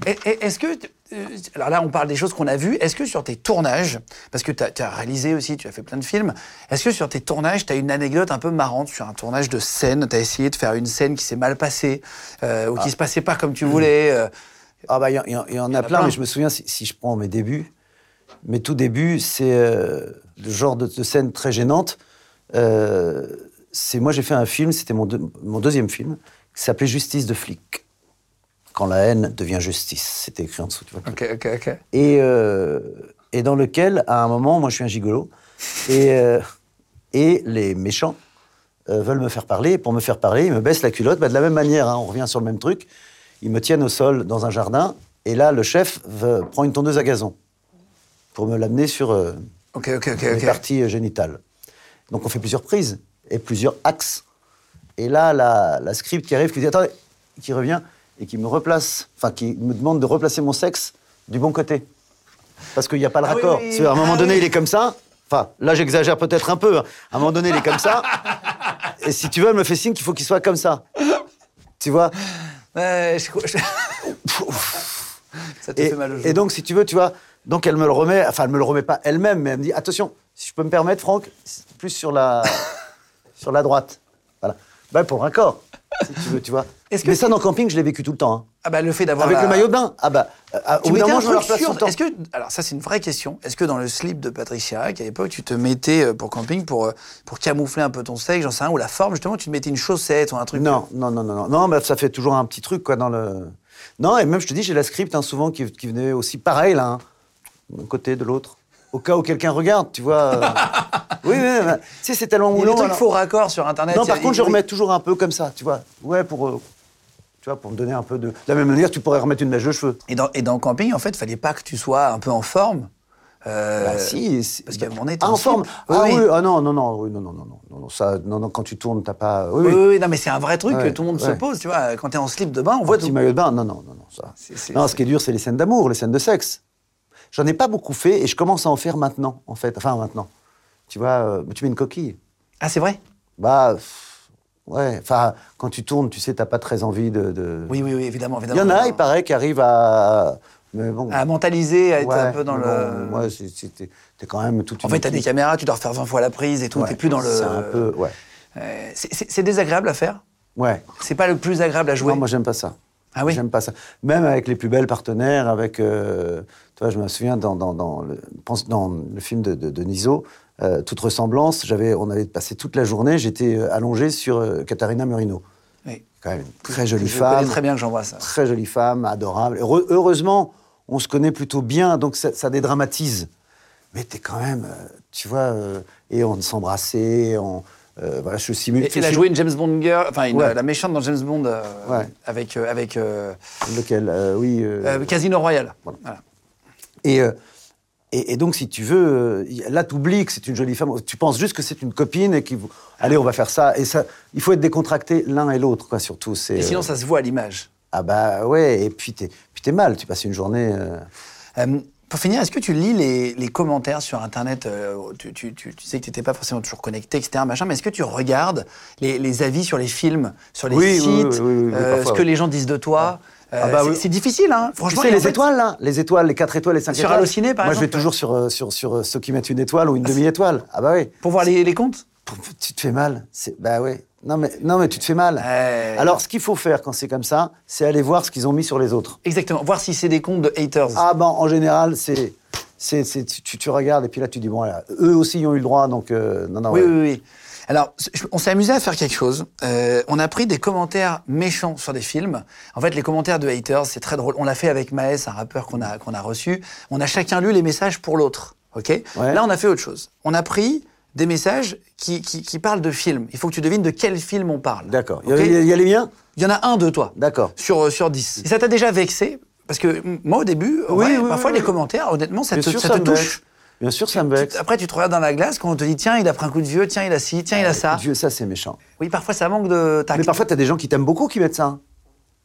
Speaker 1: Et- et- Est-ce que. euh, Alors là, on parle des choses qu'on a vues. Est-ce que sur tes tournages, parce que tu as, réalisé aussi, tu as fait plein de films, est-ce que sur tes tournages, tu as une anecdote un peu marrante sur un tournage de scène Tu as essayé de faire une scène qui s'est mal passée, euh, ou qui se passait pas comme tu voulais euh,
Speaker 4: Ah bah, il y, en- il y en- il y en a plein,
Speaker 1: plein.
Speaker 4: mais je me souviens, si, si je prends mes débuts, mes tout débuts, c'est euh, le genre de, de scène très gênante. Euh, c'est moi, j'ai fait un film, c'était mon, deux- mon deuxième film, qui s'appelait Justice de flic. Quand la haine devient justice, c'était écrit en dessous. Tu vois.
Speaker 1: Ok, ok, ok.
Speaker 4: Et, euh, et dans lequel, à un moment, moi, je suis un gigolo, et, euh, et les méchants euh, veulent me faire parler. Et pour me faire parler, ils me baissent la culotte. Bah, de la même manière, hein, on revient sur le même truc. Ils me tiennent au sol dans un jardin. Et là, le chef veut- prend une tondeuse à gazon pour me l'amener sur euh,
Speaker 1: Ok, ok, ok.
Speaker 4: mes
Speaker 1: ok.
Speaker 4: parties euh, génitales. Donc, on fait plusieurs prises et plusieurs axes. Et là, la, la script qui arrive, qui dit Attendez, qui revient et qui me replace, enfin, qui me demande de replacer mon sexe du bon côté. Parce qu'il n'y a pas le
Speaker 1: Ah oui,
Speaker 4: raccord.
Speaker 1: oui,
Speaker 4: C'est-à-dire, À un
Speaker 1: ah
Speaker 4: moment donné,
Speaker 1: oui.
Speaker 4: il est comme ça. Enfin, là, j'exagère peut-être un peu. hein. À un moment donné, il est
Speaker 1: [LAUGHS]
Speaker 4: comme ça. Et si tu veux, elle me fait signe qu'il faut qu'il soit comme ça. Tu vois
Speaker 1: Ouais, je- je- [LAUGHS] Ça te
Speaker 4: et,
Speaker 1: fait mal au
Speaker 4: et
Speaker 1: genou.
Speaker 4: donc, si tu veux, tu vois, donc elle me le remet, enfin, elle me le remet pas elle-même, mais elle me dit attention, si je peux me permettre, Franck, c'est plus
Speaker 1: [LAUGHS]
Speaker 4: sur la, sur la droite. Voilà. Bah, pour un corps, si tu veux, tu vois.
Speaker 1: Est-ce que
Speaker 4: mais
Speaker 1: c'est-
Speaker 4: ça, dans le camping, je l'ai vécu tout le temps. hein.
Speaker 1: Ah bah, le fait d'avoir.
Speaker 4: Avec
Speaker 1: la-
Speaker 4: le maillot de bain. Ah, bah, euh, euh, au
Speaker 1: Tu
Speaker 4: bout d'un
Speaker 1: mettais
Speaker 4: moment,
Speaker 1: un
Speaker 4: je me le
Speaker 1: truc
Speaker 4: replace tout
Speaker 1: sur.
Speaker 4: le temps.
Speaker 1: Est-ce que alors ça c'est une vraie question. Est-ce que dans le slip de Patrick Chirac à l'époque tu te mettais euh, pour camping pour euh, pour camoufler un peu ton sexe, j'en sais rien ou la forme justement tu te mettais une chaussette ou un truc.
Speaker 4: Non, non, non, non, non, non, mais ça fait toujours un petit truc, quoi, dans le. Non, et même, je te dis, j'ai la script, hein, souvent, qui, qui venait aussi pareil, là, hein, d'un côté, de l'autre. Au cas où quelqu'un regarde, tu
Speaker 1: [LAUGHS]
Speaker 4: vois. euh. oui, oui, oui, oui. tu sais, c'est tellement
Speaker 1: Il y a
Speaker 4: moulant.
Speaker 1: des trucs
Speaker 4: alors.
Speaker 1: faux raccords sur internet.
Speaker 4: Non,
Speaker 1: Ah, Il y a-
Speaker 4: par contre, je
Speaker 1: il-
Speaker 4: remets toujours un peu comme ça, tu vois. Ouais, pour. euh, Tu vois, pour me donner un peu de. De la même manière, tu pourrais remettre une mèche de cheveux.
Speaker 1: Et dans, et dans le camping, en fait, il fallait pas que tu sois un peu en forme. Euh,
Speaker 4: Bah, si, c'est-
Speaker 1: parce qu'à un moment donné, t'es
Speaker 4: Ah, en
Speaker 1: en slip.
Speaker 4: forme.
Speaker 1: Oui,
Speaker 4: Ah
Speaker 1: oui.
Speaker 4: oui, ah non, non, non, oui, non, non, non, non, non, non, ça, non, non, quand tu tournes, t'as pas. Oui,
Speaker 1: Oui,
Speaker 4: oui.
Speaker 1: oui, oui, non, mais c'est un vrai truc
Speaker 4: Ouais,
Speaker 1: que tout le monde se
Speaker 4: ouais.
Speaker 1: pose, tu vois. Quand t'es en slip de bain, on voit
Speaker 4: petit
Speaker 1: tout.
Speaker 4: maillot de bain, non, non, non, non, ça.
Speaker 1: C'est- c'est-
Speaker 4: non,
Speaker 1: c'est-
Speaker 4: ce qui est dur, c'est les scènes d'amour, les scènes de sexe. J'en ai pas beaucoup fait et je commence à en faire maintenant, en fait. Enfin, maintenant. Tu vois, euh, tu mets une coquille.
Speaker 1: Ah, c'est vrai
Speaker 4: Bah, pff, ouais. Enfin, quand tu tournes, tu sais, t'as pas très envie de. de-
Speaker 1: Oui, oui, oui, évidemment.
Speaker 4: Il y
Speaker 1: évidemment
Speaker 4: en a, il paraît, qui arrivent à. Mais bon.
Speaker 1: À mentaliser, à être
Speaker 4: ouais,
Speaker 1: un peu dans
Speaker 4: mais
Speaker 1: le.
Speaker 4: bon, ouais, c'est- c'est- t'es t'es quand même toute
Speaker 1: en
Speaker 4: une
Speaker 1: fait, t'as des
Speaker 4: équipe.
Speaker 1: caméras, tu dois refaire 20 fois la prise et tout,
Speaker 4: Ouais,
Speaker 1: t'es plus dans le.
Speaker 4: C'est un peu. Ouais.
Speaker 1: Euh, c'est- c'est c'est désagréable à faire.
Speaker 4: Ouais.
Speaker 1: C'est pas le plus agréable à jouer.
Speaker 4: Non, moi, j'aime pas ça.
Speaker 1: Ah oui
Speaker 4: J'aime pas ça. Même avec les plus belles partenaires, avec. euh, tu vois, je me souviens dans, dans, dans, le, pense- dans le film de, de, de Niso, euh, Toute ressemblance, j'avais, on avait passé toute la journée, j'étais euh, allongé sur euh, Katharina Murino.
Speaker 1: Oui.
Speaker 4: Quand même une très
Speaker 1: Je
Speaker 4: jolie
Speaker 1: connais
Speaker 4: femme.
Speaker 1: très bien que j'embrasse.
Speaker 4: Très jolie femme, adorable. Heure- heureusement, on se connaît plutôt bien, donc ça, ça dédramatise. Mais t'es quand même, euh, tu vois, euh, et on s'embrassait, on. euh, voilà, je simule.
Speaker 1: Et
Speaker 4: je
Speaker 1: elle a
Speaker 4: simule-
Speaker 1: joué une James Bond girl, enfin une-
Speaker 4: Ouais.
Speaker 1: la méchante dans James Bond euh,
Speaker 4: Ouais.
Speaker 1: avec euh, avec euh,
Speaker 4: Lequel Euh, Oui. euh,
Speaker 1: euh, Casino Royale.
Speaker 4: Voilà.
Speaker 1: Voilà.
Speaker 4: Et, euh, et, et donc, si tu veux, euh, y- là, tu oublies que c'est une jolie femme. Tu penses juste que c'est une copine et qu'il vous... Allez, on va faire ça. Et ça, il faut être décontracté l'un et l'autre, quoi, surtout. c'est,
Speaker 1: Et sinon
Speaker 4: euh,
Speaker 1: ça se voit à l'image.
Speaker 4: Ah bah ouais, et puis t'es, puis t'es mal. Tu passes une journée... euh,
Speaker 1: Euh, pour finir, est-ce que tu lis les, les commentaires sur Internet euh, tu, tu- tu- tu sais que tu n'étais pas forcément toujours connecté, etc. Machin, mais est-ce que tu regardes les, les avis sur les films, sur les
Speaker 4: Oui, oui,
Speaker 1: sites,
Speaker 4: oui, oui, oui, oui,
Speaker 1: euh,
Speaker 4: parfois,
Speaker 1: ce que
Speaker 4: oui.
Speaker 1: les gens disent de toi Euh,
Speaker 4: Ah bah
Speaker 1: c'est,
Speaker 4: oui.
Speaker 1: c'est difficile, hein
Speaker 4: tu
Speaker 1: Franchement,
Speaker 4: sais,
Speaker 1: et en
Speaker 4: les
Speaker 1: fait,
Speaker 4: étoiles, là Les étoiles, les 4 étoiles, les 5
Speaker 1: Sur
Speaker 4: étoiles.
Speaker 1: Allociné, par
Speaker 4: Moi, je vais
Speaker 1: exemple
Speaker 4: toujours sur, euh, sur, sur euh, ceux qui mettent une étoile ou une demi-étoile. Ah bah oui.
Speaker 1: Pour voir les, les comptes
Speaker 4: Tu te fais mal. C'est- Bah ouais. Non mais, non, mais tu te fais mal.
Speaker 1: Ouais.
Speaker 4: Alors, ce qu'il faut faire quand c'est comme ça, c'est aller voir ce qu'ils ont mis sur les autres.
Speaker 1: Exactement, voir si c'est des comptes de haters.
Speaker 4: Ah ben, en général, c'est... c'est- c'est- tu, tu- tu regardes et puis là tu dis bon là, eux aussi ils ont eu le droit donc euh, non non
Speaker 1: oui,
Speaker 4: ouais.
Speaker 1: oui, oui. Alors, c- je- on s'est amusé à faire quelque chose. Euh, on a pris des commentaires méchants sur des films. En fait, les commentaires de haters, c'est très drôle. On l'a fait avec Maes, un rappeur qu'on a, qu'on a reçu. On a chacun lu les messages pour l'autre. OK
Speaker 4: Ouais.
Speaker 1: Là, on a fait autre chose. On a pris des messages qui, qui, qui parlent de films. Il faut que tu devines de quel film on parle.
Speaker 4: d'accord il y,
Speaker 1: OK
Speaker 4: a- il y a- il y a les miens
Speaker 1: Il y en a un de toi.
Speaker 4: d'accord
Speaker 1: Sur, euh, sur 10. Et ça t'a déjà vexé Parce que m- moi, au début, en
Speaker 4: Oui,
Speaker 1: vrai,
Speaker 4: oui,
Speaker 1: parfois,
Speaker 4: oui,
Speaker 1: les
Speaker 4: oui.
Speaker 1: commentaires, honnêtement, ça
Speaker 4: bien
Speaker 1: te,
Speaker 4: sûr
Speaker 1: ça
Speaker 4: ça
Speaker 1: te
Speaker 4: me
Speaker 1: touche.
Speaker 4: vexe bien sûr ça me vexe
Speaker 1: Après, tu te regardes dans la glace quand on te dit tiens, il a pris un coup de vieux, tiens, il a ci, tiens, il a ça.
Speaker 4: Dieu ça c'est méchant
Speaker 1: Oui, parfois ça manque de tact.
Speaker 4: Euh, mais parfois t'as des gens qui t'aiment beaucoup qui mettent ça hein.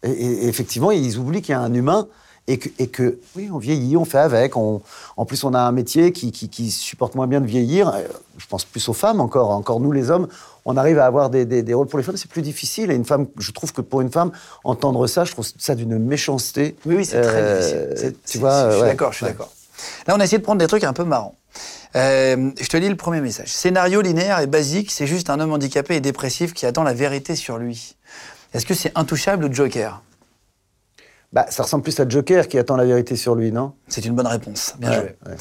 Speaker 4: et, et- et effectivement ils oublient qu'il y a un humain et que, et que oui on vieillit on fait avec on, en plus on a un métier qui, qui- qui supporte moins bien de vieillir Euh, je pense plus aux femmes encore hein. encore nous les hommes on arrive à avoir des, des- des rôles pour les femmes c'est plus difficile et une femme je trouve que pour une femme entendre ça je trouve ça d'une méchanceté
Speaker 1: Oui, oui, c'est très
Speaker 4: Euh,
Speaker 1: difficile. C'est-
Speaker 4: tu
Speaker 1: c'est-
Speaker 4: vois
Speaker 1: c'est- je suis
Speaker 4: ouais.
Speaker 1: d'accord, je suis
Speaker 4: Ouais.
Speaker 1: d'accord. Là, on a essayé de prendre des trucs un peu marrants. Euh, je te lis le premier message. Scénario linéaire et basique, c'est juste un homme handicapé et dépressif qui attend la vérité sur lui. Est-ce que c'est intouchable ou Joker
Speaker 4: Bah, ça ressemble plus à Joker qui attend la vérité sur lui non
Speaker 1: C'est une bonne réponse. Bien
Speaker 4: Ouais,
Speaker 1: joué.
Speaker 4: ouais.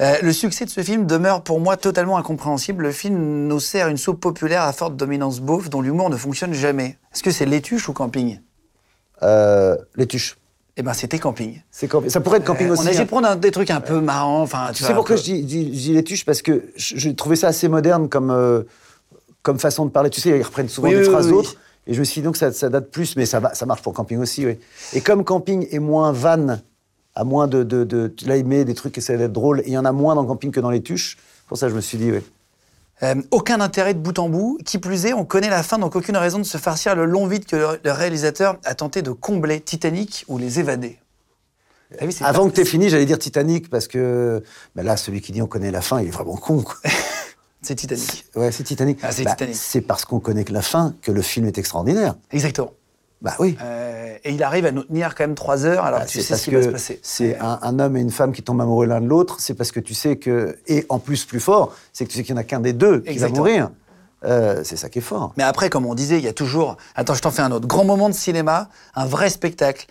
Speaker 1: Euh, le succès de ce film demeure pour moi totalement incompréhensible. Le film nous sert une soupe populaire à forte dominance beauf dont l'humour ne fonctionne jamais. Est-ce que c'est Létuche ou Camping
Speaker 4: Euh, les tuches
Speaker 1: Eh ben, c'était Camping.
Speaker 4: c'est camp- ça pourrait être camping
Speaker 1: Euh,
Speaker 4: aussi
Speaker 1: on a essayé
Speaker 4: hein.
Speaker 1: de prendre un- des trucs un peu marrants. Enfin,
Speaker 4: Tu
Speaker 1: vois,
Speaker 4: sais
Speaker 1: un
Speaker 4: pourquoi
Speaker 1: peu-
Speaker 4: je dis, dis- je dis les tuches Parce que je- j'ai trouvé ça assez moderne comme, euh, comme façon de parler. Tu sais, ils reprennent souvent
Speaker 1: Oui,
Speaker 4: des
Speaker 1: oui,
Speaker 4: phrases
Speaker 1: oui, oui.
Speaker 4: d'autres. Et je me suis dit donc ça, ça date plus, mais ça, va, ça marche pour camping aussi, oui. Et comme camping est moins van, à moins de, de, de- Là, il met des trucs qui essaient d'être drôles. et Il y en a moins dans camping que dans les tuches. Pour ça, je me suis dit, oui.
Speaker 1: Euh, aucun intérêt de bout en bout. Qui plus est, on connaît la fin, donc aucune raison de se farcir le long vide que le, le réalisateur a tenté de combler Titanic ou les évader. T'as vu, c'est
Speaker 4: Avant
Speaker 1: pas-
Speaker 4: que t'aies fini, j'allais dire Titanic, parce que ben là, celui qui dit on connaît la fin, il est vraiment
Speaker 1: [LAUGHS]
Speaker 4: con, quoi.
Speaker 1: C'est Titanic.
Speaker 4: Ouais, c'est Titanic. Bah,
Speaker 1: Ah, c'est Titanic.
Speaker 4: C'est parce qu'on connaît que la fin que le film est extraordinaire.
Speaker 1: Exactement.
Speaker 4: Bah oui.
Speaker 1: Euh, et il arrive à nous tenir quand même trois heures, alors
Speaker 4: Bah,
Speaker 1: Ah, tu
Speaker 4: c'est
Speaker 1: sais
Speaker 4: parce
Speaker 1: ce qui
Speaker 4: que
Speaker 1: va se passer.
Speaker 4: C'est un, un homme et une femme qui tombent amoureux l'un de l'autre, c'est parce que tu sais que. Et en plus, plus fort, c'est que tu sais qu'il n'y en a qu'un des deux qui
Speaker 1: Exactement.
Speaker 4: va mourir. Euh, c'est ça qui est fort.
Speaker 1: Mais après, comme on disait, il y a toujours. Attends, je t'en fais un autre. Grand moment de cinéma, un vrai spectacle,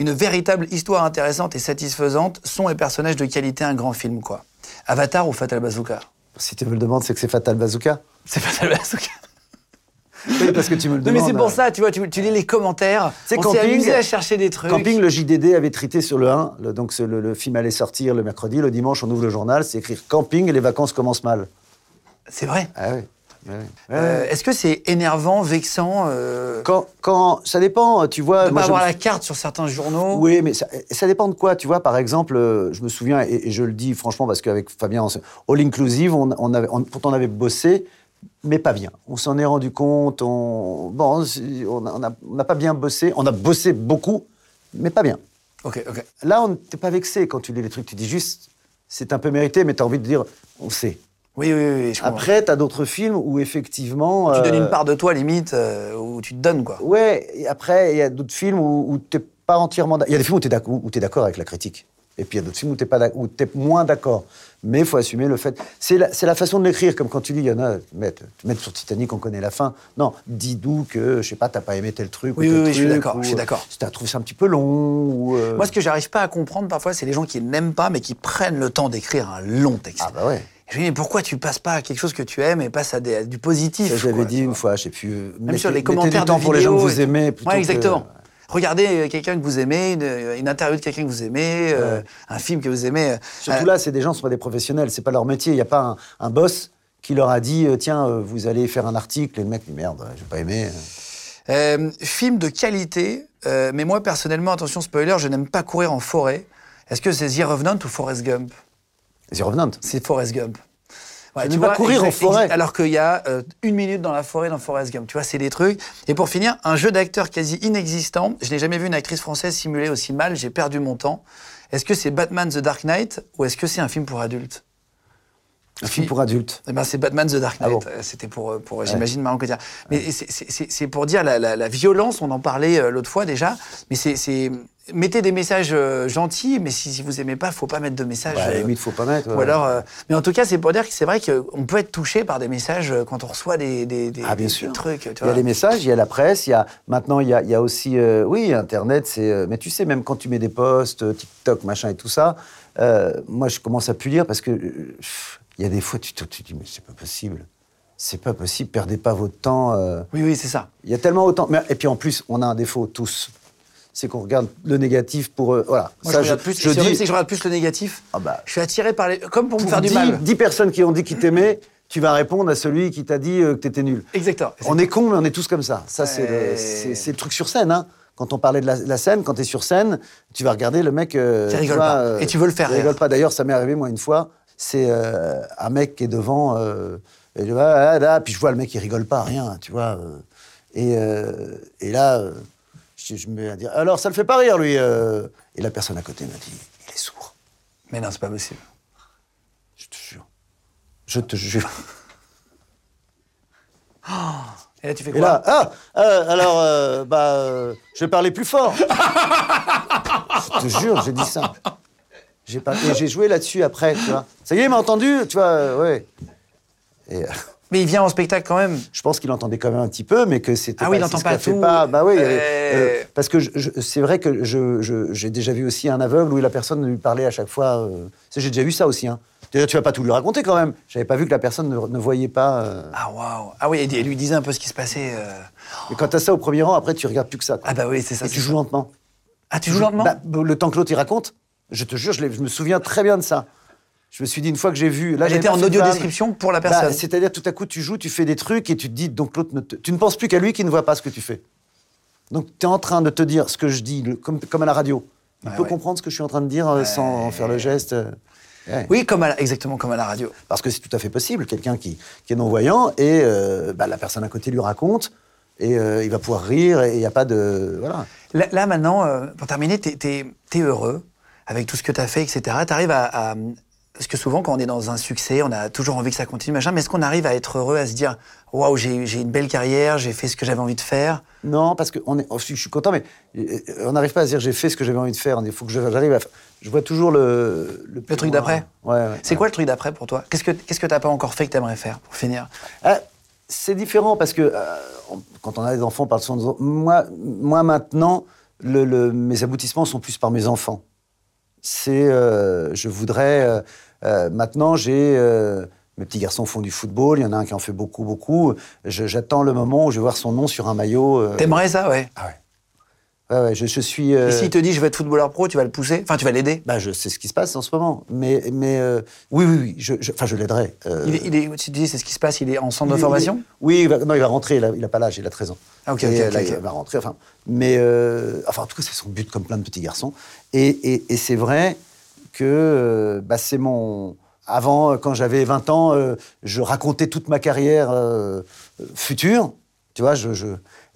Speaker 1: une véritable histoire intéressante et satisfaisante, son et personnages de qualité, un grand film, quoi. Avatar ou Fatal Bazooka
Speaker 4: Si tu me le demandes, c'est que c'est Fatal Bazooka.
Speaker 1: C'est Fatal Bazooka.
Speaker 4: Oui, parce que tu me
Speaker 1: [LAUGHS]
Speaker 4: le
Speaker 1: Non,
Speaker 4: demandes.
Speaker 1: mais c'est pour
Speaker 4: euh,
Speaker 1: ça, tu vois, tu, tu lis les commentaires.
Speaker 4: C'est
Speaker 1: on s'est
Speaker 4: camping.
Speaker 1: amusé à chercher des trucs.
Speaker 4: Camping, le JDD avait trité sur le 1, le- donc ce- le, le film allait sortir le mercredi, le dimanche on ouvre le journal, c'est écrire Camping, les vacances commencent mal.
Speaker 1: C'est vrai.
Speaker 4: Ah oui. Ouais, ouais.
Speaker 1: Euh, Est-ce que c'est énervant, vexant euh,
Speaker 4: Quand, quand, ça dépend, tu
Speaker 1: de
Speaker 4: vois.
Speaker 1: ne
Speaker 4: moi,
Speaker 1: pas
Speaker 4: je
Speaker 1: avoir
Speaker 4: me
Speaker 1: la carte sur certains journaux
Speaker 4: Oui, mais ça, ça dépend de quoi. Tu vois, par exemple, euh, je me souviens, et, et je le dis franchement, parce qu'avec Fabien, on se- All Inclusive, on, on avait, on- pourtant on avait bossé, mais pas bien. On s'en est rendu compte, on bon, c'est- on a- on a- on n'a pas bien bossé, on a bossé beaucoup, mais pas bien.
Speaker 1: Ok, ok.
Speaker 4: Là, on n'était pas vexé quand tu lis les trucs, tu dis juste, c'est un peu mérité, mais tu as envie de dire, on sait.
Speaker 1: Oui, oui, oui, oui, je comprends.
Speaker 4: Après, tu as d'autres films où effectivement.
Speaker 1: tu donnes
Speaker 4: euh,
Speaker 1: une part de toi, limite, euh, où tu te donnes, quoi.
Speaker 4: Ouais, et après, il y a d'autres films où, où t'es pas entièrement. d'ac- Il y a des films où t'es d'ac- où- où t'es d'accord avec la critique. Et puis il y a d'autres films où t'es pas d'ac- où t'es moins d'accord. Mais il faut assumer le fait. C'est la, c'est la façon de l'écrire, comme quand tu dis, il y en a, mettre, mettre sur Titanic, on connaît la fin. Non, dis nous que, je sais pas, t'as pas aimé tel truc.
Speaker 1: Oui,
Speaker 4: ou tel
Speaker 1: oui, oui, je suis
Speaker 4: truc,
Speaker 1: d'accord,
Speaker 4: ou,
Speaker 1: je suis d'accord.
Speaker 4: euh, T'as trouvé ça un petit peu long. Ou, euh,
Speaker 1: Moi, ce que j'arrive pas à comprendre parfois, c'est les gens qui n'aiment pas, mais qui prennent le temps d'écrire un long texte.
Speaker 4: Ah bah ouais.
Speaker 1: Je me dis, mais pourquoi tu passes pas à quelque chose que tu aimes et passe à, des- à du positif
Speaker 4: Ça, je l'avais
Speaker 1: quoi,
Speaker 4: dit
Speaker 1: tu
Speaker 4: une
Speaker 1: vois.
Speaker 4: fois, je sais plus. euh,
Speaker 1: Même sur les
Speaker 4: mettez du
Speaker 1: commentaires
Speaker 4: temps
Speaker 1: de
Speaker 4: pour les gens que
Speaker 1: vidéos
Speaker 4: vous
Speaker 1: et-
Speaker 4: aimez. plutôt
Speaker 1: Ouais,
Speaker 4: que-
Speaker 1: exactement. Regardez euh, quelqu'un que vous aimez, une, euh, une interview de quelqu'un que vous aimez, euh, un film que vous aimez. euh,
Speaker 4: Surtout
Speaker 1: euh,
Speaker 4: là, c'est des gens, ce sont pas des professionnels, c'est pas leur métier. Il n'y a pas un, un boss qui leur a dit euh, tiens, euh, vous allez faire un article. Et le mec dit merde, j'ai pas aimé.
Speaker 1: euh, film de qualité, euh, mais moi personnellement, attention spoiler, je n'aime pas courir en forêt. Est-ce que c'est The Revenant ou Forrest Gump
Speaker 4: C'est revenant.
Speaker 1: C'est Forrest Gump. Ouais,
Speaker 4: n'aimes pas courir en forêt.
Speaker 1: Alors qu'il y a euh, une minute dans la forêt dans Forrest Gump. Tu vois, c'est des trucs. Et pour finir, un jeu d'acteur quasi inexistant. Je n'ai jamais vu une actrice française simuler aussi mal. J'ai perdu mon temps. Est-ce que c'est Batman The Dark Knight ou est-ce que c'est un film pour adultes
Speaker 4: Un film pour adultes.
Speaker 1: Eh ben, c'est Batman The Dark
Speaker 4: Ah
Speaker 1: Knight.
Speaker 4: bon
Speaker 1: Euh, C'était pour, euh, pour euh, j'imagine, Marion Cotillard. Mais c'est- c'est- c'est c'est pour dire la, la- la violence, on en parlait euh, l'autre fois déjà, mais c'est- c'est... Mettez des messages euh, gentils, mais si, si vous aimez pas, faut pas mettre de messages...
Speaker 4: Bah, à la
Speaker 1: euh,
Speaker 4: limite, faut pas mettre.
Speaker 1: ou
Speaker 4: ouais.
Speaker 1: alors, euh, mais en tout cas, c'est pour dire que c'est vrai qu'on peut être touché par des messages euh, quand on reçoit des, des, des-
Speaker 4: Ah, bien
Speaker 1: des
Speaker 4: sûr.
Speaker 1: trucs. Tu
Speaker 4: Il y
Speaker 1: vois.
Speaker 4: a les messages, il y a la presse, il y a maintenant il y a, il y a aussi euh, oui Internet, c'est euh, mais tu sais même quand tu mets des posts euh, TikTok machin et tout ça, euh, moi je commence à plus lire parce que euh, pff, il y a des fois tu te tu te dis mais c'est pas possible, c'est pas possible, perdez pas votre temps. euh,
Speaker 1: Oui, oui, c'est ça.
Speaker 4: Il y a tellement autant. mais- et puis en plus, on a un défaut tous. C'est qu'on regarde le négatif pour. euh, voilà.
Speaker 1: Moi,
Speaker 4: Ça,
Speaker 1: je regarde plus, c'est horrible, c'est que je regarde plus le négatif.
Speaker 4: Ah bah.
Speaker 1: Je suis attiré par les. Comme pour, me
Speaker 4: pour
Speaker 1: faire du
Speaker 4: 10,
Speaker 1: mal.
Speaker 4: 10 personnes qui ont dit qu'ils t'aimaient, tu vas répondre à celui qui t'a dit euh, que t'étais nul.
Speaker 1: Exactement.
Speaker 4: On est con, mais on est tous comme ça. Ça, c'est
Speaker 1: Ouais.
Speaker 4: le, c'est- c'est le truc sur scène. Hein. Quand on parlait de la, la scène, quand t'es sur scène, tu vas regarder le mec. euh,
Speaker 1: Qui rigole
Speaker 4: vois,
Speaker 1: pas. Et tu veux le faire
Speaker 4: qui
Speaker 1: rire.
Speaker 4: rigole pas. D'ailleurs, ça m'est arrivé, moi, une fois. C'est euh, un mec qui est devant. euh, et je, vois, ah, là, puis je vois le mec qui rigole pas, rien, tu vois. euh. et, euh, et là, euh, je, je me mets à dire Alors, ça le fait pas rire, lui. euh. Et la personne à côté m'a dit Il est sourd.
Speaker 1: Mais non, c'est pas possible.
Speaker 4: Je te jure. Je te jure.
Speaker 1: Et là, tu fais
Speaker 4: Et
Speaker 1: quoi
Speaker 4: là, ah, euh, alors, euh, bah, euh, je vais parler plus fort. je te jure, j'ai dit ça. J'ai par- et j'ai joué là-dessus après, tu vois. Ça y est, il m'a entendu, tu vois, euh, ouais. Et euh,
Speaker 1: Mais il vient en spectacle quand même.
Speaker 4: je pense qu'il entendait quand même un petit peu, mais que c'était
Speaker 1: Ah
Speaker 4: pas,
Speaker 1: oui, il
Speaker 4: c'est
Speaker 1: entend
Speaker 4: ce
Speaker 1: pas
Speaker 4: qu'a fait
Speaker 1: tout.
Speaker 4: pas. Bah oui, il y avait-
Speaker 1: Euh.
Speaker 4: euh, parce que je- je- c'est vrai que je- je- j'ai déjà vu aussi un aveugle où la personne lui parlait à chaque fois. euh, ça, j'ai déjà vu ça aussi. Hein. D'ailleurs, Tu vas pas tout lui raconter quand même. J'avais pas vu que la personne ne, ne voyait pas. euh.
Speaker 1: Ah, waouh. Ah oui, et elle lui disait un peu ce qui se passait. euh.
Speaker 4: Et quand t'as ça au premier rang, après tu regardes plus que ça. quoi.
Speaker 1: Ah bah oui, c'est ça.
Speaker 4: Et
Speaker 1: c'est
Speaker 4: tu
Speaker 1: ça.
Speaker 4: joues lentement.
Speaker 1: Ah, tu joues lentement
Speaker 4: Bah, Le temps que l'autre y raconte, je te jure, je, l'ai- je me souviens très bien de ça. Je me suis dit une fois que j'ai vu. Là,
Speaker 1: Elle
Speaker 4: j'avais
Speaker 1: était
Speaker 4: bah,
Speaker 1: en
Speaker 4: pas fait de
Speaker 1: audio
Speaker 4: vanne.
Speaker 1: description pour la
Speaker 4: Bah,
Speaker 1: personne.
Speaker 4: C'est-à-dire, tout à coup, tu joues, tu fais des trucs et tu te dis, donc l'autre ne te- Tu ne penses plus qu'à lui qui ne voit pas ce que tu fais. Donc, tu es en train de te dire ce que je dis, le- comme, comme à la radio. Il
Speaker 1: Ouais,
Speaker 4: peut
Speaker 1: ouais.
Speaker 4: comprendre ce que je suis en train de dire euh, sans en faire le geste. euh. Ouais.
Speaker 1: Oui, comme à la- exactement comme à la radio.
Speaker 4: Parce que c'est tout à fait possible, quelqu'un qui, qui est non-voyant et euh, bah, la personne à côté lui raconte et euh, il va pouvoir rire et il n'y a pas de. Voilà.
Speaker 1: Là, là, maintenant, euh, pour terminer, t'es es, heureux avec tout ce que t'as fait, etc. T'arrives à, à- Parce que souvent, quand on est dans un succès, on a toujours envie que ça continue, machin. Mais est-ce qu'on arrive à être heureux, à se dire Waouh, j'ai j'ai une belle carrière, j'ai fait ce que j'avais envie de faire
Speaker 4: Non, parce que on est, oh, je, suis- je suis content, mais euh, on n'arrive pas à se dire j'ai fait ce que j'avais envie de faire. Il faut que je- j'arrive à. f- Je vois toujours le. Le, plus
Speaker 1: truc
Speaker 4: loin.
Speaker 1: d'après
Speaker 4: Ouais. ouais.
Speaker 1: C'est quoi le truc d'après pour toi Qu'est-ce que qu'est-ce que t'as pas encore fait que t'aimerais faire pour finir
Speaker 4: Ah, C'est différent parce que euh, on- quand on a des enfants, on parle souvent des enfants. Moi, moi maintenant, le- le- mes aboutissements sont plus par mes enfants. C'est, euh, je voudrais. euh, euh, maintenant, j'ai. euh, mes petits garçons font du football, il y en a un qui en fait beaucoup, beaucoup. Je- J'attends le moment où je vais voir son nom sur un maillot. euh,
Speaker 1: T'aimerais ça, ouais.
Speaker 4: Ah ouais. Ouais, ouais, je, je suis. euh,
Speaker 1: Et s'il te dit je veux être footballeur pro, tu vas le pousser Enfin, tu vas l'aider
Speaker 4: bah, je sais ce qui se passe en ce moment. Mais, mais euh, oui, oui, oui. je- je- Enfin, je, l'aiderai. euh,
Speaker 1: il est, il est- Tu te dis, c'est ce qui se passe, il est en centre
Speaker 4: il
Speaker 1: de
Speaker 4: est-
Speaker 1: formation
Speaker 4: Oui, il va, non, il va rentrer. Il a, il a pas l'âge. Il a 13 ans.
Speaker 1: Ah, ok,
Speaker 4: Et,
Speaker 1: ok,
Speaker 4: euh,
Speaker 1: ok,
Speaker 4: là,
Speaker 1: ok.
Speaker 4: Il va rentrer. Enfin, mais euh, enfin, en tout cas, c'est son but, comme plein de petits garçons. Et, et- et c'est vrai que euh, bah, c'est mon. Avant, euh, quand j'avais 20 ans, euh, je racontais toute ma carrière euh, euh, future. Tu vois, je, je-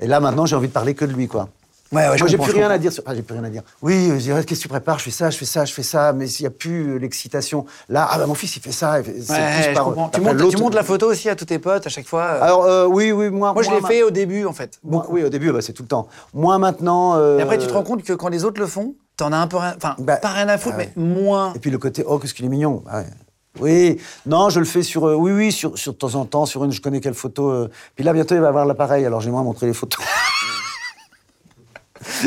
Speaker 4: Et là, maintenant, j'ai envie de parler que de lui, quoi.
Speaker 1: Ah Ouais, ouais, je
Speaker 4: Moi, j'ai
Speaker 1: comprends, je
Speaker 4: plus rien à
Speaker 1: comprends.
Speaker 4: dire. Sur... Enfin, j'ai plus rien à dire. Oui, euh, je dirais, qu'est-ce que tu prépares Je fais ça, je fais ça, je fais ça. Mais s'il n'y a plus euh, l'excitation. Là, ah bah mon fils, il fait ça. il fait- c'est
Speaker 1: Ouais,
Speaker 4: plus
Speaker 1: je
Speaker 4: par-
Speaker 1: comprends. Tu
Speaker 4: après,
Speaker 1: montes, tu
Speaker 4: l'autre-
Speaker 1: montes la photo aussi à tous tes potes à chaque fois. euh.
Speaker 4: Alors, euh, oui, oui, moi.
Speaker 1: moi, je l'ai
Speaker 4: ma-
Speaker 1: fait euh, au début, en fait.
Speaker 4: moi- oui, au début, bah, c'est tout le temps. Moi, maintenant. euh,
Speaker 1: Et après, tu te rends compte que quand les autres le font, t'en as un peu rien. Enfin,
Speaker 4: Bah,
Speaker 1: pas rien à foutre,
Speaker 4: ah ouais.
Speaker 1: mais moins.
Speaker 4: Et puis le côté, oh, qu'est-ce qu'il est mignon. Ah ouais. Oui, non, je le fais sur, euh, oui, oui, sur, sur de temps en temps, sur une, je connais quelle photo. euh. Puis là, bientôt, il va avoir l'appareil, alors j'aimerais montrer les photos. [LAUGHS]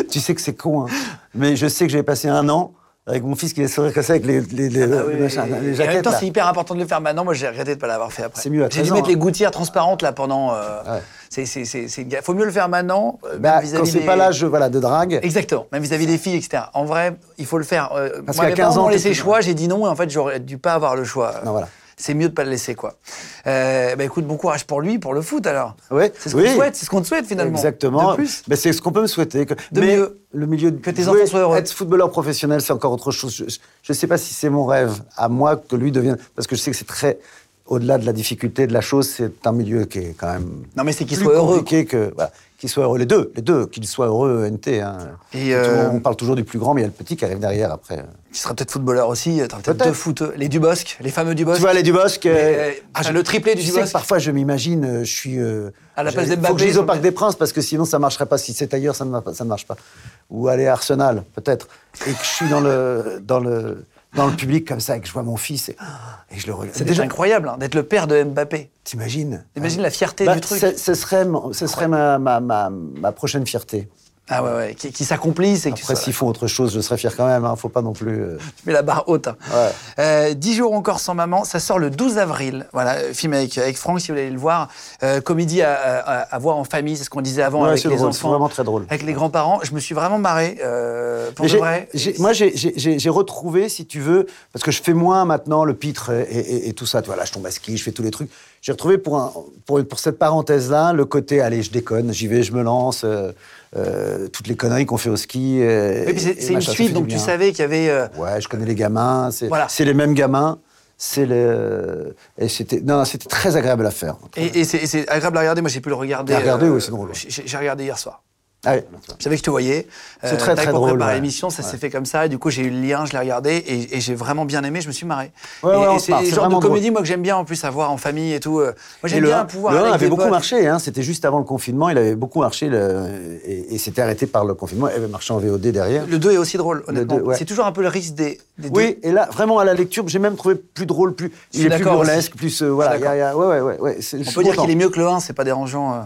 Speaker 4: tu sais que c'est con, hein. mais je sais que j'ai passé un an avec mon fils qui est sourire comme ça, avec les, les, les-
Speaker 1: Ah oui,
Speaker 4: les machins,
Speaker 1: et-
Speaker 4: les
Speaker 1: et en même
Speaker 4: jaquettes.
Speaker 1: temps,
Speaker 4: là.
Speaker 1: c'est hyper important de le faire maintenant. Moi, j'ai regretté de ne pas l'avoir fait après.
Speaker 4: C'est mieux à
Speaker 1: J'ai dû
Speaker 4: 13 ans,
Speaker 1: mettre les
Speaker 4: hein.
Speaker 1: gouttières transparentes là pendant. euh,
Speaker 4: Ouais.
Speaker 1: c'est- c'est- c'est- c'est- Faut mieux le faire maintenant. euh,
Speaker 4: Bah,
Speaker 1: même vis-à-vis
Speaker 4: quand c'est
Speaker 1: des-
Speaker 4: pas l'âge voilà, de drague,
Speaker 1: Exactement, même vis-à-vis des filles, etc. En vrai, il faut le faire. euh,
Speaker 4: Parce
Speaker 1: moi,
Speaker 4: qu'à
Speaker 1: mes
Speaker 4: 15
Speaker 1: parents
Speaker 4: ans,
Speaker 1: m'ont
Speaker 4: t'es
Speaker 1: laissé le
Speaker 4: plus-
Speaker 1: choix, j'ai dit non, et en fait, j'aurais dû pas avoir le choix.
Speaker 4: Non, voilà.
Speaker 1: C'est mieux de pas le laisser, quoi. Euh, bah écoute, bon courage pour lui, pour le foot alors.
Speaker 4: Ouais,
Speaker 1: Ah C'est ce qu'on
Speaker 4: oui.
Speaker 1: te souhaite, c'est ce qu'on te souhaite finalement.
Speaker 4: Exactement.
Speaker 1: De plus.
Speaker 4: Mais c'est ce qu'on peut me souhaiter. que-
Speaker 1: De
Speaker 4: mais
Speaker 1: mieux.
Speaker 4: Le milieu de
Speaker 1: Que tes
Speaker 4: jouer-
Speaker 1: enfants soient heureux.
Speaker 4: Être footballeur professionnel, c'est encore autre chose. Je ne sais pas si c'est mon rêve à moi que lui devienne, parce que je sais que c'est très au-delà de la difficulté de la chose. C'est un milieu qui est quand même.
Speaker 1: Non, mais c'est qu'il
Speaker 4: plus
Speaker 1: soit heureux,
Speaker 4: compliqué que voilà, qu'il soit heureux. Les deux, les deux, qu'il soit heureux. NT. hein.
Speaker 1: Et,
Speaker 4: Tout-
Speaker 1: euh,
Speaker 4: On parle toujours du plus grand, mais il y a le petit qui arrive derrière après.
Speaker 1: Qui sera peut-être footballeur aussi, t'auras peut-être
Speaker 4: Peut-être.
Speaker 1: deux footeux. Les Dubosc, les fameux Dubosc.
Speaker 4: Tu vois, les Dubosc.
Speaker 1: Mais, euh, enfin, le triplé du
Speaker 4: tu sais
Speaker 1: Dubosc.
Speaker 4: que Parfois, je m'imagine, euh, je suis. euh,
Speaker 1: À la place
Speaker 4: j'ai-
Speaker 1: d'Mbappé,
Speaker 4: Faut que j'aille
Speaker 1: ils sont
Speaker 4: au Parc
Speaker 1: bien.
Speaker 4: des Princes parce que sinon, ça marcherait pas. Si c'est ailleurs, ça ne, va pas- ça ne marche pas. Ou aller à Arsenal, peut-être. Et que je suis dans le, dans, le, dans le public comme ça et que je vois mon fils et, et je le regarde.
Speaker 1: C'est déjà incroyable hein, d'être le père de Mbappé.
Speaker 4: T'imagines
Speaker 1: T'imagines la fierté
Speaker 4: Bah,
Speaker 1: du truc.
Speaker 4: Ce ce serait, mon- ce serait ma, ma, ma, ma prochaine fierté.
Speaker 1: Ah ouais, ouais, qui, qui s'accomplissent et que tu
Speaker 4: Après,
Speaker 1: sois- [LAUGHS]
Speaker 4: s'ils font autre chose, je serais fier quand même. Hein. Faut pas non plus. euh,
Speaker 1: tu mets la barre haute. hein.
Speaker 4: Ouais.
Speaker 1: Euh, 10 jours encore sans maman, ça sort le 12 avril. Voilà, euh, film avec, avec Franck, si vous voulez le voir. Euh, comédie à, à- à voir en famille, c'est ce qu'on disait avant
Speaker 4: Ouais,
Speaker 1: avec
Speaker 4: c'est
Speaker 1: les
Speaker 4: drôle, c'est
Speaker 1: enfants.
Speaker 4: vraiment très drôle.
Speaker 1: Avec les grands-parents. Je me suis vraiment marré, euh, pour
Speaker 4: Mais
Speaker 1: de
Speaker 4: j'ai-
Speaker 1: vrai.
Speaker 4: j'ai- moi, j'ai- j'ai j'ai- j'ai retrouvé, si tu veux, parce que je fais moins maintenant le pitre et, et- et tout ça. Tu vois, là, je tombe à ski, je fais tous les trucs. J'ai retrouvé pour, un- pour, pour cette parenthèse-là le côté, allez, je déconne, j'y vais, je me lance, euh, euh, toutes les conneries qu'on fait au ski. euh,
Speaker 1: Oui, puis
Speaker 4: et-
Speaker 1: c'est
Speaker 4: et
Speaker 1: c'est une
Speaker 4: machin, ça fait
Speaker 1: suite,
Speaker 4: du
Speaker 1: donc tu
Speaker 4: bien.
Speaker 1: savais qu'il y avait. euh,
Speaker 4: Ouais, je connais les gamins, c'est
Speaker 1: Voilà.
Speaker 4: c'est les mêmes gamins. C'est le. Et c'était. Non, non, c'était très agréable à faire.
Speaker 1: et et c'est- et c'est agréable à regarder. Moi, j'ai pu le regarder. euh,
Speaker 4: T'as regardé, oui, c'est drôle.
Speaker 1: J'ai j'ai regardé hier soir.
Speaker 4: Ah oui, non, tu vois.
Speaker 1: Je savais que je te voyais. euh,
Speaker 4: C'est très, très
Speaker 1: pour
Speaker 4: drôle,
Speaker 1: préparer
Speaker 4: ouais.
Speaker 1: l'émission, ça s'est fait comme ça. Et du coup, j'ai eu le lien, je l'ai regardé et, et j'ai vraiment bien aimé. Je me suis marré.
Speaker 4: Ouais,
Speaker 1: et
Speaker 4: ouais,
Speaker 1: et
Speaker 4: on se
Speaker 1: c'est
Speaker 4: marre,
Speaker 1: le
Speaker 4: c'est
Speaker 1: genre de
Speaker 4: vraiment drôle.
Speaker 1: comédie, moi, que j'aime bien en plus avoir en famille et tout. euh. Moi,
Speaker 4: Et
Speaker 1: j'aime
Speaker 4: le
Speaker 1: bien
Speaker 4: 1,
Speaker 1: pouvoir.
Speaker 4: le un
Speaker 1: avec
Speaker 4: avait
Speaker 1: des
Speaker 4: beaucoup
Speaker 1: potes.
Speaker 4: marché, hein, c'était juste avant le confinement, il avait beaucoup marché le- et, et s'était arrêté par le confinement, il avait marché en VOD derrière.
Speaker 1: Le 2 est aussi drôle, honnêtement.
Speaker 4: deux, ouais.
Speaker 1: C'est toujours un peu le risque des, des deux.
Speaker 4: Oui, et là, vraiment, à la lecture, j'ai même trouvé plus drôle, plus,
Speaker 1: suis
Speaker 4: il est plus
Speaker 1: d'accord
Speaker 4: burlesque,
Speaker 1: aussi.
Speaker 4: plus... euh, voilà,
Speaker 1: Je suis
Speaker 4: il y a- il y a- ouais, ouais, ouais, ouais, c'est- je
Speaker 1: On
Speaker 4: suis
Speaker 1: peut dire
Speaker 4: content.
Speaker 1: qu'il est mieux que le 1, c'est pas dérangeant. euh.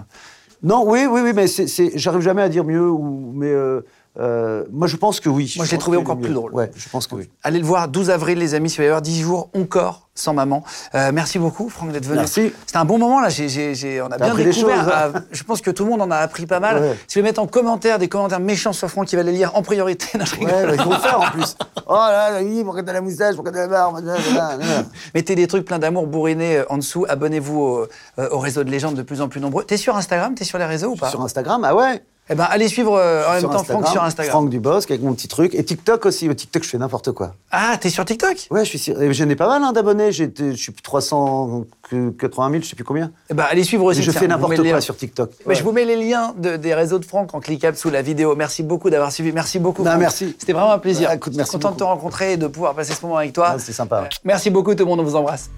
Speaker 4: Non, oui, oui, oui, mais c'est, c'est- j'arrive jamais à dire mieux, ou, mais euh, euh, moi, je pense que oui.
Speaker 1: Moi, je l'ai
Speaker 4: pense
Speaker 1: trouvé
Speaker 4: qu'il est
Speaker 1: encore
Speaker 4: mieux.
Speaker 1: plus drôle.
Speaker 4: Ouais, je pense
Speaker 1: [LAUGHS]
Speaker 4: que oui.
Speaker 1: Allez le voir, 12 avril, les amis, sur avoir 10 jours encore sans maman. Euh, merci beaucoup, Franck, d'être venu.
Speaker 4: Merci.
Speaker 1: C'était un bon moment, là. J'ai- j'ai- j'ai- on a bien
Speaker 4: appris des
Speaker 1: découvert.
Speaker 4: choses, hein.
Speaker 1: Ah, je pense que tout le monde en a appris pas mal.
Speaker 4: Ouais.
Speaker 1: Si vous mettez en commentaire des commentaires méchants sur Franck, il va les lire en priorité. Non, je rigole.
Speaker 4: Ouais, bah, ils vont le faire, en plus. Oh là là, oui, pourquoi t'as la moustache, pourquoi t'as la barbe là, là, là, là.
Speaker 1: Mettez des trucs pleins d'amour bourrinés euh, en dessous. Abonnez-vous au, euh, au réseau de légendes de plus en plus nombreux. T'es sur Instagram T'es [LAUGHS] sur les réseaux ou pas
Speaker 4: Sur Instagram, ah ouais
Speaker 1: Eh ben, allez suivre euh, en même
Speaker 4: Sur
Speaker 1: temps Franck sur Instagram.
Speaker 4: Franck Dubosc, avec mon petit truc. Et TikTok aussi. Au TikTok, je fais n'importe quoi.
Speaker 1: Ah, t'es sur TikTok
Speaker 4: Ouais, je suis sûr. Et J'en ai pas mal hein, d'abonnés. J'ai été- Je suis 380 000, je sais plus combien.
Speaker 1: Eh ben, allez suivre aussi.
Speaker 4: je
Speaker 1: tiens,
Speaker 4: fais
Speaker 1: vous
Speaker 4: n'importe
Speaker 1: mettez-
Speaker 4: quoi sur TikTok.
Speaker 1: Mais je vous mets les liens de- des réseaux de Franck en cliquable sous la vidéo. Merci beaucoup d'avoir suivi. Merci beaucoup.
Speaker 4: Non,
Speaker 1: Franck.
Speaker 4: merci.
Speaker 1: C'était vraiment un plaisir.
Speaker 4: Ouais, écoute, merci
Speaker 1: Content de te
Speaker 4: beaucoup.
Speaker 1: rencontrer et de pouvoir passer ce moment avec toi.
Speaker 4: Ouais, c'est sympa.
Speaker 1: Euh, Merci beaucoup tout le monde. On vous embrasse.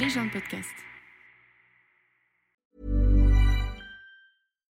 Speaker 6: Les gens de podcast.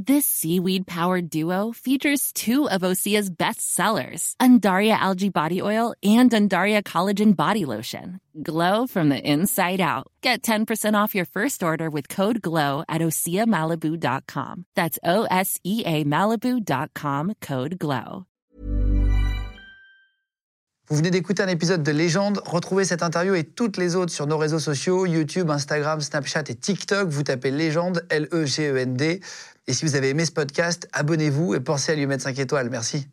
Speaker 7: This seaweed powered duo features two of Osea's best sellers, Undaria Algae Body Oil and Undaria Collagen Body Lotion. Glow from the inside out. Get 10% off your first order with code GLOW at OseaMalibu.com. That's O S E A Malibu.com code GLOW.
Speaker 1: Vous venez d'écouter un épisode de Légende. Retrouvez cette interview et toutes les autres sur nos réseaux sociaux, YouTube, Instagram, Snapchat et TikTok. Vous tapez Légende, E L-E-G-E-N-D. Et si vous avez aimé ce podcast, abonnez-vous et pensez à lui mettre 5 étoiles. Merci.